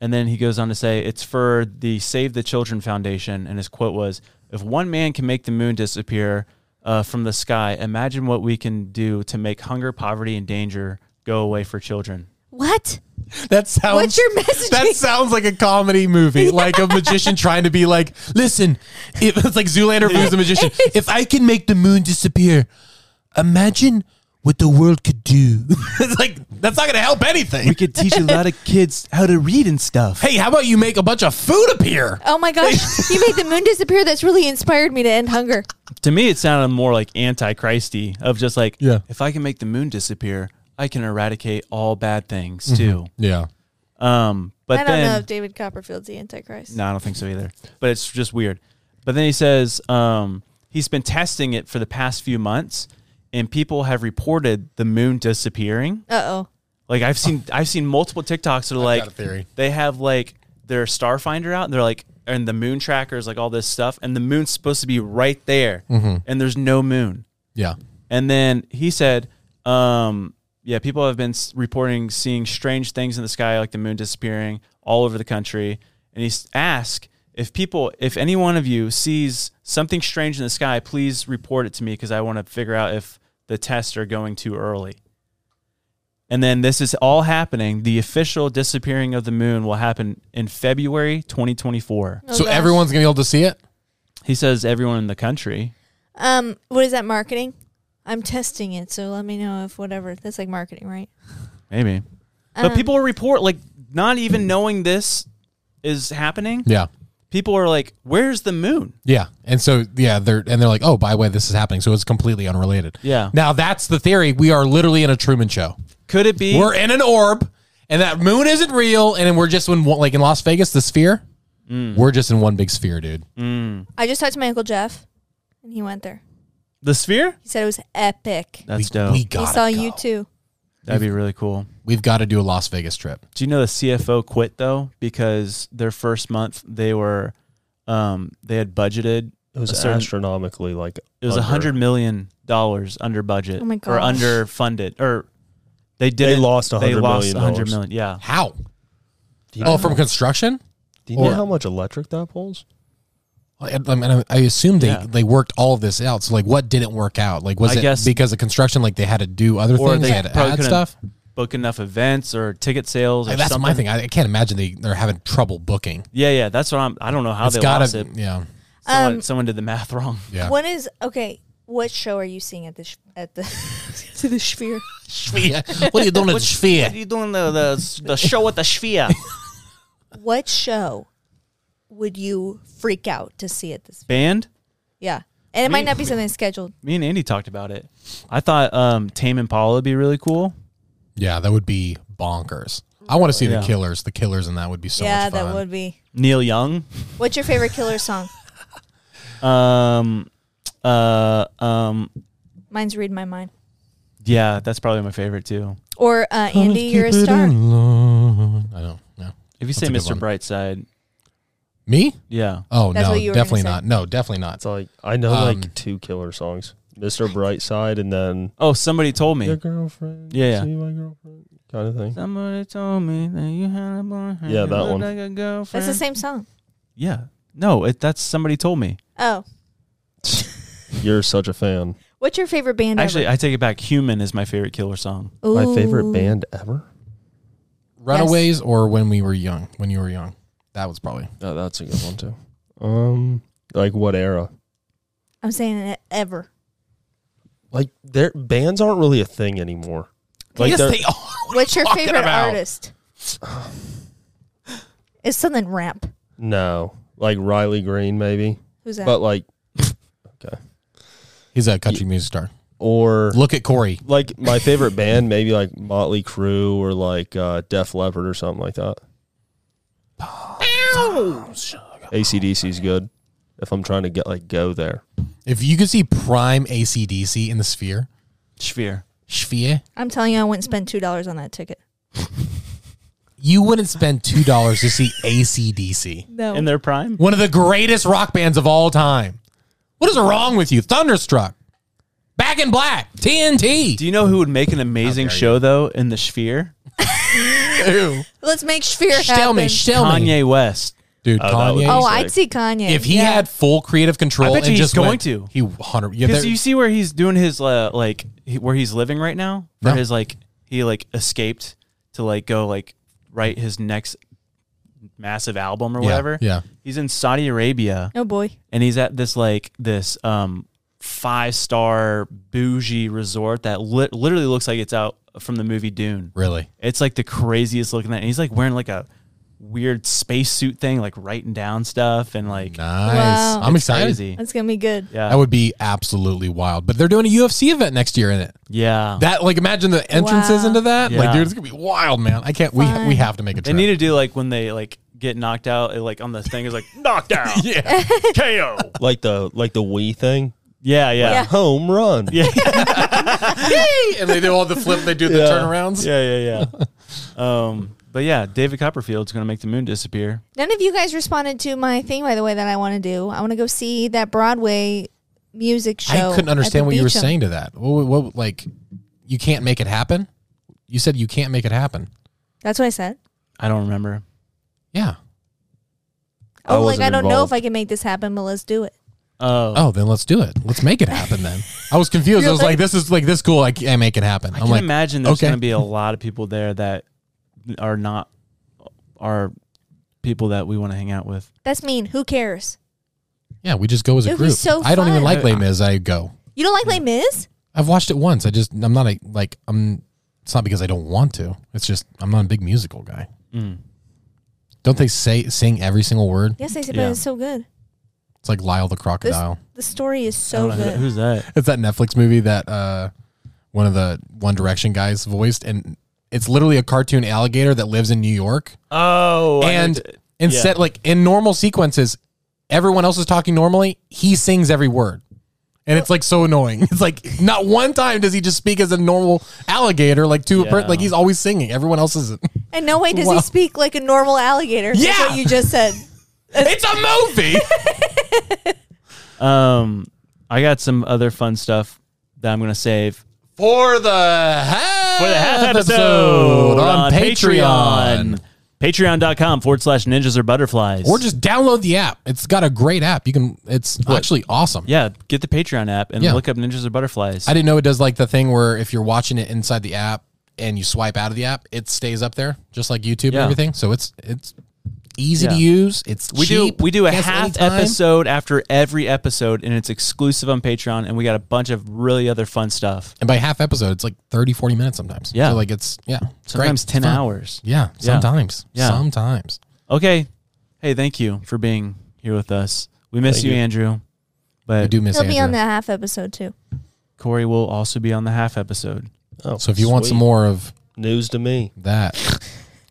Speaker 2: And then he goes on to say, "It's for the Save the Children Foundation." And his quote was, "If one man can make the moon disappear uh, from the sky, imagine what we can do to make hunger, poverty, and danger go away for children."
Speaker 1: What?
Speaker 4: That sounds.
Speaker 1: What's your messaging?
Speaker 4: That sounds like a comedy movie, like a magician trying to be like, listen, if, it's like Zoolander who's a magician. If I can make the moon disappear, imagine what the world could do. it's like that's not going to help anything.
Speaker 2: could teach a lot of kids how to read and stuff.
Speaker 4: Hey, how about you make a bunch of food appear?
Speaker 1: Oh my gosh, you made the moon disappear. That's really inspired me to end hunger.
Speaker 2: to me it sounded more like anti-christy of just like
Speaker 4: Yeah.
Speaker 2: if i can make the moon disappear i can eradicate all bad things too
Speaker 4: Yeah.
Speaker 2: um but
Speaker 1: I don't
Speaker 2: then
Speaker 1: know if David Copperfield's the Antichrist.
Speaker 2: no i don't think so either but it's just weird but then he says um he's been testing it for the past few months and people have reported the moon disappearing
Speaker 1: Uh oh.
Speaker 2: like I've seen I've seen multiple TikToks that are like
Speaker 4: got a theory.
Speaker 2: they have like their star finder out and they're like and the moon trackers like all this stuff and the moon's supposed to be right there and there's no moon.
Speaker 4: Yeah.
Speaker 2: And then he said, um, yeah, people have been s- reporting seeing strange things in the sky, like the moon disappearing all over the country. And he s- asked if people, if any one of you sees something strange in the sky, please report it to me because I want to figure out if the tests are going too early. And then this is all happening. The official disappearing of the moon will happen in February 2024.
Speaker 1: Oh
Speaker 4: so
Speaker 1: gosh.
Speaker 4: everyone's going to be able to see it?
Speaker 2: He says everyone in the country.
Speaker 1: Um, what is that marketing? I'm testing it, so let me know if whatever. That's like marketing, right?
Speaker 2: Maybe.
Speaker 1: Uh-huh.
Speaker 2: But people report like not even knowing this is happening.
Speaker 4: Yeah.
Speaker 2: People are like, "Where's the moon?"
Speaker 4: Yeah. And so yeah, they're and they're like, "Oh, by the way, this is happening." So it's completely unrelated.
Speaker 2: Yeah.
Speaker 4: Now that's the theory. We are literally in a Truman show.
Speaker 2: Could it be?
Speaker 4: We're in an orb and that moon isn't real and we're just in one, like in Las Vegas, the sphere.
Speaker 2: Mm.
Speaker 4: We're just in one big sphere, dude.
Speaker 1: I just talked to my uncle Jeff, and he went there.
Speaker 2: the sphere?
Speaker 1: He said it was epic.
Speaker 2: That's
Speaker 4: we,
Speaker 2: dope.
Speaker 4: We
Speaker 1: He
Speaker 4: got
Speaker 1: saw you too.
Speaker 2: That'd be really cool.
Speaker 4: We've got to do a Las Vegas trip.
Speaker 2: Do you know the CFO quit though because their first month they were um they had budgeted
Speaker 3: It was
Speaker 2: a certain-
Speaker 3: astronomically like
Speaker 2: it was a
Speaker 3: under.
Speaker 2: hundred million dollars under budget
Speaker 1: Oh my
Speaker 2: or
Speaker 1: gosh.
Speaker 2: underfunded or they did
Speaker 3: lost a
Speaker 2: they
Speaker 3: hundred
Speaker 2: lost
Speaker 3: million
Speaker 2: a hundred
Speaker 3: dollars.
Speaker 2: million yeah
Speaker 4: How?
Speaker 3: Do you
Speaker 4: Oh,
Speaker 3: know-
Speaker 4: from construction?
Speaker 3: do you know
Speaker 4: or-
Speaker 3: how much electric that pulls?
Speaker 4: I, I mean, I assume they,
Speaker 2: Yeah.
Speaker 4: they worked all of this out. So, like, what didn't work out? Like, was
Speaker 2: I
Speaker 4: it
Speaker 2: guess-
Speaker 4: because of construction? Like, they had to do other
Speaker 2: or
Speaker 4: things. They,
Speaker 2: they
Speaker 4: had to
Speaker 2: probably
Speaker 4: add
Speaker 2: couldn't
Speaker 4: stuff.
Speaker 2: book enough events or ticket sales or
Speaker 4: Like, that's
Speaker 2: something.
Speaker 4: my thing. I, I can't imagine they they're having trouble booking.
Speaker 2: yeah yeah that's what I'm I don't know how
Speaker 4: It's
Speaker 2: they
Speaker 4: gotta,
Speaker 2: lost it
Speaker 4: yeah,
Speaker 2: someone,
Speaker 1: Um,
Speaker 2: someone did the math wrong
Speaker 4: yeah.
Speaker 1: What is okay? What show are you seeing at the sh- at the to the sphere?
Speaker 4: what are you doing at Sphere?
Speaker 5: you doing the, the, the show at the Sphere?
Speaker 1: What show would you freak out to see at this?
Speaker 2: band
Speaker 1: Yeah, and it
Speaker 2: Me-
Speaker 1: might not be something scheduled.
Speaker 2: me and Andy talked about it I thought um Tame Impala would be really cool
Speaker 4: Yeah, that would be bonkers. I want to see
Speaker 2: Yeah.
Speaker 4: the Killers. The Killers, and that would be so
Speaker 1: yeah,
Speaker 4: much fun.
Speaker 1: that would be.
Speaker 2: Neil Young
Speaker 1: What's your favorite killer song?
Speaker 2: um uh um
Speaker 1: Mine's "Read My Mind."
Speaker 2: yeah that's probably my favorite too
Speaker 1: Or uh, Andy, you're a star.
Speaker 4: I don't know.
Speaker 2: if you
Speaker 4: a
Speaker 2: say
Speaker 4: good
Speaker 2: Mr
Speaker 4: one.
Speaker 2: Brightside
Speaker 4: Me?
Speaker 2: yeah
Speaker 4: Oh
Speaker 1: That's
Speaker 4: no,
Speaker 1: what you were gonna
Speaker 4: definitely
Speaker 1: say.
Speaker 4: not. No, definitely not.
Speaker 3: It's like I know
Speaker 4: Um,
Speaker 3: like two killer songs. Mr. Brightside and then
Speaker 2: oh somebody told
Speaker 3: Your
Speaker 2: me
Speaker 3: girlfriend.
Speaker 2: Yeah, yeah.
Speaker 3: See my girlfriend kind of thing.
Speaker 2: somebody told me that you had a boyfriend
Speaker 3: Yeah,
Speaker 2: who
Speaker 3: that
Speaker 2: looked
Speaker 3: one.
Speaker 2: like a
Speaker 1: That's
Speaker 2: girlfriend
Speaker 1: the same song.
Speaker 2: yeah no it, that's somebody told me
Speaker 1: Oh,
Speaker 3: You're such a fan.
Speaker 1: what's your favorite band?
Speaker 2: Actually,
Speaker 1: ever?
Speaker 2: I take it back. Human is my favorite killer song.
Speaker 3: My
Speaker 1: Ooh.
Speaker 3: favorite band ever.
Speaker 4: Runaways or when we were young. When you were young, that was probably.
Speaker 3: Oh, that's a good one too. Um, like what era?
Speaker 1: I'm saying it ever.
Speaker 3: Like their bands aren't really a thing anymore. Like
Speaker 4: yes,
Speaker 3: they're-
Speaker 4: they are. What are
Speaker 1: What's
Speaker 4: you
Speaker 1: your
Speaker 4: talking
Speaker 1: favorite
Speaker 4: about?
Speaker 1: artist? It's something rap.
Speaker 3: no, like Riley Green maybe,
Speaker 1: Who's that?
Speaker 3: but like
Speaker 4: He's a country music star.
Speaker 3: or
Speaker 4: Look at Corey.
Speaker 3: like my favorite band maybe like Motley Crue or like uh, Def Leppard or something like that. ACDC is good. If I'm trying to get like go there,
Speaker 4: If you could see prime ACDC in the sphere,
Speaker 2: Sphere.
Speaker 4: sphere,
Speaker 1: I'm telling you, I wouldn't spend two dollars on that ticket.
Speaker 4: you wouldn't spend two dollars to see ACDC,
Speaker 1: No,
Speaker 2: In their prime?
Speaker 4: one of the greatest rock bands of all time. What is wrong with you? Thunderstruck, Back in Black,
Speaker 2: Do
Speaker 4: TNT.
Speaker 2: you know who would make an amazing show though in the Sphere?
Speaker 4: Ew.
Speaker 1: let's make Sphere
Speaker 4: Tell
Speaker 1: happen.
Speaker 4: me, tell me,
Speaker 2: Kanye West.
Speaker 4: dude.
Speaker 3: Oh, that would
Speaker 4: Kanye.
Speaker 3: be
Speaker 1: oh,
Speaker 3: sick.
Speaker 1: I'd see Kanye
Speaker 4: if he
Speaker 1: Yeah.
Speaker 4: had full creative control,
Speaker 2: I bet you
Speaker 4: and
Speaker 2: he's
Speaker 4: just
Speaker 2: going
Speaker 4: went-
Speaker 2: to.
Speaker 4: He hundred. Yeah,
Speaker 2: Because
Speaker 4: there-
Speaker 2: you see where he's doing his uh, like he- where he's living right now. For
Speaker 4: No.
Speaker 2: his like he like escaped to like go like write his next massive album or
Speaker 4: Yeah,
Speaker 2: whatever.
Speaker 4: yeah.
Speaker 2: He's in Saudi Arabia
Speaker 1: oh boy,
Speaker 2: and he's at this like this um five star bougie resort that lit literally looks like it's out from the movie Dune.
Speaker 4: really.
Speaker 2: It's like the craziest looking thing. And he's like wearing like a weird spacesuit thing, like writing down stuff and like
Speaker 4: Nice.
Speaker 1: Wow.
Speaker 4: I'm
Speaker 2: it's
Speaker 4: excited.
Speaker 2: crazy.
Speaker 1: that's gonna be good.
Speaker 2: Yeah.
Speaker 4: That would be absolutely wild. But they're doing a UFC event next year in it.
Speaker 2: yeah.
Speaker 4: That like imagine the entrances
Speaker 1: Wow.
Speaker 4: into that.
Speaker 2: Yeah.
Speaker 4: Like dude, it's gonna be wild, man. I can't. We we have to make a
Speaker 2: They
Speaker 4: trip.
Speaker 2: need to do like when they like get knocked out, it, like on the thing is like knocked out,
Speaker 4: yeah.
Speaker 2: KO.
Speaker 3: like the like the Wii thing,
Speaker 2: Yeah, yeah,
Speaker 3: home run.
Speaker 2: yeah, yeah,
Speaker 4: and they do all the flip. They do the
Speaker 3: Yeah.
Speaker 4: turnarounds.
Speaker 2: yeah, yeah. Um, but yeah, David Copperfield's gonna make the moon disappear.
Speaker 1: None of you guys responded to my thing, by the way, that I want to do. I want to go see that Broadway music show.
Speaker 4: I couldn't
Speaker 1: at
Speaker 4: understand
Speaker 1: the
Speaker 4: what you were
Speaker 1: Beecham.
Speaker 4: saying to that. What, what like you can't make it happen? You said you can't make it happen.
Speaker 1: That's what I said.
Speaker 2: I don't remember.
Speaker 4: Yeah.
Speaker 3: I
Speaker 1: Oh, like
Speaker 3: wasn't
Speaker 1: I don't know if
Speaker 3: involved.
Speaker 1: I can make this happen, but let's do it.
Speaker 2: Oh,
Speaker 4: Oh, then let's do it. Let's make it happen then. I was confused. I
Speaker 1: You're
Speaker 4: was like,
Speaker 1: like-
Speaker 4: this is like this cool. I can't make it happen.
Speaker 2: I
Speaker 4: I'm
Speaker 2: can
Speaker 4: like,
Speaker 2: imagine there's
Speaker 4: okay.
Speaker 2: gonna be a lot of people there that are not are people that we want to hang out with.
Speaker 1: That's mean. Who cares?
Speaker 4: yeah, we just go as a
Speaker 1: It would be
Speaker 4: group.
Speaker 1: so
Speaker 4: I don't even
Speaker 1: fun.
Speaker 4: like Les Mis. I go.
Speaker 1: You don't like Les Mis?
Speaker 4: I've watched it once. I just I'm not a like I'm. It's not because I don't want to. It's just I'm not a big musical guy. Don't they say sing every single word?
Speaker 1: Yes, I said,
Speaker 2: Yeah.
Speaker 1: but it's so good.
Speaker 4: It's like Lyle the
Speaker 1: This,
Speaker 4: crocodile.
Speaker 1: the story is
Speaker 2: I
Speaker 1: so
Speaker 2: don't know who-
Speaker 1: good.
Speaker 2: who's that.
Speaker 4: It's that Netflix movie that uh, one of the One Direction guys voiced, and it's literally a cartoon alligator that lives in New York.
Speaker 2: Oh,
Speaker 4: and
Speaker 2: yeah.
Speaker 4: instead, like in normal sequences, everyone else is talking normally. He sings every word, and it's like so annoying. It's like not one time does he just speak as a normal alligator, like to a
Speaker 2: Yeah.
Speaker 4: person. Like he's always singing. Everyone else isn't.
Speaker 1: And no way does
Speaker 4: Wow.
Speaker 1: he speak like a normal alligator. That's
Speaker 4: Yeah.
Speaker 1: what you just said.
Speaker 4: it's a movie.
Speaker 2: um, I got some other fun stuff that I'm gonna save
Speaker 4: for the half
Speaker 2: for the half episode on, Patreon. Patreon.com forward slash ninjas or butterflies.
Speaker 4: Or just download the app. It's got a great app. You can. It's actually awesome.
Speaker 2: yeah, get the Patreon app and
Speaker 4: Yeah.
Speaker 2: look up ninjas or butterflies.
Speaker 4: I didn't know it does like the thing where if you're watching it inside the app and you swipe out of the app, it stays up there just like YouTube
Speaker 2: Yeah.
Speaker 4: and everything. So it's it's easy to
Speaker 2: Yeah.
Speaker 4: use. It's
Speaker 2: we
Speaker 4: cheap.
Speaker 2: do we do a
Speaker 4: Cancel
Speaker 2: half
Speaker 4: anytime.
Speaker 2: episode after every episode, and it's exclusive on Patreon, and we got a bunch of really other fun stuff.
Speaker 4: And by half episode, it's like 30, 40 minutes sometimes.
Speaker 2: Yeah.
Speaker 4: So like it's yeah. it's great.
Speaker 2: Sometimes
Speaker 4: It's
Speaker 2: ten
Speaker 4: fun.
Speaker 2: hours.
Speaker 4: Yeah.
Speaker 2: Yeah.
Speaker 4: Sometimes.
Speaker 2: Yeah.
Speaker 4: Sometimes.
Speaker 2: Okay. Hey, thank you for being here with us. We miss
Speaker 3: Thank
Speaker 2: you,
Speaker 3: you.
Speaker 2: Andrew.
Speaker 4: I
Speaker 2: But
Speaker 4: do miss
Speaker 1: He'll be on the
Speaker 4: Andrew.
Speaker 1: half episode too.
Speaker 2: Corey will also be on the half episode.
Speaker 3: Oh,
Speaker 4: So if you want some
Speaker 3: sweet.
Speaker 4: more of
Speaker 3: news to me,
Speaker 4: that,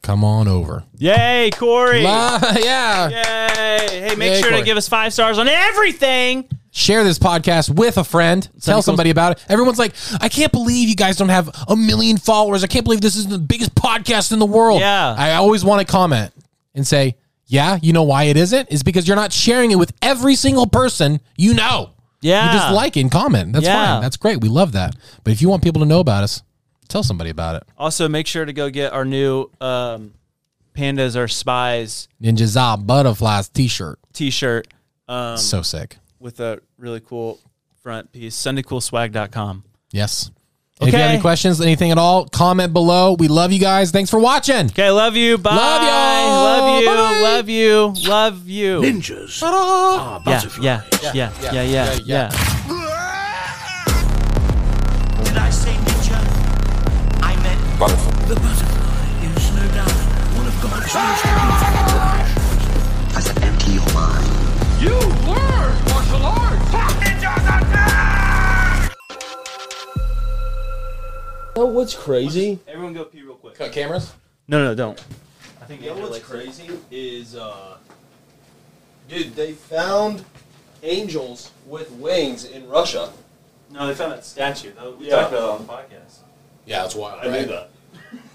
Speaker 4: come on over.
Speaker 2: Yay, Corey!
Speaker 4: La- yeah.
Speaker 2: Yay! Hey, make
Speaker 4: Yay,
Speaker 2: sure
Speaker 4: Corey.
Speaker 2: to give us five stars on everything.
Speaker 4: share this podcast with a friend. tell
Speaker 2: equals-
Speaker 4: somebody about it. Everyone's like, I can't believe you guys don't have a million followers. I can't believe this is the biggest podcast in the world.
Speaker 2: Yeah.
Speaker 4: I always want to comment and say, yeah, you know why it isn't? Is because you're not sharing it with every single person you know.
Speaker 2: Yeah.
Speaker 4: You just like and comment. That's
Speaker 2: Yeah.
Speaker 4: fine. That's great. We love that. But if you want people to know about us, tell somebody about it.
Speaker 2: Also, make sure to go get our new um, Pandas Are Spies
Speaker 4: Ninja Zah Butterflies t shirt.
Speaker 2: t shirt um,
Speaker 4: So sick.
Speaker 2: with a really cool front piece. SundayCoolSwag.com.
Speaker 4: Yes. And If you have
Speaker 2: Okay.
Speaker 4: any questions, anything at all, comment below. We love you guys. Thanks for watching.
Speaker 2: Okay, love you. Bye.
Speaker 4: Love y'all.
Speaker 2: Love you.
Speaker 4: Bye.
Speaker 2: Love you. Love you.
Speaker 7: Ninjas. are
Speaker 2: Yeah,
Speaker 7: butterflies.
Speaker 2: yeah, yeah, yeah, yeah, yeah, yeah,
Speaker 7: Did I say ninja? I meant butterfly. The butterfly is no doubt one of God's most beautiful. I said empty your mind. You were martial arts. Ninjas are
Speaker 3: Oh, what's crazy?
Speaker 2: Everyone go pee real quick.
Speaker 4: Cameras?
Speaker 2: No, no, don't.
Speaker 3: You know what's crazy is uh, Dude, they found angels with wings in Russia.
Speaker 2: No, they found that statue. Though. We
Speaker 3: Yeah. talked about
Speaker 2: it on the podcast.
Speaker 4: Yeah, that's wild.
Speaker 3: I knew that.